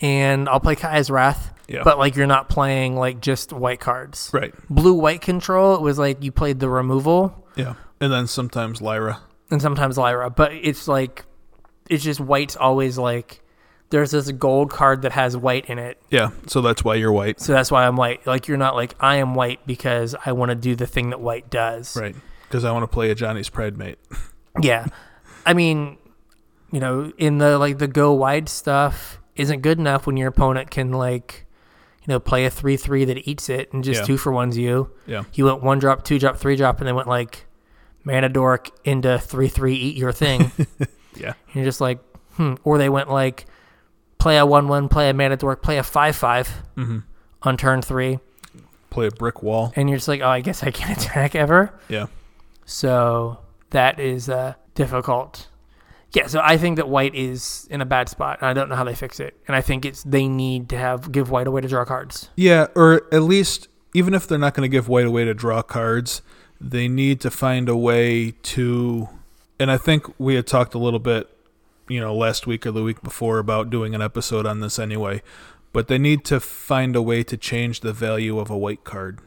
[SPEAKER 1] and I'll play Kai's Wrath.
[SPEAKER 2] Yeah.
[SPEAKER 1] But like, you're not playing like just white cards.
[SPEAKER 2] Right.
[SPEAKER 1] Blue white control. It was like you played the removal
[SPEAKER 2] Yeah. And then sometimes Lyra.
[SPEAKER 1] and sometimes Lyra, but it's like it's just white's always like there's this gold card that has white in it.
[SPEAKER 2] Yeah. So that's why you're white.
[SPEAKER 1] So that's why I'm white. Like you're not like I am white because I want to do the thing that white does.
[SPEAKER 2] Right. Because I want to play a Johnny's Pride mate.
[SPEAKER 1] Yeah. I mean, you know, in the like the go wide stuff isn't good enough when your opponent can like, you know, play a three three that eats it and just
[SPEAKER 2] Yeah.
[SPEAKER 1] two for ones you.
[SPEAKER 2] Yeah.
[SPEAKER 1] He went one drop, two drop, three drop, and then went like mana dork into three three eat your thing. and
[SPEAKER 2] Yeah.
[SPEAKER 1] you're just like, hmm. Or they went like play a one one, play a mana dork, play a five five
[SPEAKER 2] Mm-hmm.
[SPEAKER 1] on turn three,
[SPEAKER 2] Play a brick wall.
[SPEAKER 1] and you're just like, oh, I guess I can't attack ever.
[SPEAKER 2] Yeah.
[SPEAKER 1] So that is uh, difficult. Yeah, so I think that white is in a bad spot. and I don't know how they fix it, and I think it's they need to have give white a way to draw cards.
[SPEAKER 2] Yeah. Or at least, even if they're not going to give white a way to draw cards, they need to find a way to. And I think we had talked a little bit, you know, last week or the week before about doing an episode on this anyway. But they need to find a way to change the value of a white card.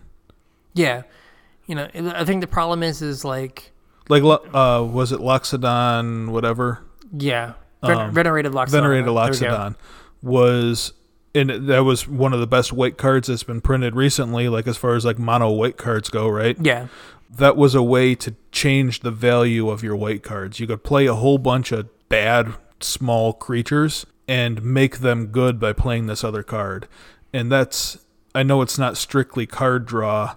[SPEAKER 1] Yeah, you know, I think the problem is is like
[SPEAKER 2] Like, lo- uh, was it Loxodon, whatever?
[SPEAKER 1] yeah, ven-
[SPEAKER 2] Um,
[SPEAKER 1] venerated Loxodon.
[SPEAKER 2] venerated
[SPEAKER 1] There we go.
[SPEAKER 2] loxodon was and that was one of the best white cards that's been printed recently like as far as like mono white cards go right
[SPEAKER 1] Yeah,
[SPEAKER 2] that was a way to change the value of your white cards you could play a whole bunch of bad small creatures and make them good by playing this other card and that's i know it's not strictly card draw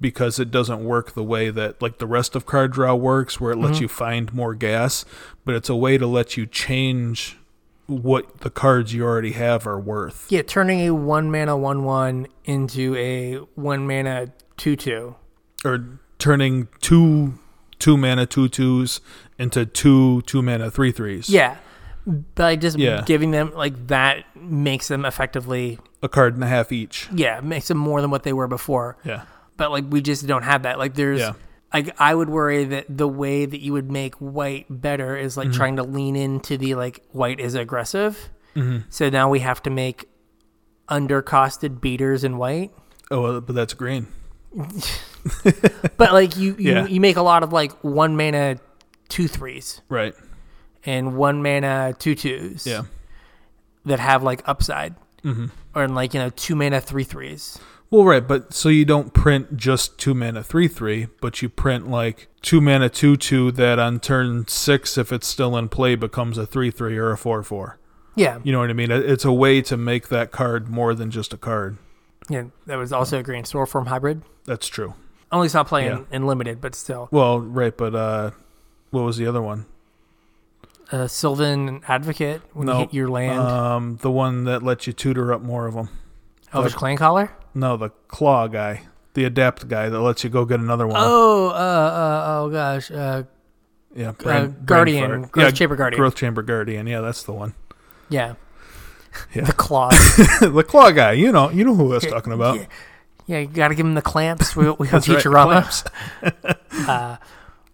[SPEAKER 2] because it doesn't work the way that like the rest of card draw works where it lets you find more gas but it's a way to let you change what the cards you already have are worth
[SPEAKER 1] yeah, turning a one mana one one into a one mana two two.
[SPEAKER 2] or turning two two mana two twos into two two mana three threes
[SPEAKER 1] Yeah, by just
[SPEAKER 2] Yeah.
[SPEAKER 1] giving them like that makes them effectively
[SPEAKER 2] a card and a half each
[SPEAKER 1] yeah makes them more than what they were before.
[SPEAKER 2] yeah
[SPEAKER 1] but like we just don't have that. Like there's
[SPEAKER 2] Yeah.
[SPEAKER 1] like I would worry that the way that you would make white better is
[SPEAKER 2] Mm-hmm.
[SPEAKER 1] like trying to lean into the like white is aggressive.
[SPEAKER 2] Mm-hmm.
[SPEAKER 1] So now we have to make undercosted beaters in white.
[SPEAKER 2] oh well, but that's green
[SPEAKER 1] But like you you,
[SPEAKER 2] Yeah.
[SPEAKER 1] you make a lot of like one mana two threes
[SPEAKER 2] right
[SPEAKER 1] and one mana two twos
[SPEAKER 2] yeah Mm-hmm.
[SPEAKER 1] that have like upside. Or in like, you know, two mana three threes.
[SPEAKER 2] well right but so you don't print just two mana three three but you print like two mana two two that on turn six if it's still in play becomes a three three or a four four
[SPEAKER 1] Yeah.
[SPEAKER 2] you know what i mean It- it's a way to make that card more than just a card
[SPEAKER 1] Yeah. That was also a green store form hybrid.
[SPEAKER 2] that's true
[SPEAKER 1] Only saw playing
[SPEAKER 2] Yeah.
[SPEAKER 1] in limited, but still.
[SPEAKER 2] well right but uh what was the other one
[SPEAKER 1] uh, Sylvan Advocate when
[SPEAKER 2] No.
[SPEAKER 1] you hit your land.
[SPEAKER 2] um the one that lets you tutor up more of them
[SPEAKER 1] Elvish Clan Caller.
[SPEAKER 2] no the claw guy the adapt guy that lets you go get another one.
[SPEAKER 1] Oh, uh, uh, oh gosh, uh,
[SPEAKER 2] yeah
[SPEAKER 1] uh, Guardian,
[SPEAKER 2] fart.
[SPEAKER 1] Growth
[SPEAKER 2] Yeah,
[SPEAKER 1] Chamber Guardian.
[SPEAKER 2] growth chamber guardian yeah that's the one
[SPEAKER 1] yeah.
[SPEAKER 2] Yeah.
[SPEAKER 1] The claws.
[SPEAKER 2] the claw guy. You know, you know who I was talking about.
[SPEAKER 1] Yeah, yeah, you got to give him the clamps. We, we have
[SPEAKER 2] That's right,
[SPEAKER 1] Futurama. uh,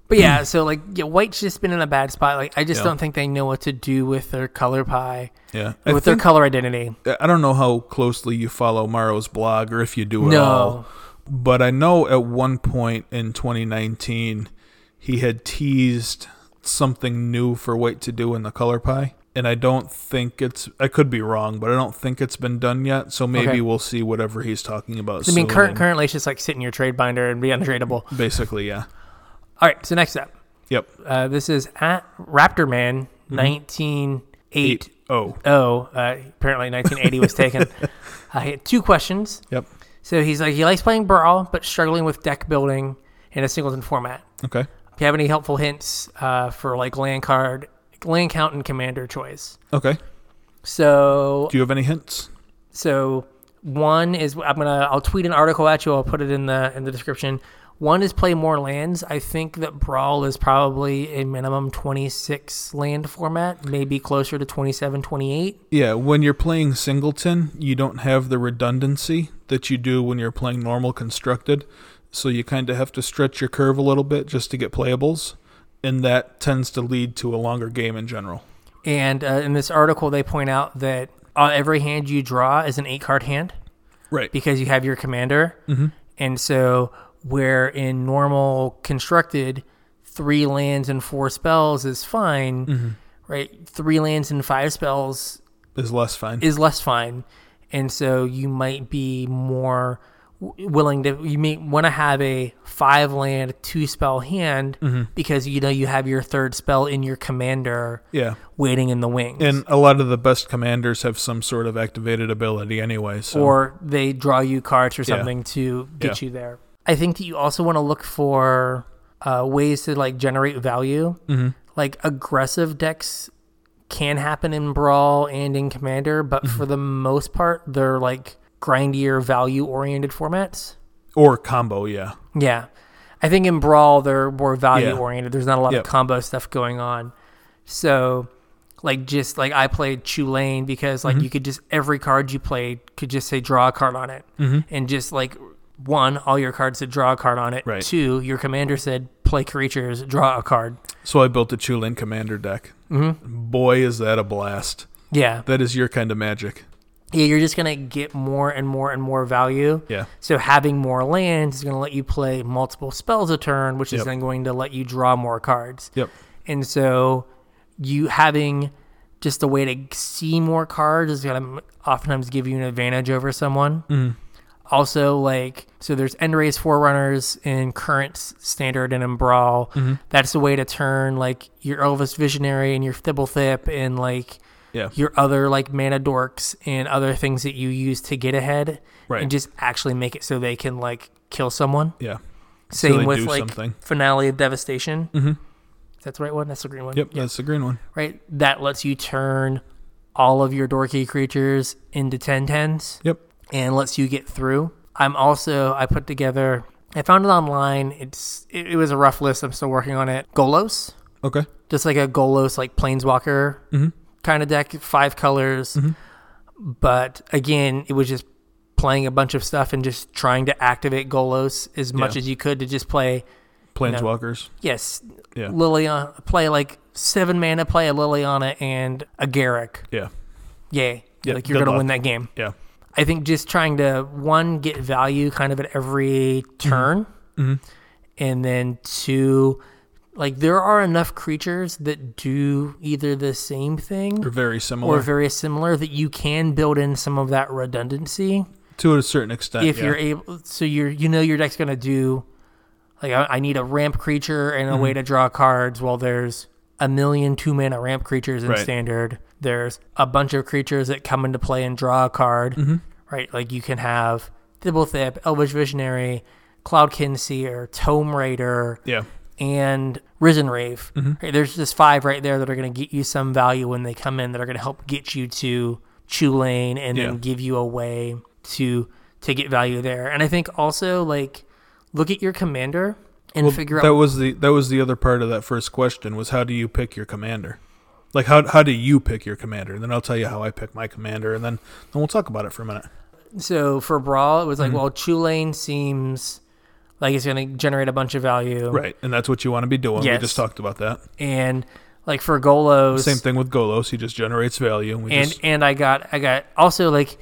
[SPEAKER 1] but yeah, so like yeah, White's just been in a bad spot. Like I just
[SPEAKER 2] Yeah.
[SPEAKER 1] don't think they know what to do with their color pie,
[SPEAKER 2] Yeah, I,
[SPEAKER 1] with their
[SPEAKER 2] think,
[SPEAKER 1] color identity.
[SPEAKER 2] I don't know how closely you follow Maro's blog or if you do at
[SPEAKER 1] No.
[SPEAKER 2] all, but I know at one point in 2019 he had teased something new for White to do in the color pie. And I don't think it's. I could be wrong, but I don't think it's been done yet. So maybe
[SPEAKER 1] Okay.
[SPEAKER 2] we'll see whatever he's talking about.
[SPEAKER 1] I mean,
[SPEAKER 2] soon
[SPEAKER 1] current,
[SPEAKER 2] and-
[SPEAKER 1] currently it's just like sit in your trade binder and be untradeable.
[SPEAKER 2] basically, yeah,
[SPEAKER 1] All right, so next up,
[SPEAKER 2] yep,
[SPEAKER 1] uh, this is at Raptor Man
[SPEAKER 2] Mm-hmm.
[SPEAKER 1] nineteen eight
[SPEAKER 2] oh,
[SPEAKER 1] Oh, uh, apparently 1980 was taken. I had two questions.
[SPEAKER 2] yep,
[SPEAKER 1] So he's like, he likes playing Brawl, but struggling with deck building in a singleton format.
[SPEAKER 2] okay,
[SPEAKER 1] If you have any helpful hints uh, for like land card, land count, and commander choice.
[SPEAKER 2] okay.
[SPEAKER 1] So,
[SPEAKER 2] Do you have any hints?
[SPEAKER 1] so one is I'm gonna I'll tweet an article at you. I'll put it in the in the description. One is play more lands. I think that Brawl is probably a minimum 26 land format, maybe closer to 27, 28.
[SPEAKER 2] Yeah, when you're playing singleton, you don't have the redundancy that you do when you're playing normal constructed. So you kind of have to stretch your curve a little bit just to get playables. And that tends to lead to a longer game in general.
[SPEAKER 1] And uh, in this article, they point out that uh, every hand you draw is an eight card hand
[SPEAKER 2] Right.
[SPEAKER 1] because you have your commander. And so, where in normal constructed, three lands and four spells is fine, right? Three lands and five spells
[SPEAKER 2] Is less fine.
[SPEAKER 1] is less fine, and so you might be more w- willing to you may want to have a five land two spell hand because you know you have your third spell in your commander
[SPEAKER 2] yeah.
[SPEAKER 1] waiting in the wings
[SPEAKER 2] And a lot of the best commanders have some sort of activated ability anyway. So
[SPEAKER 1] or they draw you cards or
[SPEAKER 2] Yeah.
[SPEAKER 1] something to get
[SPEAKER 2] Yeah.
[SPEAKER 1] you there. I think that you also want to look for uh, ways to like generate value.
[SPEAKER 2] Mm-hmm.
[SPEAKER 1] Like aggressive decks can happen in Brawl and in Commander, but
[SPEAKER 2] Mm-hmm.
[SPEAKER 1] for the most part, they're like grindier value oriented formats.
[SPEAKER 2] or combo, yeah.
[SPEAKER 1] Yeah. I think in Brawl, they're more value oriented. There's not a lot
[SPEAKER 2] Yep.
[SPEAKER 1] of combo stuff going on. So, like, just like I played Chu Lane because,
[SPEAKER 2] Mm-hmm.
[SPEAKER 1] like, you could just, every card you played could just say draw a card on it.
[SPEAKER 2] Mm-hmm.
[SPEAKER 1] And just like, one, all your cards said draw a card on it.
[SPEAKER 2] Right.
[SPEAKER 1] Two, your commander said play creatures, draw a card.
[SPEAKER 2] So I built a Chulin commander deck. Mm-hmm. Boy, is that a blast.
[SPEAKER 1] Yeah.
[SPEAKER 2] That is your kind of magic.
[SPEAKER 1] Yeah. You're just going to get more and more and more value.
[SPEAKER 2] Yeah.
[SPEAKER 1] So having more lands is going to let you play multiple spells a turn, which
[SPEAKER 2] Yep.
[SPEAKER 1] is then going to let you draw more cards.
[SPEAKER 2] Yep.
[SPEAKER 1] And so you having just a way to see more cards is going to oftentimes give you an advantage over someone. Also, like, so there's end race forerunners in current s- standard and in brawl. That's a way to turn like your Elvis Visionary and your Thibblethip and like
[SPEAKER 2] Yeah.
[SPEAKER 1] your other like mana dorks and other things that you use to get ahead
[SPEAKER 2] Right.
[SPEAKER 1] and just actually make it so they can like kill someone.
[SPEAKER 2] Yeah.
[SPEAKER 1] Same
[SPEAKER 2] they
[SPEAKER 1] with
[SPEAKER 2] do
[SPEAKER 1] like
[SPEAKER 2] something.
[SPEAKER 1] finale of devastation. Mm-hmm. That's the right one. That's the green one.
[SPEAKER 2] Yep. That's the green one.
[SPEAKER 1] Right. That lets you turn all of your dorky creatures into 1010s
[SPEAKER 2] Yep.
[SPEAKER 1] and lets you get through. I'm also I put together. I found it online. It's it, it was a rough list. I'm still working on it. Golos,
[SPEAKER 2] Okay.
[SPEAKER 1] just like a Golos like planeswalker
[SPEAKER 2] Mm-hmm.
[SPEAKER 1] kind of deck, five colors. But again, it was just playing a bunch of stuff and just trying to activate Golos as much
[SPEAKER 2] Yeah.
[SPEAKER 1] as you could to just play
[SPEAKER 2] Planeswalkers.
[SPEAKER 1] Yes.
[SPEAKER 2] Yeah.
[SPEAKER 1] Liliana play like seven mana, play a Liliana and a Garrick.
[SPEAKER 2] Yeah.
[SPEAKER 1] Yay.
[SPEAKER 2] Yeah,
[SPEAKER 1] like you're
[SPEAKER 2] good
[SPEAKER 1] gonna
[SPEAKER 2] luck.
[SPEAKER 1] win that game.
[SPEAKER 2] Yeah.
[SPEAKER 1] I think just trying to one, get value kind of at every
[SPEAKER 2] Mm-hmm.
[SPEAKER 1] turn. And then two like there are enough creatures that do either the same thing
[SPEAKER 2] They're very
[SPEAKER 1] or
[SPEAKER 2] similar
[SPEAKER 1] very similar that you can build in some of that redundancy
[SPEAKER 2] to a certain extent.
[SPEAKER 1] if
[SPEAKER 2] yeah.
[SPEAKER 1] you're able so you're you know your deck's gonna do like I, I need a ramp creature and a
[SPEAKER 2] Mm-hmm.
[SPEAKER 1] way to draw cards well there's a million two mana ramp creatures in
[SPEAKER 2] Right.
[SPEAKER 1] standard there's a bunch of creatures that come into play and draw a card
[SPEAKER 2] Mm-hmm.
[SPEAKER 1] right like you can have Thibblethip, Elvish Visionary, Cloudkin Seer, Tome Raider,
[SPEAKER 2] yeah.
[SPEAKER 1] and Risen Rave.
[SPEAKER 2] Mm-hmm.
[SPEAKER 1] Right, there's just five right there that are going to get you some value when they come in that are going to help get you to Chew Lane and
[SPEAKER 2] Yeah.
[SPEAKER 1] then give you a way to to get value there. And I think also like look at your commander and figure
[SPEAKER 2] that
[SPEAKER 1] out
[SPEAKER 2] was the that was the other part of that first question was how do you pick your commander like how, how do you pick your commander and then i'll tell you how i pick my commander and then then we'll talk about it for a minute
[SPEAKER 1] so for Brawl it was
[SPEAKER 2] Mm-hmm.
[SPEAKER 1] like well Chew Lane seems like it's going to generate a bunch of value
[SPEAKER 2] right and that's what you want to be doing we
[SPEAKER 1] Yes.
[SPEAKER 2] just talked about that
[SPEAKER 1] and like for Golos
[SPEAKER 2] same thing with golos he just generates value and we
[SPEAKER 1] and
[SPEAKER 2] just
[SPEAKER 1] and I got I got also like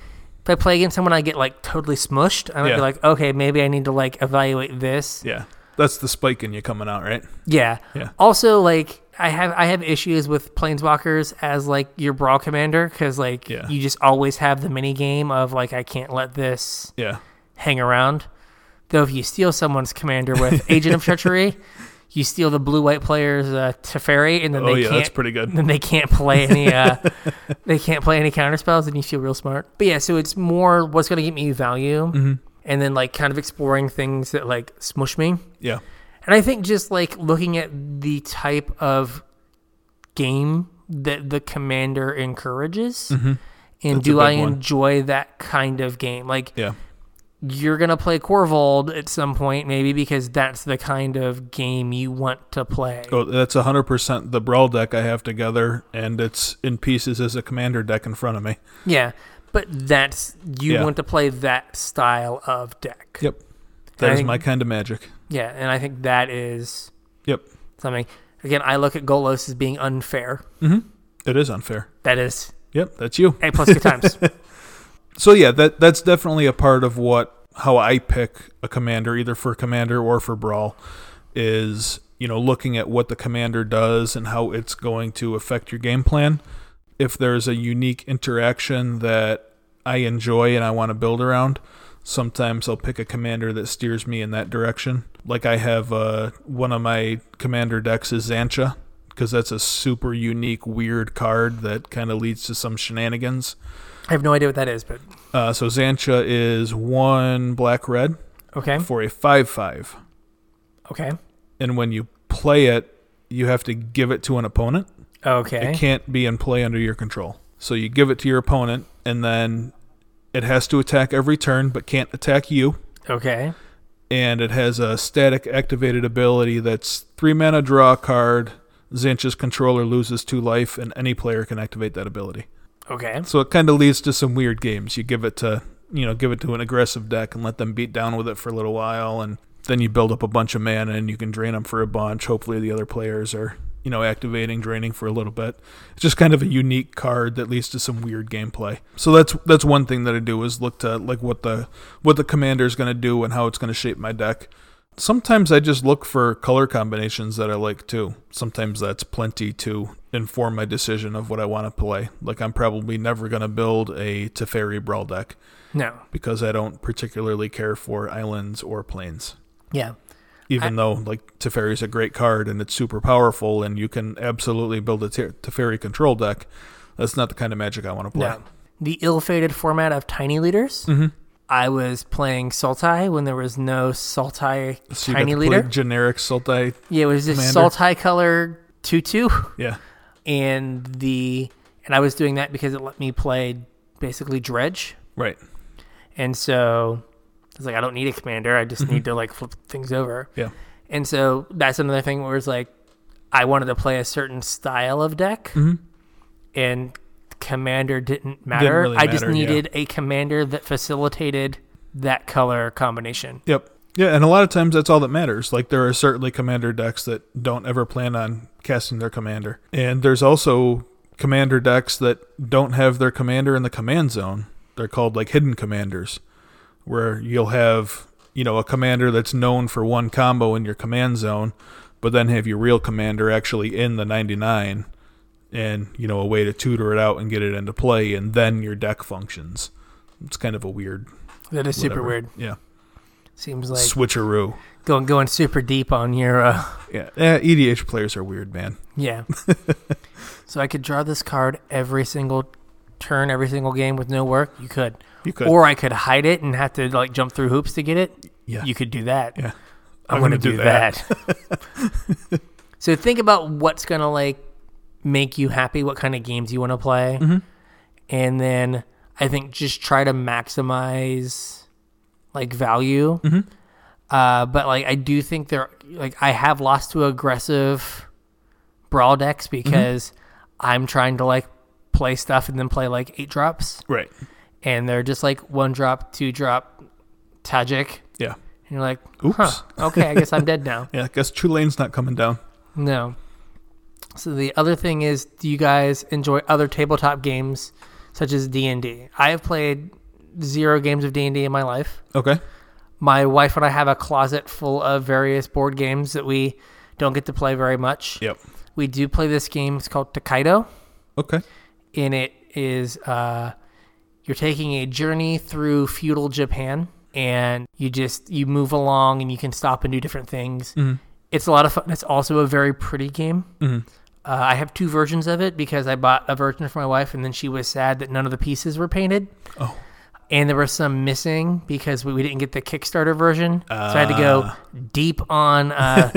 [SPEAKER 1] if I play against someone I get like totally smushed, I might
[SPEAKER 2] Yeah.
[SPEAKER 1] be like, okay, maybe I need to like evaluate this.
[SPEAKER 2] yeah that's the spike in you coming out right
[SPEAKER 1] Yeah.
[SPEAKER 2] Yeah.
[SPEAKER 1] Also, like I have I have issues with planeswalkers as like your brawl commander because like
[SPEAKER 2] Yeah.
[SPEAKER 1] you just always have the mini game of like I can't let this
[SPEAKER 2] yeah
[SPEAKER 1] hang around. Though if you steal someone's commander with Agent of Treachery, you steal the blue white player's uh, Teferi, and then
[SPEAKER 2] oh
[SPEAKER 1] they
[SPEAKER 2] yeah
[SPEAKER 1] can't
[SPEAKER 2] that's pretty good
[SPEAKER 1] then they can't play any uh they can't play any counter spells and you feel real smart but yeah so it's more what's going to get me value
[SPEAKER 2] Mm-hmm.
[SPEAKER 1] and then like kind of exploring things that like smush me
[SPEAKER 2] yeah
[SPEAKER 1] and i think just like looking at the type of game that the commander encourages and
[SPEAKER 2] Mm-hmm. That's a
[SPEAKER 1] do i
[SPEAKER 2] big one.
[SPEAKER 1] enjoy that kind of game like
[SPEAKER 2] yeah
[SPEAKER 1] you're going to play Corvold at some point, maybe because that's the kind of game you want to play.
[SPEAKER 2] Oh, that's 100% the Brawl deck I have together, and it's in pieces as a commander deck in front of me.
[SPEAKER 1] Yeah, but that's you
[SPEAKER 2] Yeah.
[SPEAKER 1] want to play that style of deck.
[SPEAKER 2] Yep. That
[SPEAKER 1] I
[SPEAKER 2] is
[SPEAKER 1] think-
[SPEAKER 2] my kind of magic.
[SPEAKER 1] Yeah, and I think that is
[SPEAKER 2] Yep.
[SPEAKER 1] something. Again, I look at Golos as being unfair.
[SPEAKER 2] It is unfair.
[SPEAKER 1] That is
[SPEAKER 2] Yep, that's you.
[SPEAKER 1] a plus two times.
[SPEAKER 2] So yeah, that that's definitely a part of what how I pick a commander either for commander or for brawl is, you know, looking at what the commander does and how it's going to affect your game plan. If there's a unique interaction that I enjoy and I want to build around, sometimes I'll pick a commander that steers me in that direction. Like I have uh, one of my commander decks is Zancha because that's a super unique weird card that kind of leads to some shenanigans.
[SPEAKER 1] I have no idea what that is, but
[SPEAKER 2] Uh, so Zancha is one black red
[SPEAKER 1] okay,
[SPEAKER 2] for a 5 5.
[SPEAKER 1] okay,
[SPEAKER 2] And when you play it, you have to give it to an opponent. It
[SPEAKER 1] okay.
[SPEAKER 2] can't be in play under your control. So you give it to your opponent, and then it has to attack every turn, but can't attack you.
[SPEAKER 1] Okay.
[SPEAKER 2] And it has a static activated ability that's three mana draw a card. Zancha's controller loses two life, and any player can activate that ability.
[SPEAKER 1] Okay.
[SPEAKER 2] So it kind of leads to some weird games. You give it to, you know, give it to an aggressive deck and let them beat down with it for a little while, and then you build up a bunch of mana and you can drain them for a bunch. Hopefully, the other players are, you know, activating, draining for a little bit. It's just kind of a unique card that leads to some weird gameplay. So that's that's one thing that I do is look to like what the what the commander is going to do and how it's going to shape my deck. Sometimes I just look for color combinations that I like too. Sometimes that's plenty to inform my decision of what I want to play. Like I'm probably never going to build a Teferi Brawl deck
[SPEAKER 1] No.
[SPEAKER 2] because I don't particularly care for islands or plains.
[SPEAKER 1] Yeah.
[SPEAKER 2] Even though like Teferi is a great card and it's super powerful and you can absolutely build a Te- Teferi control deck, that's not the kind of magic I want to play.
[SPEAKER 1] No. The ill-fated format of tiny leaders.
[SPEAKER 2] Mm-hmm.
[SPEAKER 1] I was playing Sultai when there was no Sultai
[SPEAKER 2] So you got
[SPEAKER 1] tiny
[SPEAKER 2] to play
[SPEAKER 1] leader.
[SPEAKER 2] generic Sultai.
[SPEAKER 1] Yeah, it was just
[SPEAKER 2] commander.
[SPEAKER 1] Sultai color two two,
[SPEAKER 2] Yeah.
[SPEAKER 1] and the and I was doing that because it let me play basically dredge,
[SPEAKER 2] Right.
[SPEAKER 1] and so I was like, I don't need a commander. I just need to like flip things over.
[SPEAKER 2] Yeah.
[SPEAKER 1] And so that's another thing where it's like I wanted to play a certain style of deck and commander Mm-hmm. didn't matter.
[SPEAKER 2] really
[SPEAKER 1] I just
[SPEAKER 2] matter, yeah.
[SPEAKER 1] needed a commander that facilitated that color combination.
[SPEAKER 2] Yep. Yeah, and a lot of times that's all that matters. Like there are certainly commander decks that don't ever plan on casting their commander. And there's also commander decks that don't have their commander in the command zone. They're called like hidden commanders where you'll have, you know, a commander that's known for one combo in your command zone, but then have your real commander actually in the 99 and, you know, a way to tutor it out and get it into play and then your deck functions. It's kind of a weird
[SPEAKER 1] That is super
[SPEAKER 2] whatever.
[SPEAKER 1] weird.
[SPEAKER 2] Yeah.
[SPEAKER 1] Seems like
[SPEAKER 2] Switcheroo.
[SPEAKER 1] going going super deep on your uh,
[SPEAKER 2] Yeah, eh, EDH players are weird, man.
[SPEAKER 1] yeah. so I could draw this card every single turn, every single game with no work. You could.
[SPEAKER 2] You could,
[SPEAKER 1] Or I could hide it and have to like jump through hoops to get it.
[SPEAKER 2] yeah,
[SPEAKER 1] You could do that.
[SPEAKER 2] yeah.
[SPEAKER 1] I'm, gonna, do, that. so think about what's gonna like make you happy, what kind of games you want to play, and then I think just try to maximize like value. Uh, but like I do think there, like I have lost to aggressive brawl decks because I'm trying to like play stuff and then play like eight drops,
[SPEAKER 2] Right.
[SPEAKER 1] and they're just like one drop, two drop, Tajik,
[SPEAKER 2] Yeah.
[SPEAKER 1] and you're like,
[SPEAKER 2] Oops.
[SPEAKER 1] huh, okay, I guess I'm dead now.
[SPEAKER 2] Yeah. I guess Tulane's not coming down.
[SPEAKER 1] No. So the other thing is, do you guys enjoy other tabletop games such as D and D? I have played zero games of D and D in my life.
[SPEAKER 2] Okay.
[SPEAKER 1] My wife and I have a closet full of various board games that we don't get to play very much.
[SPEAKER 2] Yep.
[SPEAKER 1] We do play this game. It's called Takedo,
[SPEAKER 2] Okay.
[SPEAKER 1] and it is uh, you're taking a journey through feudal Japan, and you just you move along, and you can stop and do different things. It's a lot of fun. It's also a very pretty game. Uh, I have two versions of it because I bought a version for my wife, and then she was sad that none of the pieces were painted.
[SPEAKER 2] Oh.
[SPEAKER 1] And there were some missing because we, we didn't
[SPEAKER 2] Ah.
[SPEAKER 1] get the Kickstarter version. so I had to go deep on uh,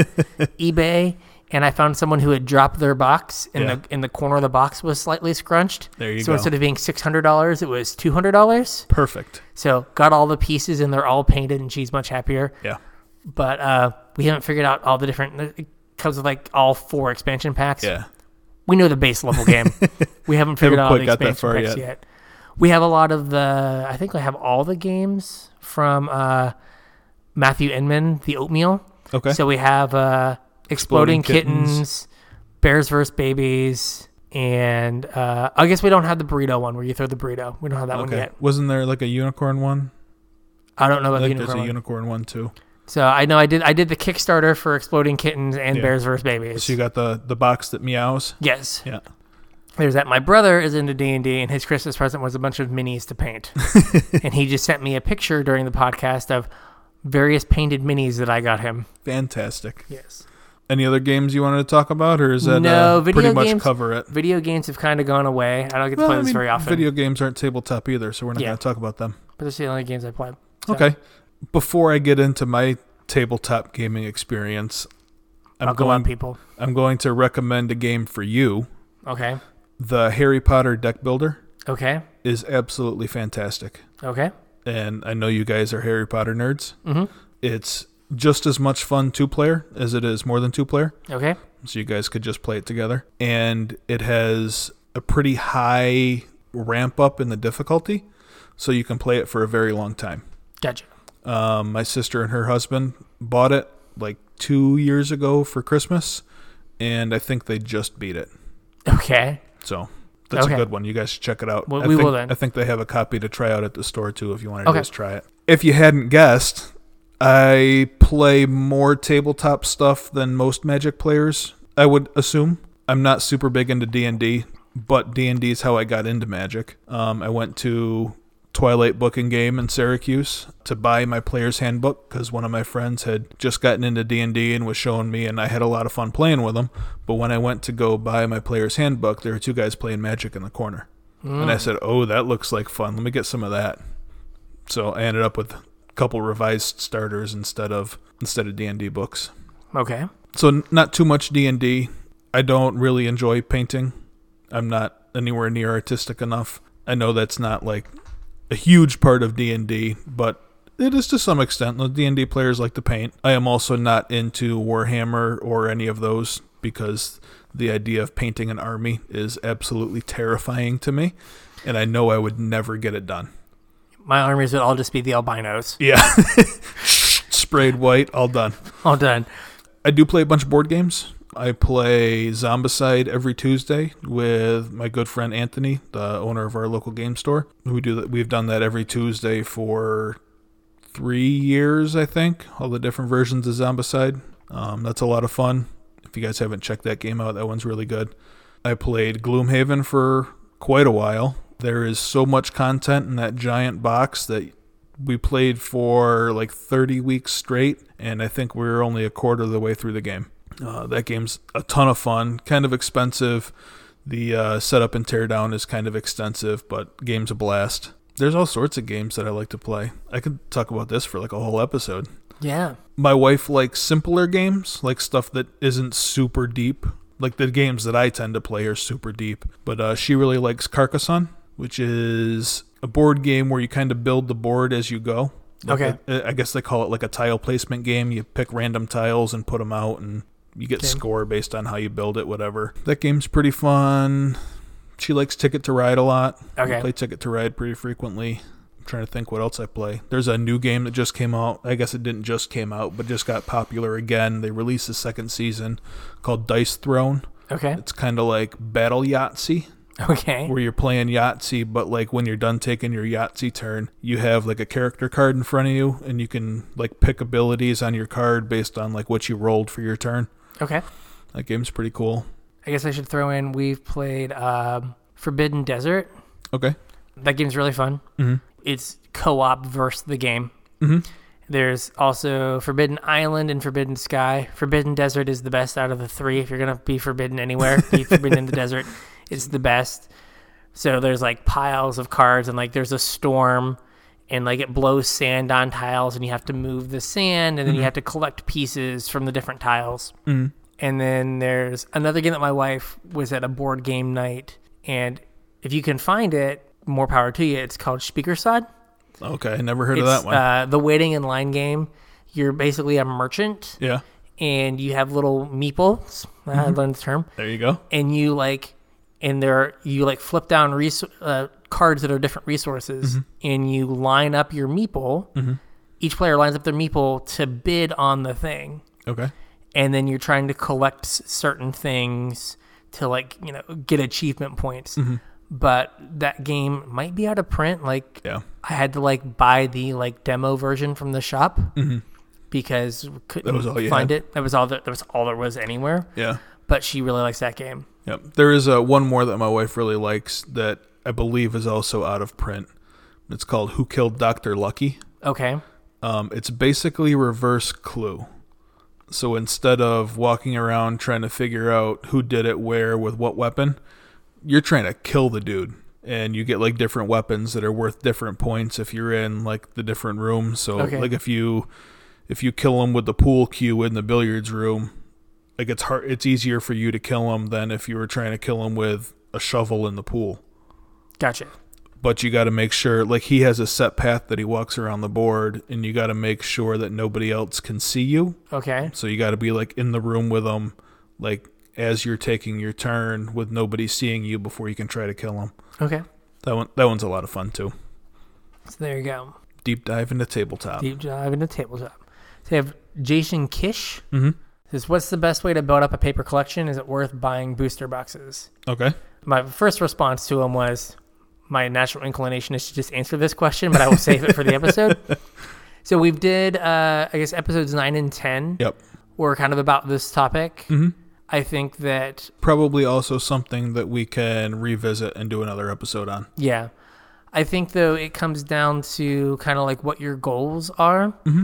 [SPEAKER 1] eBay and I found someone who had dropped their box, and the in the corner of the box was slightly scrunched.
[SPEAKER 2] There you
[SPEAKER 1] so
[SPEAKER 2] go.
[SPEAKER 1] instead of being six hundred dollars, it was two hundred dollars.
[SPEAKER 2] Perfect.
[SPEAKER 1] So got all the pieces, and they're all painted, and she's much happier.
[SPEAKER 2] Yeah.
[SPEAKER 1] But uh, we haven't figured out all the different. It comes with like all four expansion packs.
[SPEAKER 2] Yeah.
[SPEAKER 1] We know the base level game. we haven't figured
[SPEAKER 2] Haven't
[SPEAKER 1] out all
[SPEAKER 2] quite
[SPEAKER 1] the
[SPEAKER 2] got that
[SPEAKER 1] expansion
[SPEAKER 2] far
[SPEAKER 1] packs
[SPEAKER 2] yet.
[SPEAKER 1] yet. We have a lot of the. I think I have all the games from uh, Matthew Inman, the Oatmeal.
[SPEAKER 2] Okay.
[SPEAKER 1] So we have uh, Exploding,
[SPEAKER 2] Exploding Kittens.
[SPEAKER 1] kittens, Bears vs. Babies, and uh, I guess we don't have the burrito one where you throw the burrito. We don't have that one
[SPEAKER 2] okay.
[SPEAKER 1] yet.
[SPEAKER 2] Wasn't there like a unicorn one?
[SPEAKER 1] I don't know
[SPEAKER 2] I
[SPEAKER 1] about the
[SPEAKER 2] think
[SPEAKER 1] unicorn.
[SPEAKER 2] there's a
[SPEAKER 1] one.
[SPEAKER 2] unicorn one too.
[SPEAKER 1] so I know I did I did the Kickstarter for Exploding Kittens and
[SPEAKER 2] Yeah.
[SPEAKER 1] Bears vs. Babies.
[SPEAKER 2] So you got the the box that meows.
[SPEAKER 1] yes.
[SPEAKER 2] Yeah.
[SPEAKER 1] There's that. My brother is into D and D, and his Christmas present was a bunch of minis to paint. and he just sent me a picture during the podcast of various painted minis that I got him.
[SPEAKER 2] Fantastic.
[SPEAKER 1] Yes.
[SPEAKER 2] Any other games you wanted to talk about, or is that
[SPEAKER 1] No,
[SPEAKER 2] uh,
[SPEAKER 1] video
[SPEAKER 2] pretty much
[SPEAKER 1] games-
[SPEAKER 2] cover it?
[SPEAKER 1] Video games have kind of gone away. I don't get to
[SPEAKER 2] Well,
[SPEAKER 1] play
[SPEAKER 2] I
[SPEAKER 1] this
[SPEAKER 2] mean,
[SPEAKER 1] very often.
[SPEAKER 2] Video games aren't tabletop either, so we're not
[SPEAKER 1] Yeah.
[SPEAKER 2] going to talk about them.
[SPEAKER 1] But those are the only games I play. So-
[SPEAKER 2] Okay. Before I get into my tabletop gaming experience, I'm
[SPEAKER 1] Buckle up,
[SPEAKER 2] going.
[SPEAKER 1] people.
[SPEAKER 2] I'm going to recommend a game for you.
[SPEAKER 1] Okay.
[SPEAKER 2] The Harry Potter deck builder
[SPEAKER 1] Okay.
[SPEAKER 2] is absolutely fantastic,
[SPEAKER 1] Okay.
[SPEAKER 2] and I know you guys are Harry Potter nerds.
[SPEAKER 1] Mm-hmm.
[SPEAKER 2] It's just as much fun two player as it is more than two player.
[SPEAKER 1] Okay.
[SPEAKER 2] so you guys could just play it together. And it has a pretty high ramp up in the difficulty, so you can play it for a very long time.
[SPEAKER 1] Gotcha.
[SPEAKER 2] Um, my sister and her husband bought it like two years ago for Christmas, and I think they just beat it.
[SPEAKER 1] Okay.
[SPEAKER 2] So that's a
[SPEAKER 1] Okay.
[SPEAKER 2] good one. You guys should check it out.
[SPEAKER 1] Well,
[SPEAKER 2] I
[SPEAKER 1] we
[SPEAKER 2] think,
[SPEAKER 1] will then.
[SPEAKER 2] I think they have a copy to try out at the store too if you want to
[SPEAKER 1] Okay.
[SPEAKER 2] just try it. If you hadn't guessed, I play more tabletop stuff than most Magic players, I would assume. I'm not super big into D&D, but D&D is how I got into Magic. Um, I went to Twilight Book and Game in Syracuse to buy my player's handbook because one of my friends had just gotten into D&D and was showing me and I had a lot of fun playing with him. But when I went to go buy my player's handbook, there were two guys playing Magic in the corner. And I said, "Oh, that looks like fun. Let me get some of that." So I ended up with a couple revised starters instead of instead of D&D books.
[SPEAKER 1] Okay.
[SPEAKER 2] So n- not too much D&D. I don't really enjoy painting. I'm not anywhere near artistic enough. I know that's not like a huge part of D&D, but it is to some extent. The D&D players like to paint. I am also not into Warhammer or any of those because the idea of painting an army is absolutely terrifying to me, and I know I would never get it done.
[SPEAKER 1] My armies would all just be the albinos.
[SPEAKER 2] Yeah. Sprayed white, all done.
[SPEAKER 1] All done.
[SPEAKER 2] I do play a bunch of board games. I play Zombicide every Tuesday with my good friend Anthony, the owner of our local game store. We do that. We've done that every Tuesday for three years, I think. All the different versions of Zombicide. Um, that's a lot of fun. If you guys haven't checked that game out, that one's really good. I played Gloomhaven for quite a while. There is so much content in that giant box that we played for like 30 weeks straight, and I think we are only a quarter of the way through the game. Uh, that game's a ton of fun, kind of expensive. The uh, setup and teardown is kind of extensive, but game's a blast. There's all sorts of games that I like to play. I could talk about this for like a whole episode
[SPEAKER 1] Yeah.
[SPEAKER 2] my wife likes simpler games, like stuff that isn't super deep. Like the games that I tend to play are super deep, but uh, she really likes Carcassonne, which is a board game where you kind of build the board as you go. Like
[SPEAKER 1] Okay.
[SPEAKER 2] a- I guess they call it like a tile placement game. You pick random tiles and put them out, and you get
[SPEAKER 1] Okay.
[SPEAKER 2] score based on how you build it, whatever. That game's pretty fun. She likes Ticket to Ride a lot. I
[SPEAKER 1] Okay.
[SPEAKER 2] play Ticket to Ride pretty frequently. I'm trying to think what else I play. There's a new game that just came out. I guess it didn't just came out, but just got popular again. They released a second season called Dice Throne.
[SPEAKER 1] Okay.
[SPEAKER 2] It's kind of like Battle Yahtzee,
[SPEAKER 1] Okay.
[SPEAKER 2] where you're playing Yahtzee, but like when you're done taking your Yahtzee turn, you have like a character card in front of you, and you can like pick abilities on your card based on like what you rolled for your turn.
[SPEAKER 1] Okay.
[SPEAKER 2] That game's pretty cool.
[SPEAKER 1] I guess I should throw in we've played um, Forbidden Desert.
[SPEAKER 2] Okay.
[SPEAKER 1] That game's really fun.
[SPEAKER 2] Mm-hmm.
[SPEAKER 1] It's co op versus the game.
[SPEAKER 2] Mhm.
[SPEAKER 1] There's also Forbidden Island and Forbidden Sky. Forbidden Desert is the best out of the three. If you're going to be forbidden anywhere, be forbidden in the desert. It's the best. So there's like piles of cards, and like there's a storm, and like it blows sand on tiles, and you have to move the sand, and then you have to collect pieces from the different tiles.
[SPEAKER 2] Mm.
[SPEAKER 1] And then there's another game that my wife was at a board game night. And if you can find it, more power to you. It's called Speakersod.
[SPEAKER 2] Okay, I never heard
[SPEAKER 1] It's
[SPEAKER 2] of that one.
[SPEAKER 1] Uh, the waiting in line game. You're basically a merchant
[SPEAKER 2] yeah, Mm-hmm.
[SPEAKER 1] and you have little meeples. I learned the term.
[SPEAKER 2] there you go.
[SPEAKER 1] and you like and there you like flip down res- uh, cards that are different
[SPEAKER 2] Mm-hmm.
[SPEAKER 1] resources and you line up your meeple each player lines up their meeple to bid on the thing
[SPEAKER 2] Okay,
[SPEAKER 1] and then you're trying to collect s- certain things to like you know get achievement points
[SPEAKER 2] Mm-hmm.
[SPEAKER 1] but that game might be out of print like
[SPEAKER 2] yeah,
[SPEAKER 1] i had to like buy the like demo version from the shop because we couldn't
[SPEAKER 2] Mm-hmm. was all you
[SPEAKER 1] find
[SPEAKER 2] had?
[SPEAKER 1] it that was all that, that was all there was anywhere
[SPEAKER 2] yeah.
[SPEAKER 1] but she really likes that game
[SPEAKER 2] Yep. There is uh, one more that my wife really likes that I believe is also out of print. It's called Who Killed Dr. Lucky.
[SPEAKER 1] okay
[SPEAKER 2] Um, it's basically reverse clue. So instead of walking around trying to figure out who did it where with what weapon, you're trying to kill the dude. And you get like different weapons that are worth different points if you're in like the different rooms. So
[SPEAKER 1] Okay.
[SPEAKER 2] like if you if you kill him with the pool cue in the billiards room, like it's hard it's easier for you to kill him than if you were trying to kill him with a shovel in the pool
[SPEAKER 1] gotcha
[SPEAKER 2] but you got to make sure like he has a set path that he walks around the board and you got to make sure that nobody else can see you
[SPEAKER 1] Okay.
[SPEAKER 2] so you got to be like in the room with him like as you're taking your turn with nobody seeing you before you can try to kill him
[SPEAKER 1] Okay.
[SPEAKER 2] that one that one's a lot of fun too
[SPEAKER 1] So there you go.
[SPEAKER 2] deep dive into tabletop
[SPEAKER 1] Deep dive into tabletop. So you have Jason Kish.
[SPEAKER 2] Mhm.
[SPEAKER 1] Says, what's the best way to build up a paper collection? Is it worth buying booster boxes?
[SPEAKER 2] okay
[SPEAKER 1] My first response to him was, my natural inclination is to just answer this question, but I will save it for the episode. So we've did, uh, I guess, episodes nine and ten
[SPEAKER 2] yep Mm-hmm.
[SPEAKER 1] were kind of about this topic. I think that
[SPEAKER 2] probably also something that we can revisit and do another episode on
[SPEAKER 1] Yeah. I think though it comes down to kind of like what your goals are. Mm-hmm.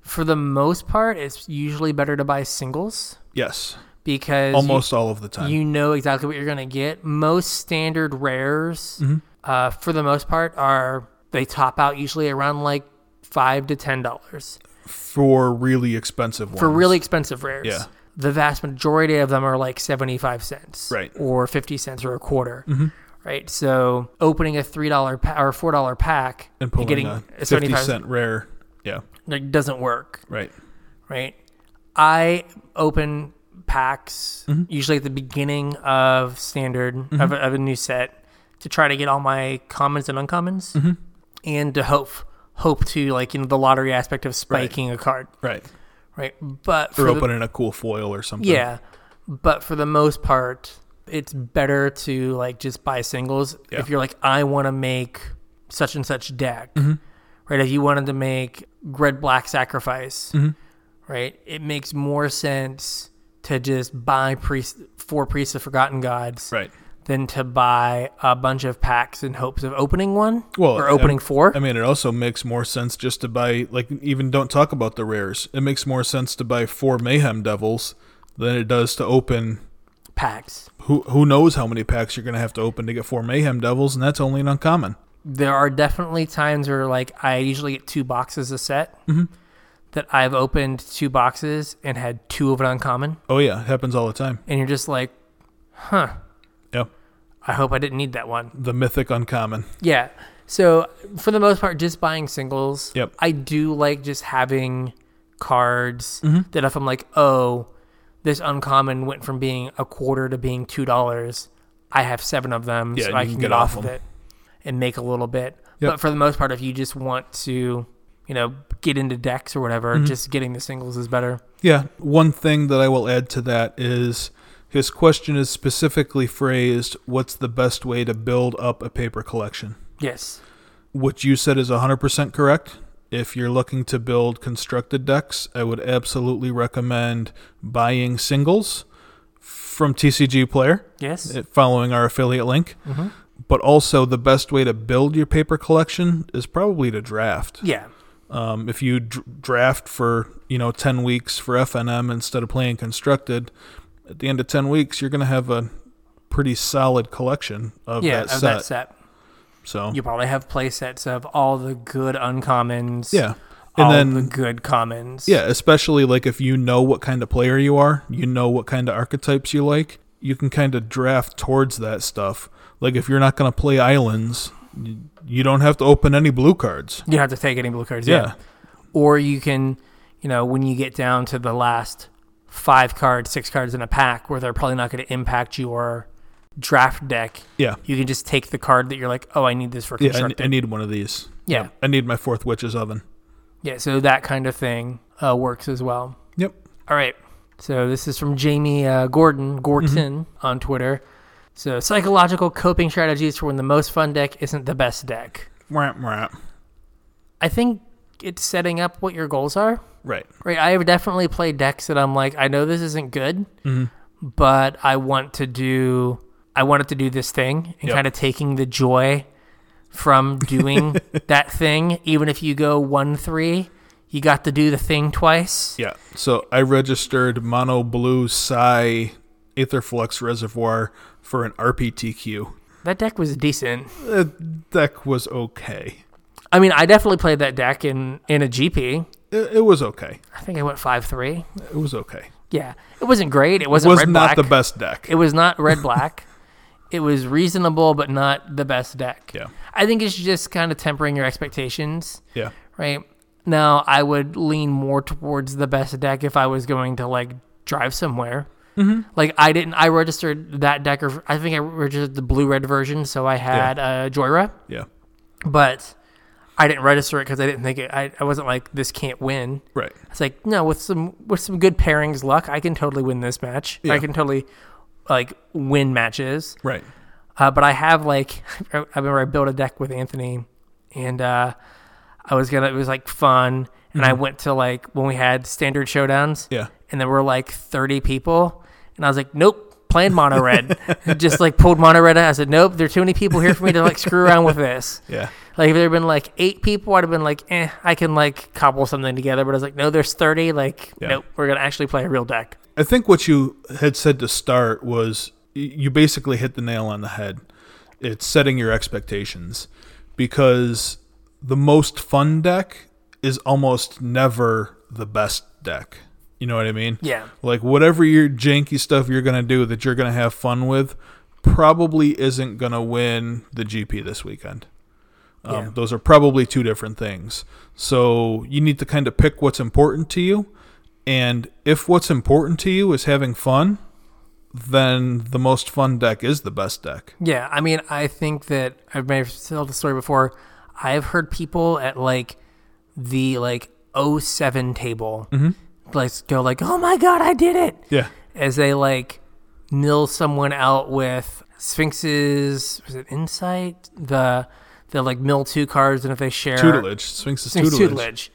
[SPEAKER 1] For the most part, it's usually better to buy singles
[SPEAKER 2] yes
[SPEAKER 1] because you-
[SPEAKER 2] almost all of the
[SPEAKER 1] you,
[SPEAKER 2] time
[SPEAKER 1] know exactly what you're going to get. Most standard rares,
[SPEAKER 2] Mm-hmm.
[SPEAKER 1] uh, for the most part, are they top out usually around like five to ten dollars
[SPEAKER 2] for really expensive ones
[SPEAKER 1] for really expensive rares.
[SPEAKER 2] Yeah.
[SPEAKER 1] The vast majority of them are like 75 cents
[SPEAKER 2] Right. Mm-hmm.
[SPEAKER 1] or 50 cents or a quarter. Right. So opening a $3 pa- or $4 pack
[SPEAKER 2] and pulling
[SPEAKER 1] getting
[SPEAKER 2] a
[SPEAKER 1] a
[SPEAKER 2] 50
[SPEAKER 1] 75
[SPEAKER 2] cent rare yeah
[SPEAKER 1] like, doesn't work.
[SPEAKER 2] right
[SPEAKER 1] Right. I open packs usually at the beginning of standard of, a, of a new set to try to get all my commons and uncommons and to hope hope to like you know the lottery aspect of spiking a card
[SPEAKER 2] right
[SPEAKER 1] right but
[SPEAKER 2] or
[SPEAKER 1] for the-
[SPEAKER 2] opening a cool foil or something.
[SPEAKER 1] Yeah, but for the most part, it's better to like just buy singles.
[SPEAKER 2] Yeah.
[SPEAKER 1] If you're like, I want to make such and such deck,
[SPEAKER 2] Mm-hmm.
[SPEAKER 1] right? If you wanted to make red black sacrifice,
[SPEAKER 2] Mm-hmm.
[SPEAKER 1] right? It makes more sense to just buy priest four priests of forgotten gods
[SPEAKER 2] Right.
[SPEAKER 1] than to buy a bunch of packs in hopes of opening one
[SPEAKER 2] Well,
[SPEAKER 1] or opening
[SPEAKER 2] I-
[SPEAKER 1] four.
[SPEAKER 2] I mean, it also makes more sense just to buy, like, even don't talk about the rares. It makes more sense to buy four Mayhem Devils than it does to open
[SPEAKER 1] packs.
[SPEAKER 2] who who knows how many packs you're going to have to open to get four Mayhem Devils, and that's only an uncommon.
[SPEAKER 1] there are definitely times where like I usually get two boxes a set that I've opened two boxes and had two of an uncommon,
[SPEAKER 2] Oh, yeah. It happens all the time.
[SPEAKER 1] and you're just like, huh,
[SPEAKER 2] Yeah.
[SPEAKER 1] I hope I didn't need that one.
[SPEAKER 2] The mythic uncommon.
[SPEAKER 1] Yeah. So for the most part, just buying singles.
[SPEAKER 2] Yep.
[SPEAKER 1] I do like just having cards
[SPEAKER 2] Mm-hmm.
[SPEAKER 1] that if I'm like, oh, this uncommon went from being a quarter to being two dollars, I have seven of them,
[SPEAKER 2] Yeah,
[SPEAKER 1] so
[SPEAKER 2] and
[SPEAKER 1] I
[SPEAKER 2] you
[SPEAKER 1] can
[SPEAKER 2] can
[SPEAKER 1] get,
[SPEAKER 2] get
[SPEAKER 1] off
[SPEAKER 2] off
[SPEAKER 1] of
[SPEAKER 2] them.
[SPEAKER 1] it and make a little bit.
[SPEAKER 2] Yep.
[SPEAKER 1] But for the most part, if you just want to, you know, get into decks or whatever,
[SPEAKER 2] Mm-hmm.
[SPEAKER 1] just getting the singles is better.
[SPEAKER 2] Yeah. One thing that I will add to that is his question is specifically phrased what's the best way to build up a paper collection?
[SPEAKER 1] Yes.
[SPEAKER 2] what you said is 100% correct. If you're looking to build constructed decks, I would absolutely recommend buying singles from TCG Player,
[SPEAKER 1] Yes.
[SPEAKER 2] eh, following our affiliate link. But also, the best way to build your paper collection is probably to draft.
[SPEAKER 1] yeah.
[SPEAKER 2] Um, if you dr- draft for you know 10 weeks for FNM instead of playing constructed, at the end of 10 weeks, you're going to have a pretty solid collection of
[SPEAKER 1] yeah.
[SPEAKER 2] that
[SPEAKER 1] of
[SPEAKER 2] set.
[SPEAKER 1] that set.
[SPEAKER 2] So
[SPEAKER 1] You probably have play sets of all the good uncommons.
[SPEAKER 2] yeah, And
[SPEAKER 1] all
[SPEAKER 2] then-
[SPEAKER 1] the good commons.
[SPEAKER 2] Yeah, especially like if you know what kind of player you are, you know what kind of archetypes you like, you can kind of draft towards that stuff. Like if you're not going to play islands, y- you don't have to open any blue cards.
[SPEAKER 1] You don't have to take any blue cards.
[SPEAKER 2] Yeah.
[SPEAKER 1] Or you can, you know, when you get down to the last five cards, six cards in a pack where they're probably not going to impact your draft deck,
[SPEAKER 2] Yeah.
[SPEAKER 1] you can just take the card that you're like, oh, I need this for
[SPEAKER 2] Yeah,
[SPEAKER 1] constructed.
[SPEAKER 2] I, I need one of these.
[SPEAKER 1] Yeah.
[SPEAKER 2] I need my fourth witch's oven.
[SPEAKER 1] Yeah, so that kind of thing uh, works as well.
[SPEAKER 2] Yep.
[SPEAKER 1] All right. So this is from Jamie uh, Gordon, Gorton
[SPEAKER 2] Mm-hmm.
[SPEAKER 1] on Twitter. So psychological coping strategies for when the most fun deck isn't the best deck.
[SPEAKER 2] Wrap, wrap.
[SPEAKER 1] I think it's setting up what your goals are.
[SPEAKER 2] Right.
[SPEAKER 1] Right. I have definitely played decks that I'm like, I know this isn't good,
[SPEAKER 2] Mm-hmm.
[SPEAKER 1] but I want to do, I wanted to do this thing and
[SPEAKER 2] Yep.
[SPEAKER 1] kind of taking the joy from doing that thing. Even if you go one three, you got to do the thing twice.
[SPEAKER 2] Yeah. So I registered mono blue psi aetherflux reservoir for an RPTQ.
[SPEAKER 1] That deck was decent.
[SPEAKER 2] That deck was okay.
[SPEAKER 1] I mean, I definitely played that deck in in a GP.
[SPEAKER 2] It, it was okay.
[SPEAKER 1] I think I went five three.
[SPEAKER 2] It was okay.
[SPEAKER 1] Yeah, it wasn't great. It
[SPEAKER 2] It
[SPEAKER 1] wasn't
[SPEAKER 2] was
[SPEAKER 1] red
[SPEAKER 2] not
[SPEAKER 1] black.
[SPEAKER 2] the best deck.
[SPEAKER 1] It was not red black. it was reasonable, but not the best deck.
[SPEAKER 2] Yeah.
[SPEAKER 1] I think it's just kind of tempering your expectations,
[SPEAKER 2] Yeah.
[SPEAKER 1] right? Now, I would lean more towards the best deck if I was going to like drive somewhere. Mm-hmm. Like I didn't. I registered that deck, or I think I registered the blue red version. So I had uh, Joyra.
[SPEAKER 2] Yeah.
[SPEAKER 1] but I didn't register it because I didn't think it. I, I wasn't like this can't win.
[SPEAKER 2] Right.
[SPEAKER 1] It's like no, with some with some good pairings luck, I can totally win this match.
[SPEAKER 2] Yeah.
[SPEAKER 1] I can totally like win matches.
[SPEAKER 2] Right.
[SPEAKER 1] Uh, but I have like I remember I built a deck with Anthony, and uh, I was gonna it was like fun, and I went to like when we had standard showdowns,
[SPEAKER 2] Yeah.
[SPEAKER 1] and there were like thirty people, and I was like, nope. Playing mono red, just like pulled mono red. out. I said, "Nope, there are too many people here for me to like screw around with this."
[SPEAKER 2] Yeah.
[SPEAKER 1] Like if there had been like eight people, I'd have been like, eh, I can like cobble something together. But I was like, no, there's thirty. Like,
[SPEAKER 2] Yeah.
[SPEAKER 1] nope, we're gonna actually play a real deck.
[SPEAKER 2] I think what you had said to start was y- you basically hit the nail on the head. It's setting your expectations because the most fun deck is almost never the best deck. You know what I mean?
[SPEAKER 1] Yeah.
[SPEAKER 2] Like whatever your janky stuff you're going to do that you're going to have fun with probably isn't going to win the GP this weekend. Um,
[SPEAKER 1] Yeah.
[SPEAKER 2] Those are probably two different things. So you need to kind of pick what's important to you. And if what's important to you is having fun, then the most fun deck is the best deck.
[SPEAKER 1] Yeah, I mean, I think that I may have told the story before. I've heard people at like the like 07 table like go like, oh my god, I did it,
[SPEAKER 2] Mm-hmm. Yeah.
[SPEAKER 1] as they like nil someone out with Sphinx's was it Insight the the like mill two cards, and if they share
[SPEAKER 2] Tutelage. Sphinx is
[SPEAKER 1] Sphinx
[SPEAKER 2] tutelage.
[SPEAKER 1] tutelage.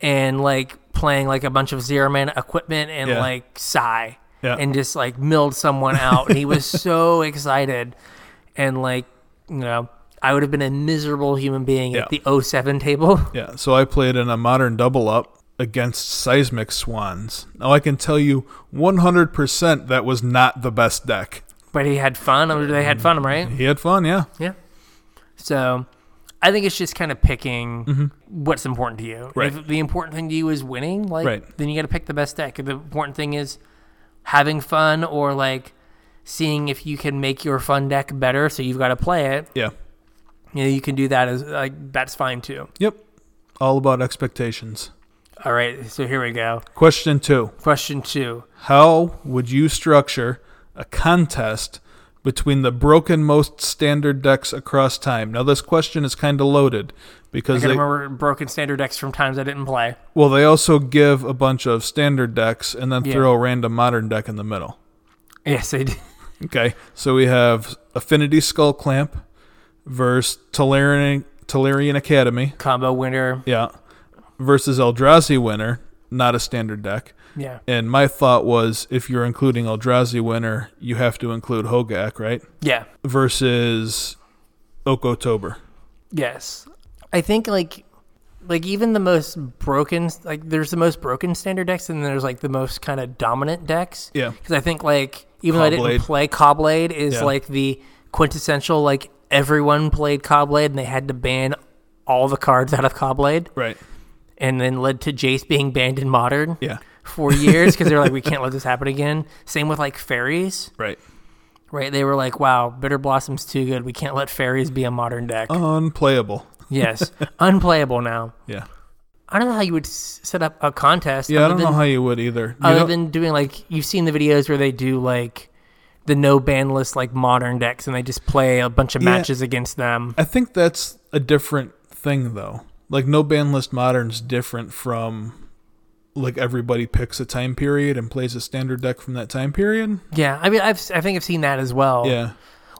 [SPEAKER 1] and like playing like a bunch of zero man equipment and
[SPEAKER 2] Yeah.
[SPEAKER 1] like sigh
[SPEAKER 2] Yeah.
[SPEAKER 1] and just like milled someone out and he was so excited and like you know i would have been a miserable human being at
[SPEAKER 2] Yeah.
[SPEAKER 1] the 07 table
[SPEAKER 2] Yeah, so I played in a modern double up against Seismic Swans. Now I can tell you 100% that was not the best deck.
[SPEAKER 1] but he had fun I mean, they had fun right
[SPEAKER 2] He had fun, yeah.
[SPEAKER 1] yeah so i think it's just kind of picking what's important to you And
[SPEAKER 2] Mm-hmm. Right.
[SPEAKER 1] if the important thing to you is winning like
[SPEAKER 2] Right.
[SPEAKER 1] then you got to pick the best deck If the important thing is having fun or like seeing if you can make your fun deck better so you've got to play it
[SPEAKER 2] Yeah.
[SPEAKER 1] you know you can do that as like that's fine too
[SPEAKER 2] Yep. All about expectations.
[SPEAKER 1] all right so here we go
[SPEAKER 2] Question 2.
[SPEAKER 1] question two
[SPEAKER 2] How would you structure a contest between the broken most standard decks across time? Now this question is kind of loaded
[SPEAKER 1] i
[SPEAKER 2] because
[SPEAKER 1] gotta
[SPEAKER 2] they,
[SPEAKER 1] remember broken standard decks from times i didn't play
[SPEAKER 2] well they also give a bunch of standard decks and then
[SPEAKER 1] Yeah.
[SPEAKER 2] throw a random modern deck in the middle.
[SPEAKER 1] yes i did
[SPEAKER 2] Okay, so we have Affinity Skull Clamp versus Talarian, Talarian Academy.
[SPEAKER 1] combo winner
[SPEAKER 2] Yeah. Versus Eldrazi Winner, not a standard deck.
[SPEAKER 1] yeah
[SPEAKER 2] And my thought was if you're including Eldrazi Winner, you have to include Hogak, right?
[SPEAKER 1] yeah
[SPEAKER 2] Versus Okotober.
[SPEAKER 1] Yes. I think like like even the most broken like there's the most broken standard decks and there's like the most kind of dominant decks.
[SPEAKER 2] Yeah.
[SPEAKER 1] Cuz I think like even though I
[SPEAKER 2] Cobblade.
[SPEAKER 1] didn't play Cobblade is
[SPEAKER 2] Yeah.
[SPEAKER 1] like the quintessential like everyone played Cobblade and they had to ban all the cards out of Cobblade
[SPEAKER 2] Right.
[SPEAKER 1] and then led to Jace being banned in modern
[SPEAKER 2] Yeah.
[SPEAKER 1] for years because they were like, we can't let this happen again. Same with like fairies,
[SPEAKER 2] Right.
[SPEAKER 1] right? They were like, wow, Bitter Blossom's too good. We can't let fairies be a modern deck.
[SPEAKER 2] Oh. Unplayable.
[SPEAKER 1] Yes, unplayable now.
[SPEAKER 2] Yeah.
[SPEAKER 1] I don't know how you would s- set up a contest.
[SPEAKER 2] Yeah, I
[SPEAKER 1] other
[SPEAKER 2] don't
[SPEAKER 1] than,
[SPEAKER 2] know how you would either. You
[SPEAKER 1] other
[SPEAKER 2] don't-
[SPEAKER 1] than doing like you've seen the videos where they do like the no ban list like modern decks and they just play a bunch of
[SPEAKER 2] Yeah.
[SPEAKER 1] matches against them.
[SPEAKER 2] I think that's a different thing though. Like no ban list modern's different from like everybody picks a time period and plays a standard deck from that time period.
[SPEAKER 1] Yeah, I mean, I've s- I think I've seen that as well.
[SPEAKER 2] Yeah.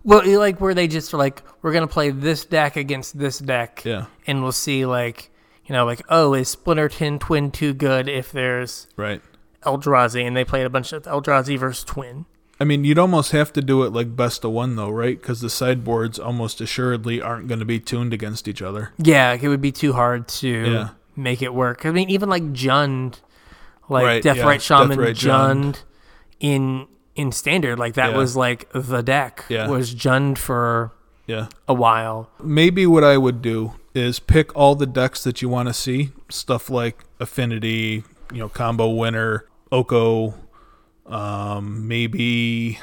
[SPEAKER 1] Well, you- like where they just are like, we're gonna play this deck against this deck,
[SPEAKER 2] Yeah.
[SPEAKER 1] and we'll see like, you know, like oh, is Splinterton Twin too good if there's
[SPEAKER 2] Right.
[SPEAKER 1] Eldrazi, and they played a bunch of Eldrazi versus Twin.
[SPEAKER 2] I mean, you'd almost have to do it like best of one though, right? Cuz the sideboards almost assuredly aren't going to be tuned against each other.
[SPEAKER 1] Yeah, like, it would be too hard to
[SPEAKER 2] Yeah.
[SPEAKER 1] make it work. I mean, even like Jund, like
[SPEAKER 2] Right,
[SPEAKER 1] Death
[SPEAKER 2] yeah,
[SPEAKER 1] Right Shaman
[SPEAKER 2] Death Right
[SPEAKER 1] Jund, in in standard, like that
[SPEAKER 2] Yeah.
[SPEAKER 1] was like the deck
[SPEAKER 2] Yeah.
[SPEAKER 1] was Jund for
[SPEAKER 2] Yeah.
[SPEAKER 1] a while.
[SPEAKER 2] Maybe what I would do is pick all the decks that you want to see, stuff like Affinity, you know, Combo Winner, Oko, um, maybe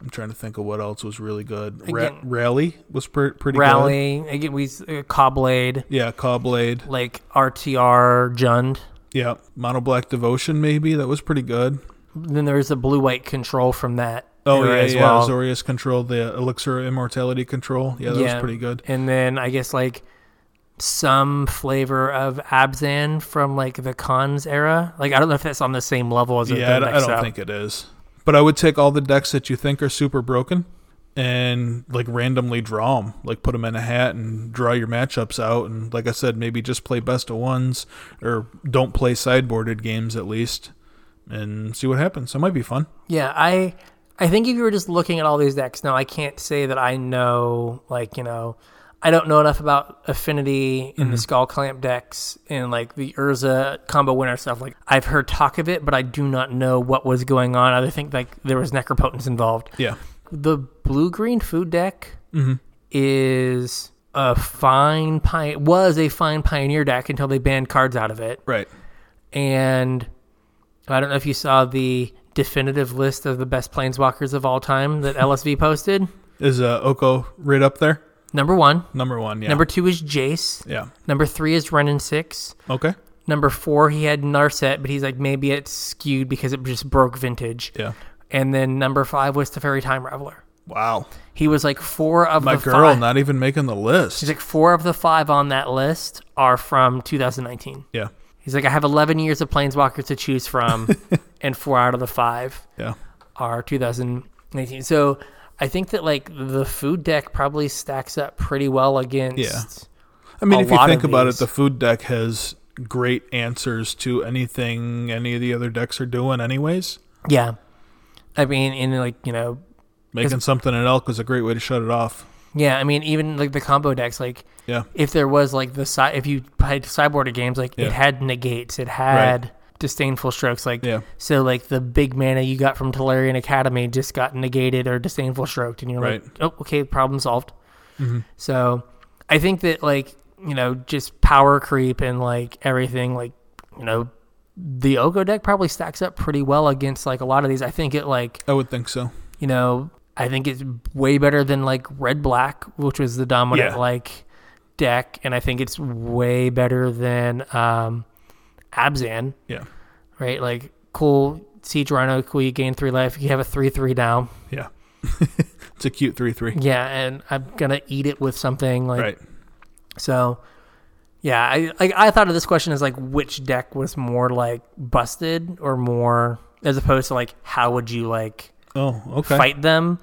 [SPEAKER 2] I'm trying to think of what else was really good. Ra-
[SPEAKER 1] Again-
[SPEAKER 2] Rally was pre- pretty good.
[SPEAKER 1] Rally again, we s- uh, Cobblade,
[SPEAKER 2] Yeah, Cobblade.
[SPEAKER 1] like RTR Jund.
[SPEAKER 2] Yeah, Mono Black Devotion maybe that was pretty good.
[SPEAKER 1] Then there was a blue white control from that.
[SPEAKER 2] Oh
[SPEAKER 1] era
[SPEAKER 2] yeah,
[SPEAKER 1] as
[SPEAKER 2] yeah.
[SPEAKER 1] well.
[SPEAKER 2] Zorius Control, the Elixir of Immortality Control. Yeah, that was pretty good.
[SPEAKER 1] And then I guess like some flavor of Abzan from like the cons era. Like I don't know if that's on the same level as
[SPEAKER 2] Yeah, I
[SPEAKER 1] the
[SPEAKER 2] don't, I
[SPEAKER 1] next
[SPEAKER 2] don't
[SPEAKER 1] up.
[SPEAKER 2] think it is. But I would take all the decks that you think are super broken and like randomly draw them, like put them in a hat and draw your matchups out. And like I said, maybe just play best of ones or don't play sideboarded games at least and see what happens. That might be fun.
[SPEAKER 1] Yeah, I I think if you were just looking at all these decks, now I can't say that I know like, you know, I don't know enough about affinity
[SPEAKER 2] Mm-hmm.
[SPEAKER 1] and the skull clamp decks and like the Urza combo winner stuff. Like I've heard talk of it, but I do not know what was going on. I think like there was necropotence involved.
[SPEAKER 2] Yeah.
[SPEAKER 1] The blue green food deck
[SPEAKER 2] Mm-hmm.
[SPEAKER 1] is a fine pi- was a fine pioneer deck until they banned cards out of it.
[SPEAKER 2] Right.
[SPEAKER 1] And I don't know if you saw the definitive list of the best planeswalkers of all time that LSV posted.
[SPEAKER 2] Is uh, Oko right up there?
[SPEAKER 1] Number one.
[SPEAKER 2] Number one. Yeah.
[SPEAKER 1] Number two is Jace.
[SPEAKER 2] yeah.
[SPEAKER 1] Number three is Renin Six.
[SPEAKER 2] Okay.
[SPEAKER 1] Number four, he had Narset, but he's like maybe it's skewed because it just broke vintage.
[SPEAKER 2] Yeah.
[SPEAKER 1] And then number five was Teferi Time Reveler.
[SPEAKER 2] Wow.
[SPEAKER 1] He was like four of
[SPEAKER 2] My
[SPEAKER 1] the
[SPEAKER 2] girl
[SPEAKER 1] five.
[SPEAKER 2] not even making the list.
[SPEAKER 1] He's like four of the five on that list are from 2019.
[SPEAKER 2] yeah.
[SPEAKER 1] He's like, I have 11 years of planeswalkers to choose from, and four out of the five
[SPEAKER 2] Yeah.
[SPEAKER 1] are 2019. So I think that like the food deck probably stacks up pretty well against.
[SPEAKER 2] Yeah. I mean,
[SPEAKER 1] a
[SPEAKER 2] if you
[SPEAKER 1] lot
[SPEAKER 2] think
[SPEAKER 1] of
[SPEAKER 2] about it,
[SPEAKER 1] these.
[SPEAKER 2] the food deck has great answers to anything any of the other decks are doing, anyways.
[SPEAKER 1] Yeah. I mean, and like you know,
[SPEAKER 2] Making something an elk is a great way to shut it off.
[SPEAKER 1] yeah. I mean, even like the combo decks, like
[SPEAKER 2] Yeah,
[SPEAKER 1] if there was like the side, if you played sideboarded games, like
[SPEAKER 2] Yeah.
[SPEAKER 1] it had negates, it had disdainful strokes, like
[SPEAKER 2] yeah,
[SPEAKER 1] So like the big mana you got from Tolarian Academy just got negated or disdainful stroked, and you're
[SPEAKER 2] Right. Mm-hmm.
[SPEAKER 1] like, oh, okay, problem solved. So I think that like you know just power creep and like everything like you know the Ogo deck probably stacks up pretty well against like a lot of these. I think it like
[SPEAKER 2] I would think so.
[SPEAKER 1] you know I think it's way better than like red black, which was the dominant
[SPEAKER 2] Yeah.
[SPEAKER 1] like deck, and I think it's way better than um, Abzan
[SPEAKER 2] Yeah,
[SPEAKER 1] right? Like cool siege rhino, cool. You gain three life. You have a three three now.
[SPEAKER 2] yeah. it's a cute three three.
[SPEAKER 1] Yeah, and I'm gonna eat it with something like
[SPEAKER 2] Right.
[SPEAKER 1] so. Yeah, I like I thought of this question as like which deck was more like busted or more as opposed to like how would you like
[SPEAKER 2] Oh, okay.
[SPEAKER 1] fight them?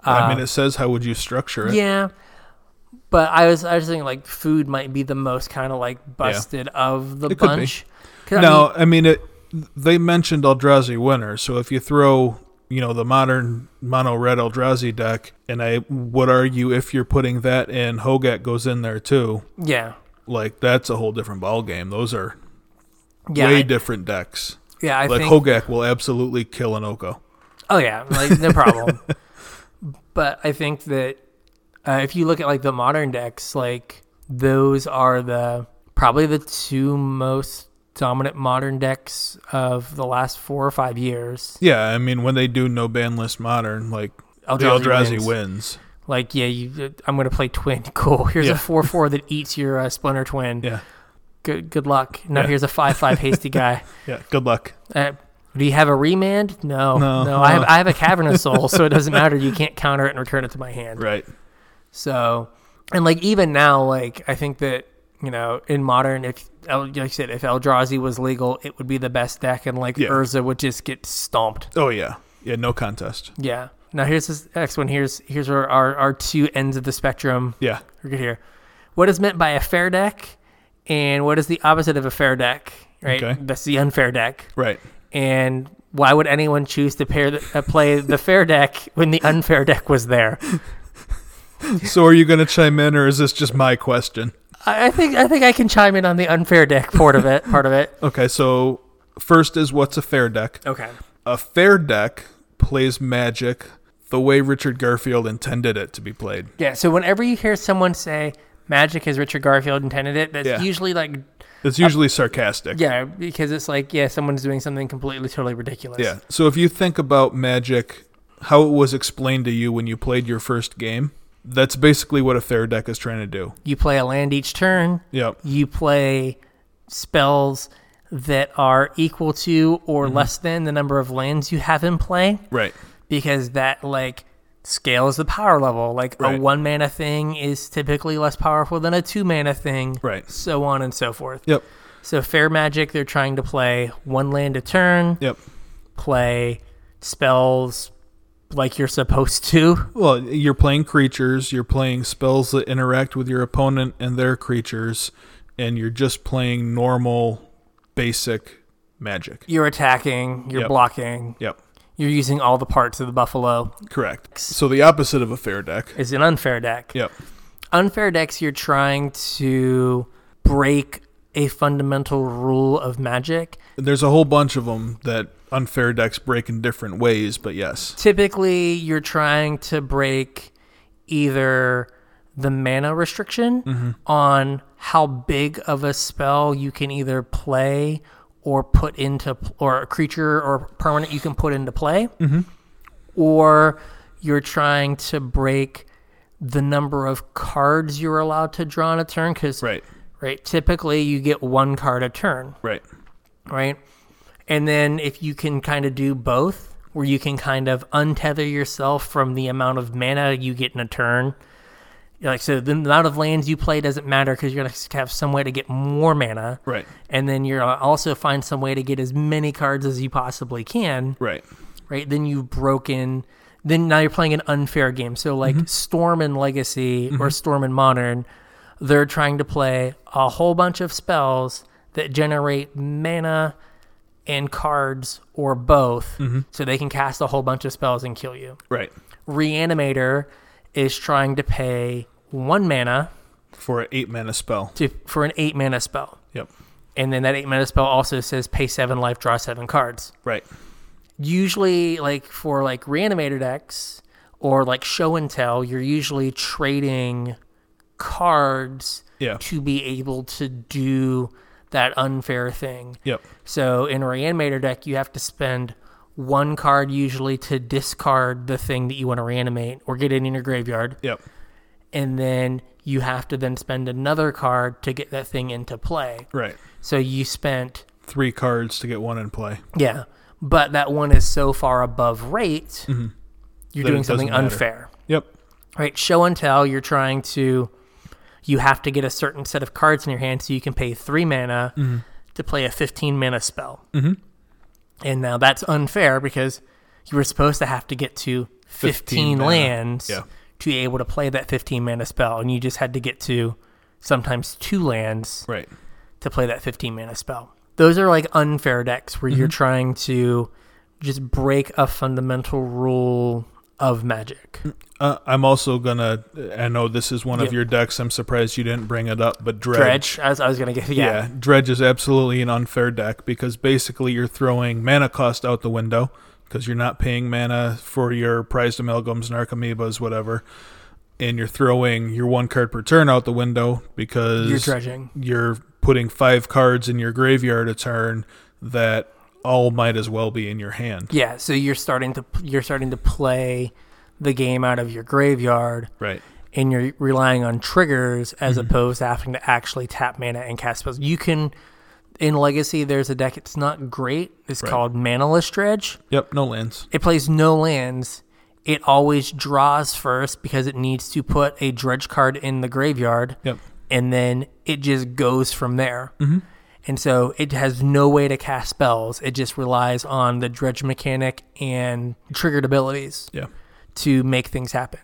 [SPEAKER 1] Um,
[SPEAKER 2] I mean, it says how would you structure it?
[SPEAKER 1] Yeah. But I was I was thinking like food might be the most kind of like busted of the
[SPEAKER 2] It could be.
[SPEAKER 1] bunch. 'Cause, I
[SPEAKER 2] No,
[SPEAKER 1] mean,
[SPEAKER 2] I mean it. They mentioned Eldrazi winner, so if you throw you know the modern mono red Eldrazi deck, and I would argue if you're putting that in, Hogak goes in there too.
[SPEAKER 1] yeah.
[SPEAKER 2] like that's a whole different ball game. Those are
[SPEAKER 1] Yeah.
[SPEAKER 2] way
[SPEAKER 1] I,
[SPEAKER 2] different decks.
[SPEAKER 1] yeah, I
[SPEAKER 2] like
[SPEAKER 1] think
[SPEAKER 2] Hogak will absolutely kill an Oko.
[SPEAKER 1] Oh yeah, like no problem. but I think that uh, if you look at like the modern decks, like those are the probably the two most dominant modern decks of the last four or five years.
[SPEAKER 2] Yeah, I mean when they do no ban list modern, like
[SPEAKER 1] Eldrazi
[SPEAKER 2] the Eldrazi
[SPEAKER 1] wins.
[SPEAKER 2] wins.
[SPEAKER 1] Like, yeah, you, I'm going to play twin. Cool. Here's a
[SPEAKER 2] Yeah.
[SPEAKER 1] 4 4 that eats your uh, Splinter Twin.
[SPEAKER 2] Yeah,
[SPEAKER 1] Good, good luck. Now
[SPEAKER 2] Yeah.
[SPEAKER 1] here's a 5 5 hasty guy.
[SPEAKER 2] yeah. Good luck.
[SPEAKER 1] Uh, do you have a remand? No, no.
[SPEAKER 2] No.
[SPEAKER 1] I have I have a cavernous soul, so it doesn't matter. You can't counter it and return it to my hand.
[SPEAKER 2] Right.
[SPEAKER 1] So, and like even now, like I think that you know in modern, if El- like I said, if Eldrazi was legal, it would be the best deck, and like
[SPEAKER 2] Yeah.
[SPEAKER 1] Urza would just get stomped.
[SPEAKER 2] Oh yeah. Yeah. No contest.
[SPEAKER 1] Yeah. Now here's this next one. Here's here's our our, our two ends of the spectrum.
[SPEAKER 2] Yeah.
[SPEAKER 1] We're good here. What is meant by a fair deck, and what is the opposite of a fair deck? Right.
[SPEAKER 2] Okay.
[SPEAKER 1] That's the unfair deck
[SPEAKER 2] Right.
[SPEAKER 1] and why would anyone choose to pair the, uh, play the fair deck when the unfair deck was there?
[SPEAKER 2] So are you going to chime in, or is this just my question?
[SPEAKER 1] I, I think I think I can chime in on the unfair deck part of it. Part of it.
[SPEAKER 2] Okay. So first is what's a fair deck.
[SPEAKER 1] Okay.
[SPEAKER 2] A fair deck plays Magic the way Richard Garfield intended it to be played.
[SPEAKER 1] Yeah. So whenever you hear someone say "Magic" as Richard Garfield intended it, that's
[SPEAKER 2] Yeah.
[SPEAKER 1] usually like
[SPEAKER 2] It's
[SPEAKER 1] Uh,
[SPEAKER 2] usually sarcastic.
[SPEAKER 1] yeah, because it's like yeah, someone's doing something completely totally ridiculous.
[SPEAKER 2] Yeah. So if you think about Magic, how it was explained to you when you played your first game, that's basically what a fair deck is trying to do.
[SPEAKER 1] You play a land each turn.
[SPEAKER 2] Yep.
[SPEAKER 1] You play spells that are equal to or
[SPEAKER 2] Mm-hmm.
[SPEAKER 1] less than the number of lands you have in play.
[SPEAKER 2] Right.
[SPEAKER 1] because that like scales the power level. Like a
[SPEAKER 2] Right.
[SPEAKER 1] one mana thing is typically less powerful than a two mana thing,
[SPEAKER 2] Right.
[SPEAKER 1] so on and so forth.
[SPEAKER 2] Yep.
[SPEAKER 1] So fair magic, they're trying to play one land a turn,
[SPEAKER 2] Yep.
[SPEAKER 1] play spells like you're supposed to.
[SPEAKER 2] Well, you're playing creatures, you're playing spells that interact with your opponent and their creatures, and you're just playing normal, basic magic.
[SPEAKER 1] You're attacking, you're
[SPEAKER 2] Yep.
[SPEAKER 1] blocking,
[SPEAKER 2] Yep.
[SPEAKER 1] you're using all the parts of the buffalo.
[SPEAKER 2] Correct. So the opposite of a fair deck.
[SPEAKER 1] It's an unfair deck.
[SPEAKER 2] Yep.
[SPEAKER 1] Unfair decks, you're trying to break a fundamental rule of magic.
[SPEAKER 2] There's a whole bunch of them that unfair decks break in different ways, but yes.
[SPEAKER 1] typically you're trying to break either the mana restriction on how big of a spell you can either play or put into or a creature or permanent you can put into play or you're trying to break the number of cards you're allowed to draw in a turn because
[SPEAKER 2] Right.
[SPEAKER 1] right typically you get one card a turn
[SPEAKER 2] Right.
[SPEAKER 1] right? And then if you can kind of do both, where you can kind of untether yourself from the amount of mana you get in a turn. Like so, the amount of lands you play doesn't matter because you're gonna have some way to get more mana,
[SPEAKER 2] Right.
[SPEAKER 1] and then you're gonna also find some way to get as many cards as you possibly can,
[SPEAKER 2] Right.
[SPEAKER 1] right? Then you've broken. Then now you're playing an unfair game. So like Storm and Legacy or Storm and Modern, they're trying to play a whole bunch of spells that generate mana and cards or both, so they can cast a whole bunch of spells and kill you.
[SPEAKER 2] Right.
[SPEAKER 1] Reanimator is trying to pay one mana
[SPEAKER 2] For an eight mana spell.
[SPEAKER 1] to for an eight mana spell,
[SPEAKER 2] Yep.
[SPEAKER 1] and then that eight mana spell also says pay seven life, draw seven cards.
[SPEAKER 2] Right.
[SPEAKER 1] usually like for like reanimator decks or like show and tell, you're usually trading cards
[SPEAKER 2] Yeah.
[SPEAKER 1] to be able to do that unfair thing.
[SPEAKER 2] Yep.
[SPEAKER 1] So in a reanimator deck, you have to spend one card usually to discard the thing that you want to reanimate or get it in your graveyard,
[SPEAKER 2] Yep.
[SPEAKER 1] and then you have to then spend another card to get that thing into play.
[SPEAKER 2] Right.
[SPEAKER 1] So you spent
[SPEAKER 2] Three cards to get one in play.
[SPEAKER 1] yeah, but that one is so far above rate, you're
[SPEAKER 2] Mm-hmm. That it
[SPEAKER 1] doing something
[SPEAKER 2] doesn't matter.
[SPEAKER 1] unfair,
[SPEAKER 2] Yep.
[SPEAKER 1] right? Show and tell. You're trying to, you have to get a certain set of cards in your hand so you can pay three mana
[SPEAKER 2] Mm-hmm.
[SPEAKER 1] to play a 15 mana spell, mm-hmm. and now that's unfair because you were supposed to have to get to 15,
[SPEAKER 2] 15 mana.
[SPEAKER 1] lands
[SPEAKER 2] Yeah.
[SPEAKER 1] to be able to play that 15 mana spell, and you just had to get to sometimes two lands
[SPEAKER 2] Right.
[SPEAKER 1] to play that 15 mana spell. Those are like unfair decks where
[SPEAKER 2] Mm-hmm.
[SPEAKER 1] you're trying to just break a fundamental rule of magic.
[SPEAKER 2] Uh, I'm also gonna. I know this is one
[SPEAKER 1] Yep.
[SPEAKER 2] of your decks. I'm surprised you didn't bring it up, but dredge.
[SPEAKER 1] Dredge, as I was going to get,
[SPEAKER 2] Yeah.
[SPEAKER 1] yeah.
[SPEAKER 2] dredge is absolutely an unfair deck because basically you're throwing mana cost out the window because you're not paying mana for your prized amalgams, narcomoebas, whatever, and you're throwing your one card per turn out the window because
[SPEAKER 1] You're dredging.
[SPEAKER 2] you're putting five cards in your graveyard a turn that all might as well be in your hand.
[SPEAKER 1] Yeah, so you're starting to you're starting to play the game out of your graveyard,
[SPEAKER 2] Right. Mm-hmm.
[SPEAKER 1] and you're relying on triggers as opposed to having to actually tap mana and cast spells. You can in Legacy. There's a deck. It's not great. It's
[SPEAKER 2] Right.
[SPEAKER 1] called Manaless Dredge.
[SPEAKER 2] Yep. No lands.
[SPEAKER 1] It plays no lands. It always draws first because it needs to put a dredge card in the graveyard.
[SPEAKER 2] Yep.
[SPEAKER 1] and then it just goes from there. Mm-hmm. And so it has no way to cast spells. It just relies on the dredge mechanic and triggered abilities
[SPEAKER 2] Yeah.
[SPEAKER 1] to make things happen.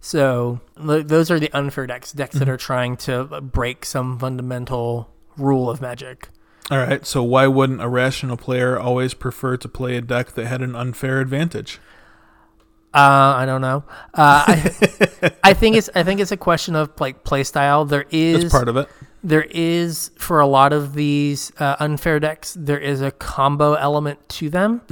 [SPEAKER 1] So th- those are the unfair decks, decks that are trying to break some fundamental rule of magic.
[SPEAKER 2] All right. So why wouldn't a rational player always prefer to play a deck that had an unfair advantage?
[SPEAKER 1] Uh, I don't know. Uh, I, I think it's I think it's a question of like play style. There is
[SPEAKER 2] That's part of it.
[SPEAKER 1] there is for a lot of these uh, unfair decks there is a combo element to them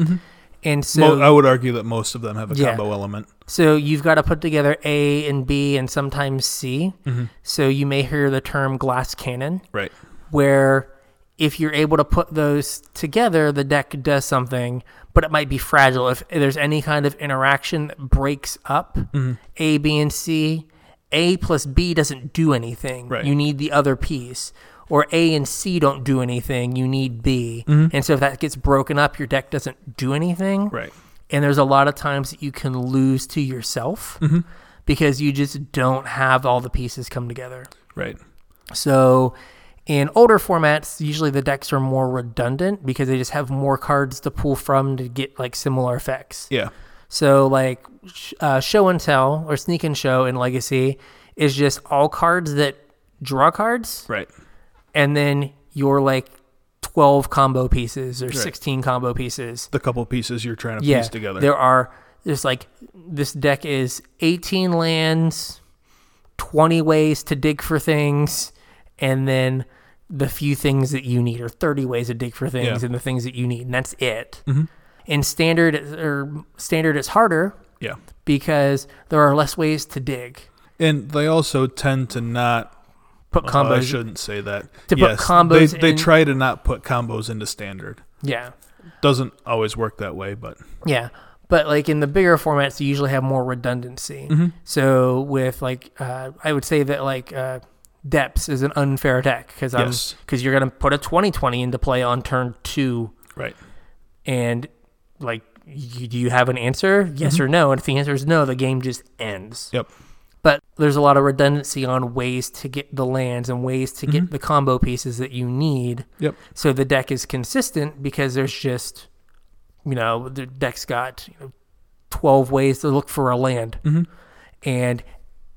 [SPEAKER 1] and so
[SPEAKER 2] Mm-hmm. Mo- I would argue that most of them have a
[SPEAKER 1] Yeah.
[SPEAKER 2] combo element.
[SPEAKER 1] so you've got to put together a and b and sometimes c
[SPEAKER 2] Mm-hmm.
[SPEAKER 1] so you may hear the term glass cannon
[SPEAKER 2] Right.
[SPEAKER 1] where if you're able to put those together the deck does something but it might be fragile if there's any kind of interaction that breaks up
[SPEAKER 2] Mm-hmm.
[SPEAKER 1] a b and c a plus b doesn't do anything
[SPEAKER 2] Right.
[SPEAKER 1] you need the other piece or a and c don't do anything you need b and so if that gets broken up your deck doesn't do anything
[SPEAKER 2] Mm-hmm. Right.
[SPEAKER 1] and there's a lot of times that you can lose to yourself
[SPEAKER 2] Mm-hmm.
[SPEAKER 1] because you just don't have all the pieces come together
[SPEAKER 2] Right.
[SPEAKER 1] so in older formats, usually the decks are more redundant because they just have more cards to pull from to get like similar effects.
[SPEAKER 2] Yeah.
[SPEAKER 1] So like sh- uh, show and tell or sneak and show in Legacy is just all cards that draw cards
[SPEAKER 2] Right.
[SPEAKER 1] and then your like 12 combo pieces or 16 combo pieces
[SPEAKER 2] The couple pieces you're trying to
[SPEAKER 1] yeah,
[SPEAKER 2] piece together.
[SPEAKER 1] There are there's like this deck is 18 lands, 20 ways to dig for things, and then the few things that you need, or 30 ways to dig for things,
[SPEAKER 2] Yeah. Mm-hmm.
[SPEAKER 1] and the things that you need, and that's it. In standard or standard, it's harder
[SPEAKER 2] yeah.
[SPEAKER 1] because there are less ways to dig.
[SPEAKER 2] And they also tend to not
[SPEAKER 1] Put
[SPEAKER 2] Well, Oh, I
[SPEAKER 1] combos,
[SPEAKER 2] shouldn't say that.
[SPEAKER 1] To put
[SPEAKER 2] They,
[SPEAKER 1] combos
[SPEAKER 2] they
[SPEAKER 1] in-
[SPEAKER 2] try to not put combos into standard.
[SPEAKER 1] yeah,
[SPEAKER 2] Doesn't always work that way, but
[SPEAKER 1] Yeah. But like in the bigger formats, you usually have more redundancy.
[SPEAKER 2] Mm-hmm.
[SPEAKER 1] So with like, uh, I would say that like uh, depths is an unfair attack because
[SPEAKER 2] Yes.
[SPEAKER 1] because you're gonna put a 20-20 into play on turn two,
[SPEAKER 2] right,
[SPEAKER 1] and like, y do you have an answer? Yes or no? And if the answer is no, the game just ends.
[SPEAKER 2] Mm-hmm. yep,
[SPEAKER 1] But there's a lot of redundancy on ways to get the lands and ways to
[SPEAKER 2] Mm-hmm.
[SPEAKER 1] get the combo pieces that you need.
[SPEAKER 2] yep,
[SPEAKER 1] So the deck is consistent because there's just, you know, the deck's got you know, 12 ways to look for a land
[SPEAKER 2] Mm-hmm.
[SPEAKER 1] and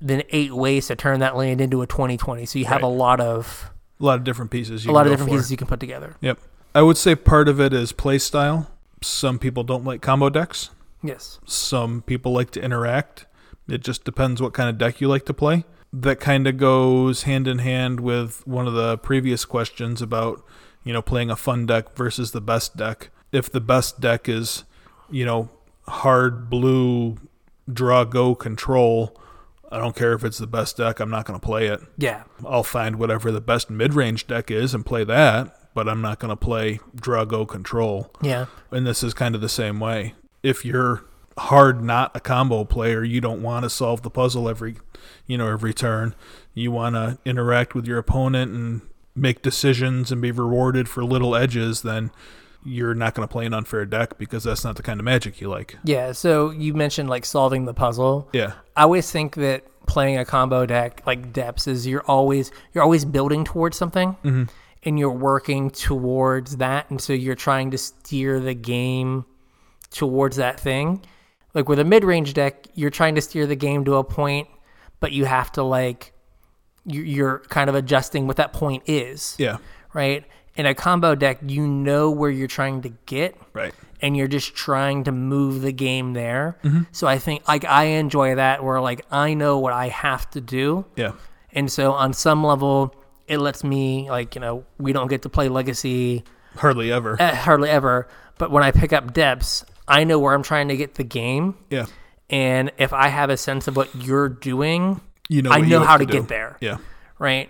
[SPEAKER 1] then eight ways to turn that land into a 2020. So you have a lot of,
[SPEAKER 2] a lot of different pieces.
[SPEAKER 1] a
[SPEAKER 2] You can
[SPEAKER 1] lot of
[SPEAKER 2] go
[SPEAKER 1] different
[SPEAKER 2] for.
[SPEAKER 1] pieces you can put together.
[SPEAKER 2] Yep, I would say part of it is play style. Some people don't like combo decks.
[SPEAKER 1] Yes.
[SPEAKER 2] Some people like to interact. It just depends what kind of deck you like to play. That kind of goes hand in hand with one of the previous questions about, you know, playing a fun deck versus the best deck. If the best deck is, you know, hard blue draw go control, I don't care if it's the best deck, I'm not going to play it.
[SPEAKER 1] Yeah.
[SPEAKER 2] I'll find whatever the best mid-range deck is and play that, but I'm not going to play draw go control
[SPEAKER 1] Yeah.
[SPEAKER 2] and this is kind of the same way. If you're hard not a combo player, you don't want to solve the puzzle every, you know, every turn. You want to interact with your opponent and make decisions and be rewarded for little edges, then you're not going to play an unfair deck because that's not the kind of magic you like.
[SPEAKER 1] Yeah. So you mentioned like solving the puzzle.
[SPEAKER 2] Yeah.
[SPEAKER 1] I always think that playing a combo deck like depths is you're always you're always building towards something and you're working towards that and so you're trying to steer the game towards that thing like with a mid-range deck you're trying to steer the game to a point but you have to like you- you're kind of adjusting what that point is
[SPEAKER 2] Yeah.
[SPEAKER 1] right in a combo deck you know where you're trying to get
[SPEAKER 2] Right.
[SPEAKER 1] and you're just trying to move the game there.
[SPEAKER 2] Mm-hmm.
[SPEAKER 1] So I think like I enjoy that where like I know what I have to do.
[SPEAKER 2] Yeah.
[SPEAKER 1] And so on some level it lets me like, you know, we don't get to play legacy
[SPEAKER 2] Hardly ever.
[SPEAKER 1] eh, hardly ever, but when I pick up depths, I know where I'm trying to get the game.
[SPEAKER 2] Yeah.
[SPEAKER 1] And if I have a sense of what you're doing,
[SPEAKER 2] You know,
[SPEAKER 1] I
[SPEAKER 2] what you
[SPEAKER 1] know
[SPEAKER 2] have
[SPEAKER 1] how to
[SPEAKER 2] do.
[SPEAKER 1] get there.
[SPEAKER 2] Yeah.
[SPEAKER 1] right?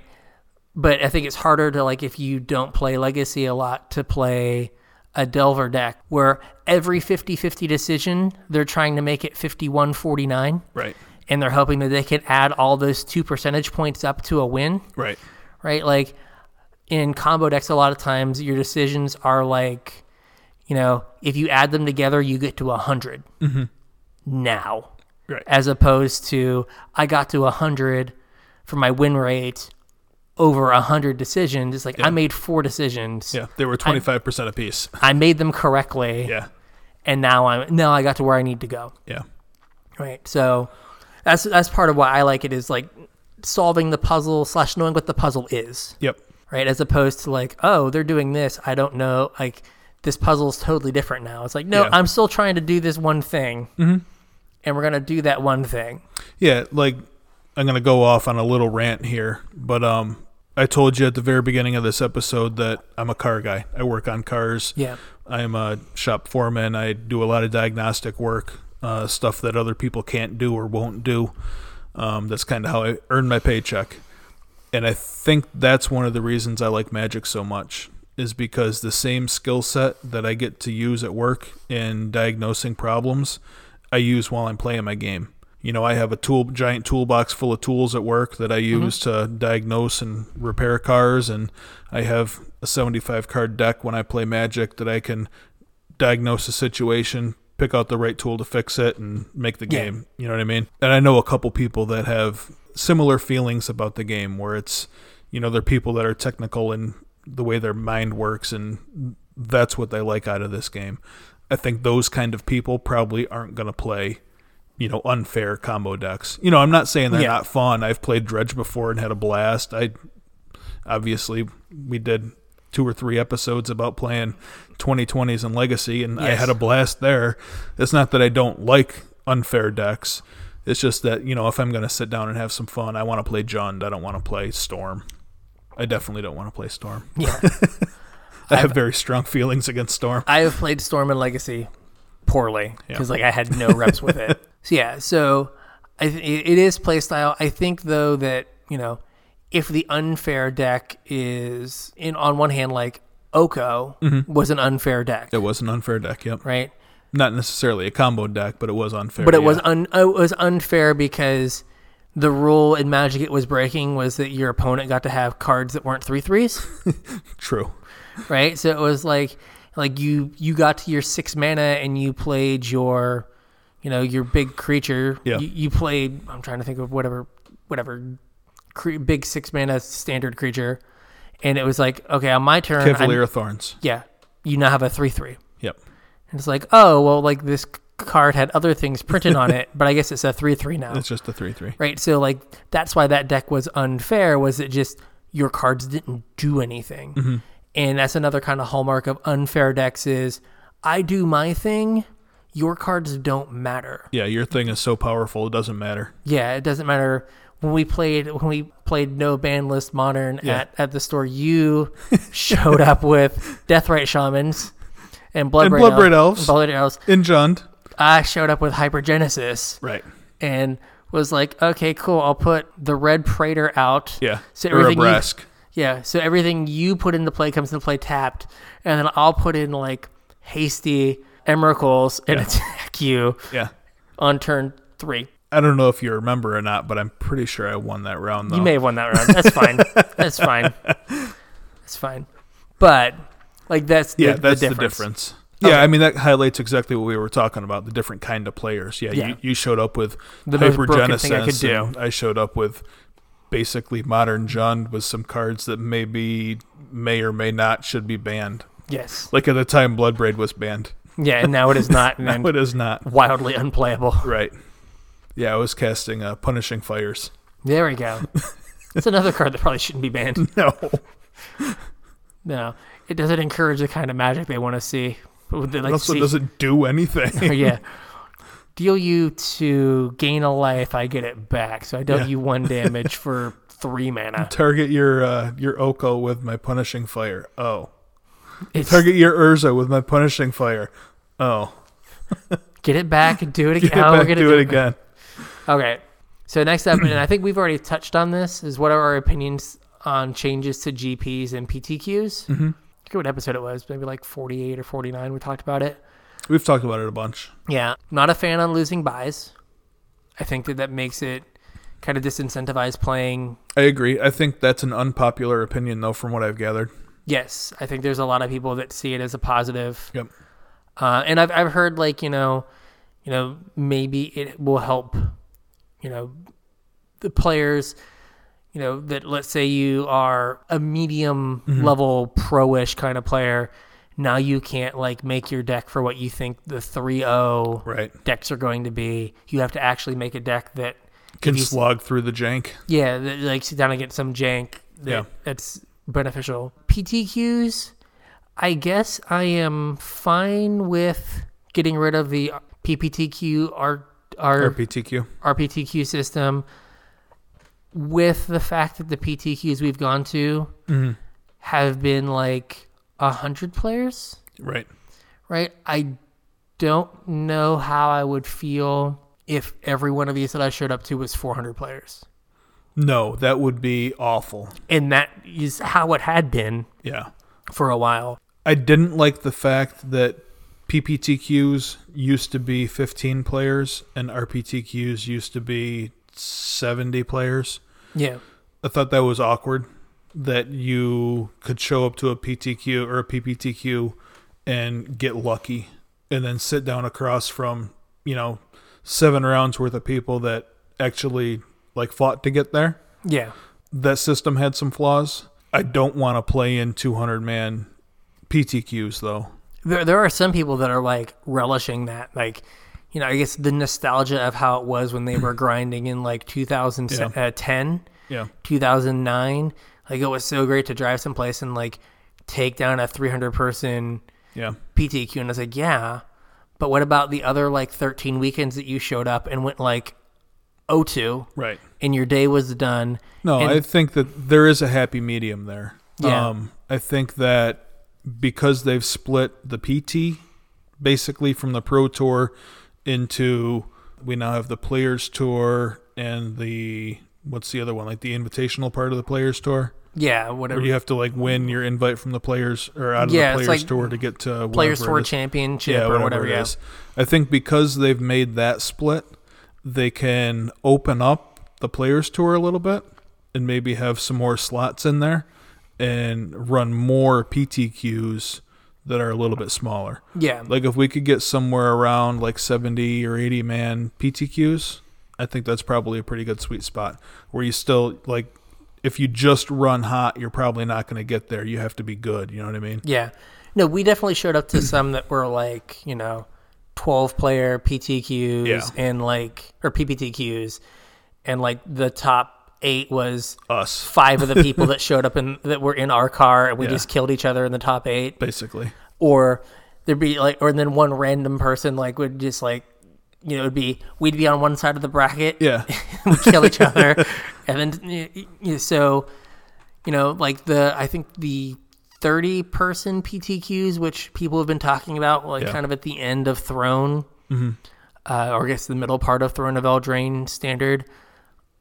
[SPEAKER 1] but I think it's harder to like if you don't play Legacy a lot to play a Delver deck where every 50-50 decision they're trying to make it 51-49
[SPEAKER 2] Right.
[SPEAKER 1] and they're hoping that they can add all those two percentage points up to a win,
[SPEAKER 2] Right.
[SPEAKER 1] right? Like in combo decks a lot of times your decisions are like you know, if you add them together you get to 100. Now
[SPEAKER 2] Right.
[SPEAKER 1] as opposed to I got to 100 for my win rate over 100 decisions. It's like I made four decisions.
[SPEAKER 2] Yeah. They were 25% apiece.
[SPEAKER 1] I made them correctly
[SPEAKER 2] Yeah.
[SPEAKER 1] and now I'm now I got to where I need to go.
[SPEAKER 2] Yeah.
[SPEAKER 1] Right. So that's that's part of why I like it is like solving the puzzle slash knowing what the puzzle is.
[SPEAKER 2] Yep.
[SPEAKER 1] Right. As opposed to like, oh, they're doing this. I don't know. Like this puzzle's totally different now. It's like, no,
[SPEAKER 2] Yeah. Mm-hmm.
[SPEAKER 1] I'm still trying to do this one thing. And we're gonna do that one thing.
[SPEAKER 2] Yeah, like I'm gonna go off on a little rant here, but um, I told you at the very beginning of this episode that I'm a car guy. I work on cars.
[SPEAKER 1] Yeah.
[SPEAKER 2] I'm a shop foreman. I do a lot of diagnostic work, uh, stuff that other people can't do or won't do. Um, that's kind of how I earn my paycheck, and I think that's one of the reasons I like magic so much is because the same skill set that I get to use at work in diagnosing problems, I use while I'm playing my game. You know, I have a tool giant toolbox full of tools at work that I use to diagnose and repair cars and I have a 75 card deck when I play Magic that I can diagnose a situation, pick out the right tool to fix it and make the
[SPEAKER 1] Yeah.
[SPEAKER 2] game. You know what I mean? And I know a couple people that have similar feelings about the game where it's you know, they're people that are technical in the way their mind works and that's what they like out of this game. I think those kind of people probably aren't going to play, you know, unfair combo decks. You know, I'm not saying they're
[SPEAKER 1] Yeah.
[SPEAKER 2] not fun. I've played Dredge before and had a blast. I obviously we did two or three episodes about playing 2020s and Legacy, and I
[SPEAKER 1] Yes.
[SPEAKER 2] had a blast there. It's not that I don't like unfair decks. It's just that you know if I'm going to sit down and have some fun, I want to play Jund. I don't want to play Storm. I definitely don't want to play Storm.
[SPEAKER 1] Yeah.
[SPEAKER 2] I have very strong feelings against Storm.
[SPEAKER 1] I have played Storm and Legacy poorly
[SPEAKER 2] Yeah.
[SPEAKER 1] because like I had no reps with it. So yeah, so I th- it it is playstyle. I think though that you know if the unfair deck is in on one hand like Oko
[SPEAKER 2] Mm-hmm.
[SPEAKER 1] was an unfair deck,
[SPEAKER 2] It was an unfair deck. Yep.
[SPEAKER 1] right?
[SPEAKER 2] Not necessarily a combo deck, but it was unfair.
[SPEAKER 1] But it
[SPEAKER 2] yeah.
[SPEAKER 1] was un- it was unfair because the rule in Magic it was breaking was that your opponent got to have cards that weren't three threes.
[SPEAKER 2] true.
[SPEAKER 1] right? So it was like like you you got to your six mana and you played your you know your big creature.
[SPEAKER 2] Yeah.
[SPEAKER 1] You, you played. I'm trying to think of whatever whatever cre- big six mana standard creature, and it was like okay on my turn. I'm-
[SPEAKER 2] Cavalier of Thorns.
[SPEAKER 1] yeah, you now have a three three.
[SPEAKER 2] Yep.
[SPEAKER 1] And it's like oh well like this c- card had other things printed on it, but I guess it's a three three now.
[SPEAKER 2] It's just a three three.
[SPEAKER 1] Right, so like that's why that deck was unfair. Was it just your cards didn't do anything?
[SPEAKER 2] Mm-hmm.
[SPEAKER 1] And that's another kind of hallmark of unfair decks is I do my thing, your cards don't matter.
[SPEAKER 2] Yeah, your thing is so powerful it doesn't matter.
[SPEAKER 1] Yeah, it doesn't matter. When we played when we played no ban list modern
[SPEAKER 2] Yeah.
[SPEAKER 1] at, at the store, you showed up with Deathrite Shamans and Blood
[SPEAKER 2] And
[SPEAKER 1] Red
[SPEAKER 2] Blood
[SPEAKER 1] Elf-
[SPEAKER 2] Red Elves.
[SPEAKER 1] Blood Red Elves.
[SPEAKER 2] In Jund.
[SPEAKER 1] I showed up with Hypergenesis
[SPEAKER 2] Right.
[SPEAKER 1] and was like, okay, cool. I'll put the Red Praetor out.
[SPEAKER 2] Yeah.
[SPEAKER 1] So
[SPEAKER 2] or a
[SPEAKER 1] everything you,
[SPEAKER 2] Brask.
[SPEAKER 1] yeah. So everything you put into play comes into play tapped, and then I'll put in like hasty emeracles and
[SPEAKER 2] Yeah.
[SPEAKER 1] attack you
[SPEAKER 2] Yeah.
[SPEAKER 1] on turn three.
[SPEAKER 2] I don't know if you remember or not, but I'm pretty sure I won that round though.
[SPEAKER 1] You may have won that round. That's fine. That's fine. That's fine. But like that's the,
[SPEAKER 2] yeah, that's
[SPEAKER 1] the
[SPEAKER 2] the
[SPEAKER 1] difference.
[SPEAKER 2] difference. Yeah, I mean that highlights exactly what we were talking about, the different kind of players. Yeah,
[SPEAKER 1] Yeah.
[SPEAKER 2] You, you showed up with
[SPEAKER 1] The most broken thing I could
[SPEAKER 2] hypergenesis. and I showed up with basically modern Jund with some cards that maybe may or may not should be banned.
[SPEAKER 1] Yes.
[SPEAKER 2] Like at the time Bloodbraid was banned.
[SPEAKER 1] Yeah, and now it is not, and
[SPEAKER 2] Now it is not.
[SPEAKER 1] wildly unplayable.
[SPEAKER 2] Right. Yeah, I was casting uh, punishing fires.
[SPEAKER 1] There we go. That's another card that probably shouldn't be banned.
[SPEAKER 2] No.
[SPEAKER 1] No, it doesn't encourage the kind of magic they want to see. But would they like
[SPEAKER 2] It
[SPEAKER 1] to
[SPEAKER 2] also
[SPEAKER 1] see-
[SPEAKER 2] doesn't do anything.
[SPEAKER 1] Or, yeah. Deal you to gain a life, I get it back. So I dealt
[SPEAKER 2] Yeah.
[SPEAKER 1] you one damage for three mana.
[SPEAKER 2] Target your uh, your Oko with my punishing fire. Oh.
[SPEAKER 1] It's,
[SPEAKER 2] Target your Urza with my punishing fire. Oh.
[SPEAKER 1] Get it back and do it again.
[SPEAKER 2] Get
[SPEAKER 1] Oh, we're
[SPEAKER 2] back,
[SPEAKER 1] gonna
[SPEAKER 2] do it again.
[SPEAKER 1] Okay. So next up, and I think we've already touched on this, is what are our opinions on changes to GPs and PTQs.
[SPEAKER 2] Mm-hmm.
[SPEAKER 1] I forget what episode it was, maybe like 48 or 49. We talked about it.
[SPEAKER 2] We've talked about it a bunch.
[SPEAKER 1] Yeah, not a fan on losing buys. I think that that makes it kind of disincentivize playing.
[SPEAKER 2] I agree. I think that's an unpopular opinion, though, from what I've gathered.
[SPEAKER 1] Yes, I think there's a lot of people that see it as a positive.
[SPEAKER 2] Yep.
[SPEAKER 1] Uh, and I've I've heard like you know, you know maybe it will help, you know, the players, you know that let's say you are a medium
[SPEAKER 2] Mm-hmm.
[SPEAKER 1] level pro-ish kind of player, now you can't like make your deck for what you think the 3-0
[SPEAKER 2] Right.
[SPEAKER 1] decks are going to be. You have to actually make a deck that
[SPEAKER 2] Can
[SPEAKER 1] you s-
[SPEAKER 2] slog through the jank.
[SPEAKER 1] yeah, that, like sit down and get some jank. That,
[SPEAKER 2] Yeah.
[SPEAKER 1] that's beneficial. PTQs, I guess I am fine with getting rid of the PPTQ R, R,
[SPEAKER 2] RPTQ.
[SPEAKER 1] RPTQ system, with the fact that the PTQs we've gone to have been like a hundred players
[SPEAKER 2] Right.
[SPEAKER 1] right? I don't know how I would feel if every one of these that I showed up to was 400 players.
[SPEAKER 2] No, that would be awful.
[SPEAKER 1] And that is how it had been
[SPEAKER 2] Yeah.
[SPEAKER 1] for a while.
[SPEAKER 2] I didn't like the fact that PPTQs used to be 15 players and RPTQs used to be 70 players.
[SPEAKER 1] Yeah.
[SPEAKER 2] I thought that was awkward that you could show up to a PTQ or a PPTQ and get lucky and then sit down across from, you know, seven rounds worth of people that actually like fought to get there.
[SPEAKER 1] Yeah.
[SPEAKER 2] That system had some flaws. I don't want to play in 200 man PTQs though.
[SPEAKER 1] There, there are some people that are like relishing that. Like, you know, I guess the nostalgia of how it was when they were grinding in like 2010,
[SPEAKER 2] Yeah.
[SPEAKER 1] 2009. Like, it was so great to drive someplace and like take down a 300 person
[SPEAKER 2] Yeah.
[SPEAKER 1] PTQ, and I was like, yeah, but what about the other like 13 weekends that you showed up and went like 02
[SPEAKER 2] Right.
[SPEAKER 1] and your day was done?
[SPEAKER 2] No,
[SPEAKER 1] And-
[SPEAKER 2] I think that there is a happy medium there.
[SPEAKER 1] Yeah.
[SPEAKER 2] Um, I think that because they've split the PT basically from the Pro Tour into we now have the Players Tour and the what's the other one like the Invitational part of the Players Tour
[SPEAKER 1] Yeah, whatever.
[SPEAKER 2] where you have to like win your invite from the Players or out of
[SPEAKER 1] Yeah,
[SPEAKER 2] the
[SPEAKER 1] it's
[SPEAKER 2] Players
[SPEAKER 1] like
[SPEAKER 2] Tour to get to
[SPEAKER 1] Players
[SPEAKER 2] wherever it
[SPEAKER 1] Tour
[SPEAKER 2] is.
[SPEAKER 1] Championship
[SPEAKER 2] yeah,
[SPEAKER 1] or
[SPEAKER 2] whatever,
[SPEAKER 1] whatever.
[SPEAKER 2] it
[SPEAKER 1] yeah.
[SPEAKER 2] is. I think because they've made that split, they can open up the players tour a little bit and maybe have some more slots in there and run more PTQs that are a little bit smaller.
[SPEAKER 1] Yeah.
[SPEAKER 2] Like if we could get somewhere around like 70 or 80 man PTQs, I think that's probably a pretty good sweet spot where you still like if you just run hot, you're probably not going to get there. You have to be good, you know what I mean?
[SPEAKER 1] yeah. No, we definitely showed up to some that were like, you know, 12 player PTQs
[SPEAKER 2] Yeah.
[SPEAKER 1] and like, or PPTQs, and like the top eight was
[SPEAKER 2] Us
[SPEAKER 1] five of the people that showed up and that were in our car and we
[SPEAKER 2] Yeah.
[SPEAKER 1] just killed each other in the top eight.
[SPEAKER 2] basically.
[SPEAKER 1] or there'd be like or then one random person like would just like you know it'd be we'd be on one side of the bracket
[SPEAKER 2] Yeah.
[SPEAKER 1] we'd kill each other and then y- y- y- so you know like the i think the 30 person ptqs which people have been talking about like
[SPEAKER 2] Yeah. Mm-hmm.
[SPEAKER 1] kind of at the end of throne uh, or i guess the middle part of throne of eldraine standard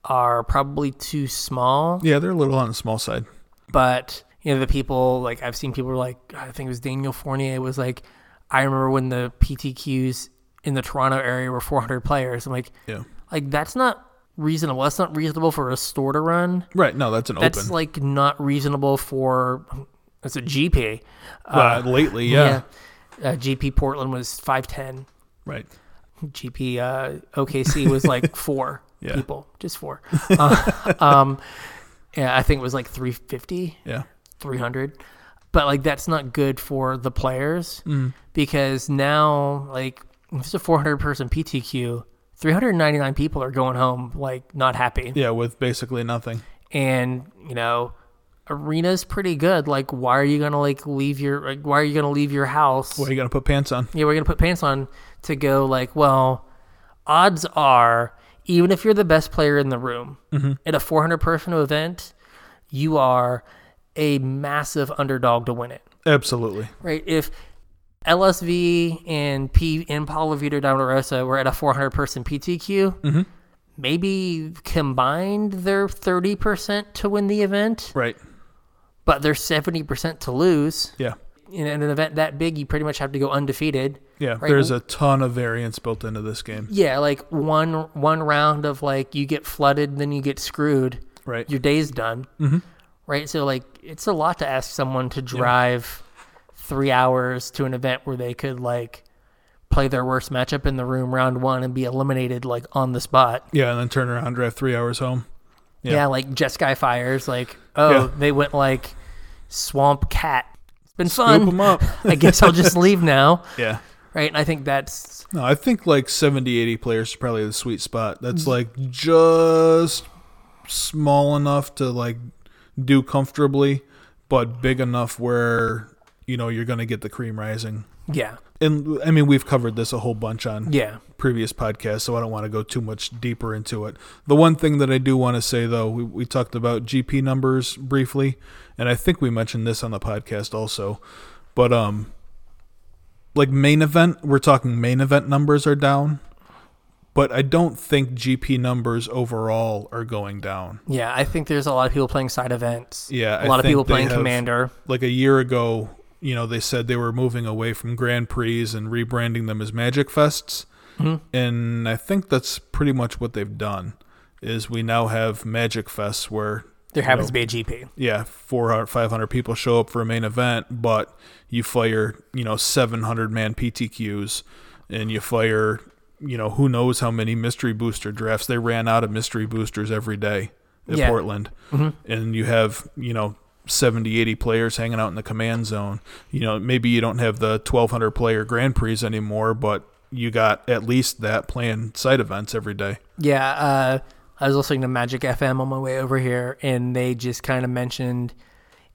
[SPEAKER 1] are probably too small
[SPEAKER 2] Yeah, they're a little on the small side.
[SPEAKER 1] but you know the people like I've seen people were like I think it was Daniel Fournier was like I remember when the PTQs in the Toronto area were 400 players. I'm like
[SPEAKER 2] Yeah.
[SPEAKER 1] like that's not reasonable. That's not reasonable for a store to run.
[SPEAKER 2] Right. No, that's an
[SPEAKER 1] That's
[SPEAKER 2] open.
[SPEAKER 1] like not reasonable for it's a GP.
[SPEAKER 2] uh, lately, yeah.
[SPEAKER 1] yeah. Uh, GP Portland was 510.
[SPEAKER 2] Right.
[SPEAKER 1] GP uh, OKC was like four
[SPEAKER 2] Yeah.
[SPEAKER 1] people, just four. Uh, um, yeah, I think it was like 350.
[SPEAKER 2] Yeah.
[SPEAKER 1] 300 but like that's not good for the players because now like if it's a 400 person ptq 399 people are going home like not happy
[SPEAKER 2] Yeah, with basically nothing.
[SPEAKER 1] and you know arena's pretty good like why are you gonna like leave your like why are you gonna leave your house
[SPEAKER 2] Well, you got to put pants on.
[SPEAKER 1] yeah we're gonna put pants on to go like well odds are even if you're the best player in the room at a 400 person event you are a massive underdog to win it
[SPEAKER 2] Absolutely.
[SPEAKER 1] right? If LSV and P and Paulo Vitor Dom Rosa were at a 400 person PTQ, maybe combined they're 30% to win the event,
[SPEAKER 2] Right.
[SPEAKER 1] but they're 70% to lose.
[SPEAKER 2] Yeah.
[SPEAKER 1] In an event that big, you pretty much have to go undefeated.
[SPEAKER 2] Yeah.
[SPEAKER 1] Right.
[SPEAKER 2] There's a ton of variance built into this game.
[SPEAKER 1] Yeah, like one one round of like you get flooded, then you get screwed.
[SPEAKER 2] Right.
[SPEAKER 1] Your day's done.
[SPEAKER 2] Mm-hmm.
[SPEAKER 1] Right. So like it's a lot to ask someone to drive three hours to an event where they could like play their worst matchup in the room round one and be eliminated like on the spot.
[SPEAKER 2] yeah. And then turn around, drive three hours home. Yeah.
[SPEAKER 1] Yeah, like Jeskai fires. Like oh,
[SPEAKER 2] Yeah.
[SPEAKER 1] they went like swamp cat. It's been
[SPEAKER 2] Scoop
[SPEAKER 1] fun.
[SPEAKER 2] them up.
[SPEAKER 1] I guess I'll just leave now.
[SPEAKER 2] yeah.
[SPEAKER 1] Right. And I think that's
[SPEAKER 2] No, I think like 70, 80 players is probably the sweet spot.
[SPEAKER 1] Mm.
[SPEAKER 2] That's like just small enough to like do comfortably, but big enough where, you know, you're going to get the cream rising.
[SPEAKER 1] yeah,
[SPEAKER 2] And I mean, we've covered this a whole bunch on
[SPEAKER 1] yeah.
[SPEAKER 2] previous podcasts, so I don't want to go too much deeper into it. The one thing that I do want to say, though, we, we talked about GP numbers briefly, and I think we mentioned this on the podcast also, but um, like main event, we're talking main event numbers are down, but I don't think GP numbers overall are going down.
[SPEAKER 1] Yeah, I think there's a lot of people playing side events.
[SPEAKER 2] Yeah,
[SPEAKER 1] a
[SPEAKER 2] I
[SPEAKER 1] lot of
[SPEAKER 2] think
[SPEAKER 1] people
[SPEAKER 2] they
[SPEAKER 1] playing
[SPEAKER 2] have-
[SPEAKER 1] commander.
[SPEAKER 2] Like a year ago, you know, they said they were moving away from Grand Prix and rebranding them as Magic Fests. and I think that's pretty much what they've done. Is we now have Magic Fests where
[SPEAKER 1] There
[SPEAKER 2] you
[SPEAKER 1] happens
[SPEAKER 2] know,
[SPEAKER 1] to be a GP.
[SPEAKER 2] yeah, 400, 500 people show up for a main event, but you fire you know seven hundred man PTQs, and you fire you know who knows how many mystery booster drafts. They ran out of mystery boosters every day in
[SPEAKER 1] Yeah. Mm-hmm.
[SPEAKER 2] Portland, and you have you know. 70 80 players hanging out in the command zone you know maybe you don't have the 1200 player grand prix anymore but you got at least that playing side events every day
[SPEAKER 1] Yeah, uh, I was listening to Magic FM on my way over here, and they just kind of mentioned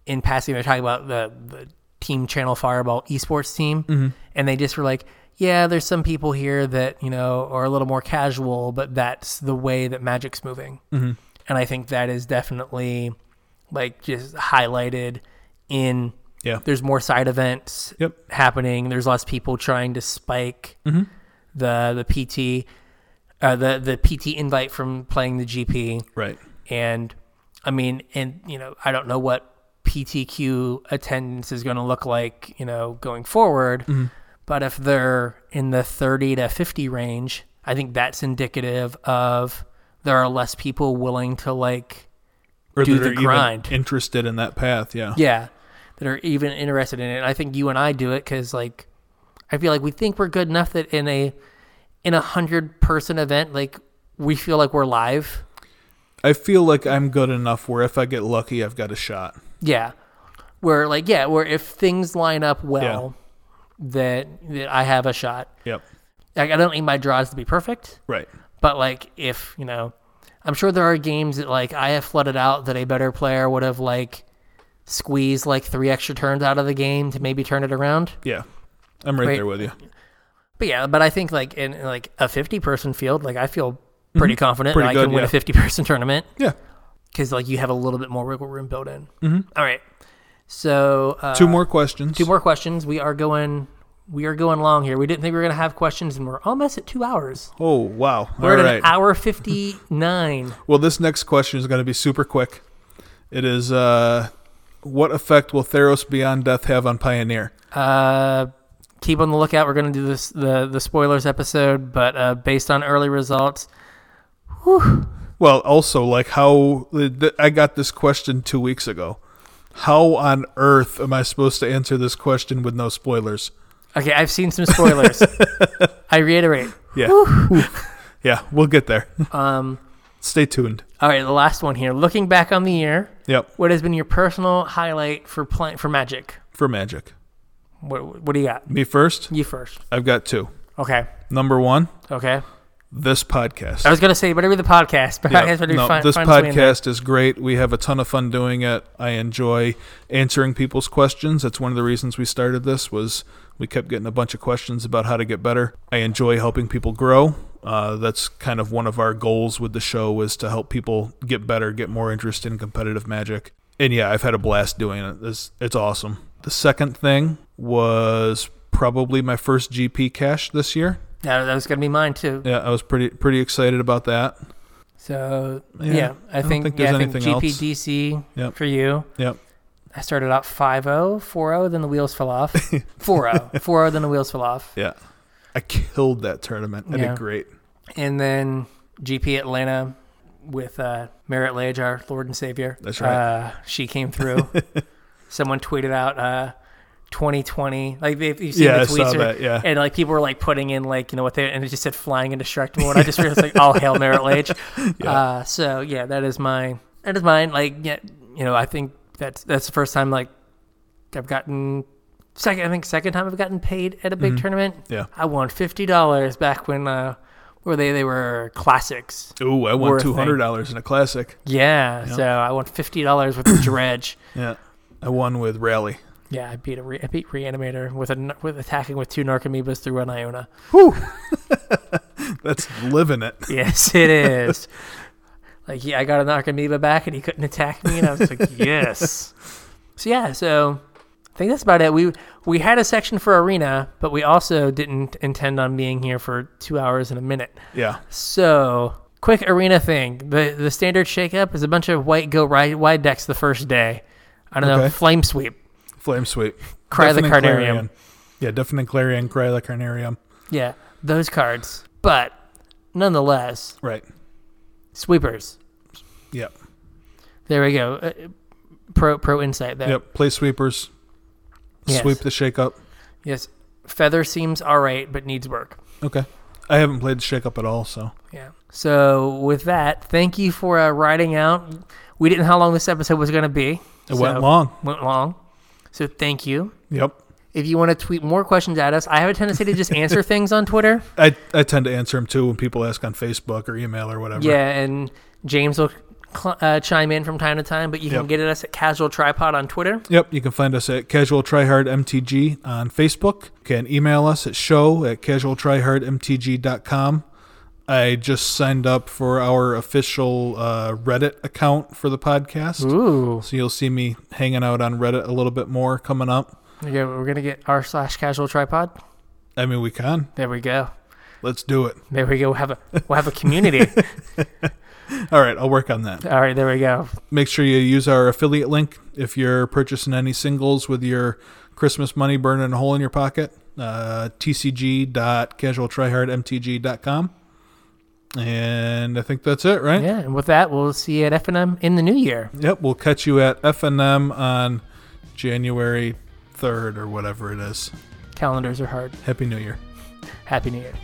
[SPEAKER 1] in passing they're talking about the, the team Channel Fireball esports team,
[SPEAKER 2] Mm-hmm.
[SPEAKER 1] and they just were like, "Yeah, there's some people here that you know are a little more casual, but that's the way that Magic's moving." Mm-hmm. And I think that is definitely like just highlighted in
[SPEAKER 2] yeah
[SPEAKER 1] there's more side events
[SPEAKER 2] Yep.
[SPEAKER 1] happening. There's less people trying to spike the the PT, uh, the the PT invite from playing the GP.
[SPEAKER 2] right
[SPEAKER 1] And I mean, and you know, I don't know what PTQ attendance is going to look like, you know, going forward. But if they're in the 30 to 50 range, I think that's indicative of there are less people willing to like
[SPEAKER 2] or
[SPEAKER 1] Do
[SPEAKER 2] that
[SPEAKER 1] the
[SPEAKER 2] are even
[SPEAKER 1] grind.
[SPEAKER 2] interested in that path yeah
[SPEAKER 1] yeah that are even interested in it and i think you and i do it because like i feel like we think we're good enough that in a in a hundred person event like we feel like we're live
[SPEAKER 2] I feel like I'm good enough where if I get lucky, I've got a shot.
[SPEAKER 1] yeah where like yeah where if things line up well that that i have a shot
[SPEAKER 2] Yep.
[SPEAKER 1] like i don't need my draws to be perfect
[SPEAKER 2] Right.
[SPEAKER 1] but like if you know i'm sure there are games that like i have flooded out that a better player would have like squeezed like three extra turns out of the game to maybe turn it around
[SPEAKER 2] Yeah. I'm right
[SPEAKER 1] Wait.
[SPEAKER 2] there with you.
[SPEAKER 1] But yeah, but I think like in in, like a fifty person field, like I feel pretty confident
[SPEAKER 2] Mm-hmm. Pretty
[SPEAKER 1] that I
[SPEAKER 2] good,
[SPEAKER 1] can win
[SPEAKER 2] yeah.
[SPEAKER 1] a fifty person tournament
[SPEAKER 2] Yeah.
[SPEAKER 1] because like you have a little bit more wiggle room built in. Mm-hmm. right, so uh,
[SPEAKER 2] Two more questions.
[SPEAKER 1] two more questions. We are going we are going long here. We didn't think we were gonna have questions, and we're almost at two hours.
[SPEAKER 2] Oh, wow.
[SPEAKER 1] We're
[SPEAKER 2] All
[SPEAKER 1] at
[SPEAKER 2] right.
[SPEAKER 1] an hour fifty nine.
[SPEAKER 2] well, this next question is going to be super quick. It is uh, what effect will Theros Beyond Death have on Pioneer?
[SPEAKER 1] Uh, keep on the lookout. We're gonna do this the the spoilers episode, but uh, based on early results,
[SPEAKER 2] Well, also, like how th- I got this question two weeks ago. How on earth am I supposed to answer this question with no spoilers?
[SPEAKER 1] okay, I've seen some spoilers. I reiterate.
[SPEAKER 2] Yeah. yeah, we'll get there.
[SPEAKER 1] Um.
[SPEAKER 2] Stay tuned.
[SPEAKER 1] All right, the last one here. Looking back on the year,
[SPEAKER 2] Yep.
[SPEAKER 1] what has been your personal highlight for play, for Magic?
[SPEAKER 2] For Magic.
[SPEAKER 1] What, what do you got?
[SPEAKER 2] Me first?
[SPEAKER 1] You first.
[SPEAKER 2] I've got two.
[SPEAKER 1] Okay.
[SPEAKER 2] Number one,
[SPEAKER 1] Okay.
[SPEAKER 2] this podcast.
[SPEAKER 1] I was gonna say whatever the podcast, but I
[SPEAKER 2] Yeah,
[SPEAKER 1] guess whatever
[SPEAKER 2] no,
[SPEAKER 1] fin-
[SPEAKER 2] this
[SPEAKER 1] finds way in there.
[SPEAKER 2] podcast is great. We have a ton of fun doing it. I enjoy answering people's questions. That's one of the reasons we started this was we kept getting a bunch of questions about how to get better. I enjoy helping people grow. Uh, that's kind of one of our goals with the show is to help people get better, get more interest in competitive magic. And yeah, I've had a blast doing it. It's, it's awesome. The second thing was probably my first GP cash this year.
[SPEAKER 1] That, that was gonna be mine too.
[SPEAKER 2] Yeah, I was pretty pretty excited about that.
[SPEAKER 1] So
[SPEAKER 2] Yeah,
[SPEAKER 1] yeah,
[SPEAKER 2] I
[SPEAKER 1] I
[SPEAKER 2] don't
[SPEAKER 1] think,
[SPEAKER 2] think
[SPEAKER 1] yeah,
[SPEAKER 2] there's
[SPEAKER 1] I think
[SPEAKER 2] anything else.
[SPEAKER 1] GPDC
[SPEAKER 2] Yep.
[SPEAKER 1] for you.
[SPEAKER 2] Yep.
[SPEAKER 1] I started out 5-0, 4-0, oh, then the wheels fell off. 4-0, 4-0, oh, then the wheels fell off.
[SPEAKER 2] Yeah. I killed that tournament. I
[SPEAKER 1] Yeah.
[SPEAKER 2] did great.
[SPEAKER 1] And then GP Atlanta with uh, Merritt Lage, our Lord and Savior.
[SPEAKER 2] That's right.
[SPEAKER 1] Uh, she came through. Someone tweeted out uh, 2020. Like if you've seen
[SPEAKER 2] Yeah, I
[SPEAKER 1] the tweets,
[SPEAKER 2] saw
[SPEAKER 1] or-
[SPEAKER 2] that. Yeah.
[SPEAKER 1] and like people were like putting in like you know what they and it just said flying indestructible. And I just realized like all hail Merritt Lage. Uh, so yeah, that is mine. That is mine. Like yeah, you know I think that's that's the first time like I've gotten second. I think second time I've gotten paid at a big tournament.
[SPEAKER 2] Yeah.
[SPEAKER 1] I won fifty dollars back when uh where they they were classics.
[SPEAKER 2] Ooh, I won
[SPEAKER 1] Worth it.
[SPEAKER 2] two hundred dollars in a classic.
[SPEAKER 1] Yeah, so I won fifty dollars with the dredge.
[SPEAKER 2] Yeah. I won with Rally.
[SPEAKER 1] Yeah, I beat a re- I beat Reanimator with a n- with attacking with two Narcomoebas through one Iona.
[SPEAKER 2] That's living it.
[SPEAKER 1] Yes, it is. like yeah, I got a Narcomoeba back and he couldn't attack me, and I was like, yes. So yeah, so I think that's about it. We we had a section for arena, but we also didn't intend on being here for two hours and a minute.
[SPEAKER 2] Yeah.
[SPEAKER 1] So, quick arena thing. The the standard shakeup is a bunch of white go right wide decks the first day. I don't know,
[SPEAKER 2] Okay.
[SPEAKER 1] flame sweep.
[SPEAKER 2] Flame sweep.
[SPEAKER 1] Cry the
[SPEAKER 2] Deafening
[SPEAKER 1] Carnarium.
[SPEAKER 2] Clarion. Yeah, definite Clarion, Cry the Carnarium.
[SPEAKER 1] Yeah, those cards. But nonetheless,
[SPEAKER 2] Right.
[SPEAKER 1] sweepers.
[SPEAKER 2] Yep.
[SPEAKER 1] There we go. Uh, pro pro insight there.
[SPEAKER 2] Yep. Play sweepers.
[SPEAKER 1] Yes.
[SPEAKER 2] Sweep the shake up.
[SPEAKER 1] Yes. Feather seems all right, but needs work.
[SPEAKER 2] Okay. I haven't played the shake up at all, so
[SPEAKER 1] Yeah. So with that, thank you for uh, riding out. We didn't know how long this episode was going to be.
[SPEAKER 2] it went
[SPEAKER 1] So-
[SPEAKER 2] long.
[SPEAKER 1] Went long. So thank you.
[SPEAKER 2] Yep.
[SPEAKER 1] If you want to tweet more questions at us, I have a tendency to just answer things on Twitter.
[SPEAKER 2] I, I tend to answer them too when people ask on Facebook or email or whatever.
[SPEAKER 1] Yeah, and James will cl- uh, chime in from time to time, but you can
[SPEAKER 2] Yep.
[SPEAKER 1] get at us at Casual Tripod on Twitter.
[SPEAKER 2] Yep, you can find us at Casual Tryhard MTG on Facebook. You can email us at show at casualtryhardmtg.com. I just signed up for our official uh, Reddit account for the podcast.
[SPEAKER 1] Ooh.
[SPEAKER 2] So you'll see me hanging out on Reddit a little bit more coming up.
[SPEAKER 1] Yeah, we're going to get r slash Casual Tripod.
[SPEAKER 2] I mean, we can.
[SPEAKER 1] There we go.
[SPEAKER 2] Let's do it.
[SPEAKER 1] There we go. We'll have a, we'll have a community.
[SPEAKER 2] All right, I'll work on that.
[SPEAKER 1] All right, there we go.
[SPEAKER 2] Make sure you use our affiliate link if you're purchasing any singles with your Christmas money burning a hole in your pocket. Uh, tcg.casualtryhardmtg.com. And I think that's it, right?
[SPEAKER 1] Yeah, and with that, we'll see you at FNM in the new year.
[SPEAKER 2] Yep, we'll catch you at FNM on January 3rd or whatever it is.
[SPEAKER 1] Calendars are hard.
[SPEAKER 2] Happy New Year.
[SPEAKER 1] Happy New Year.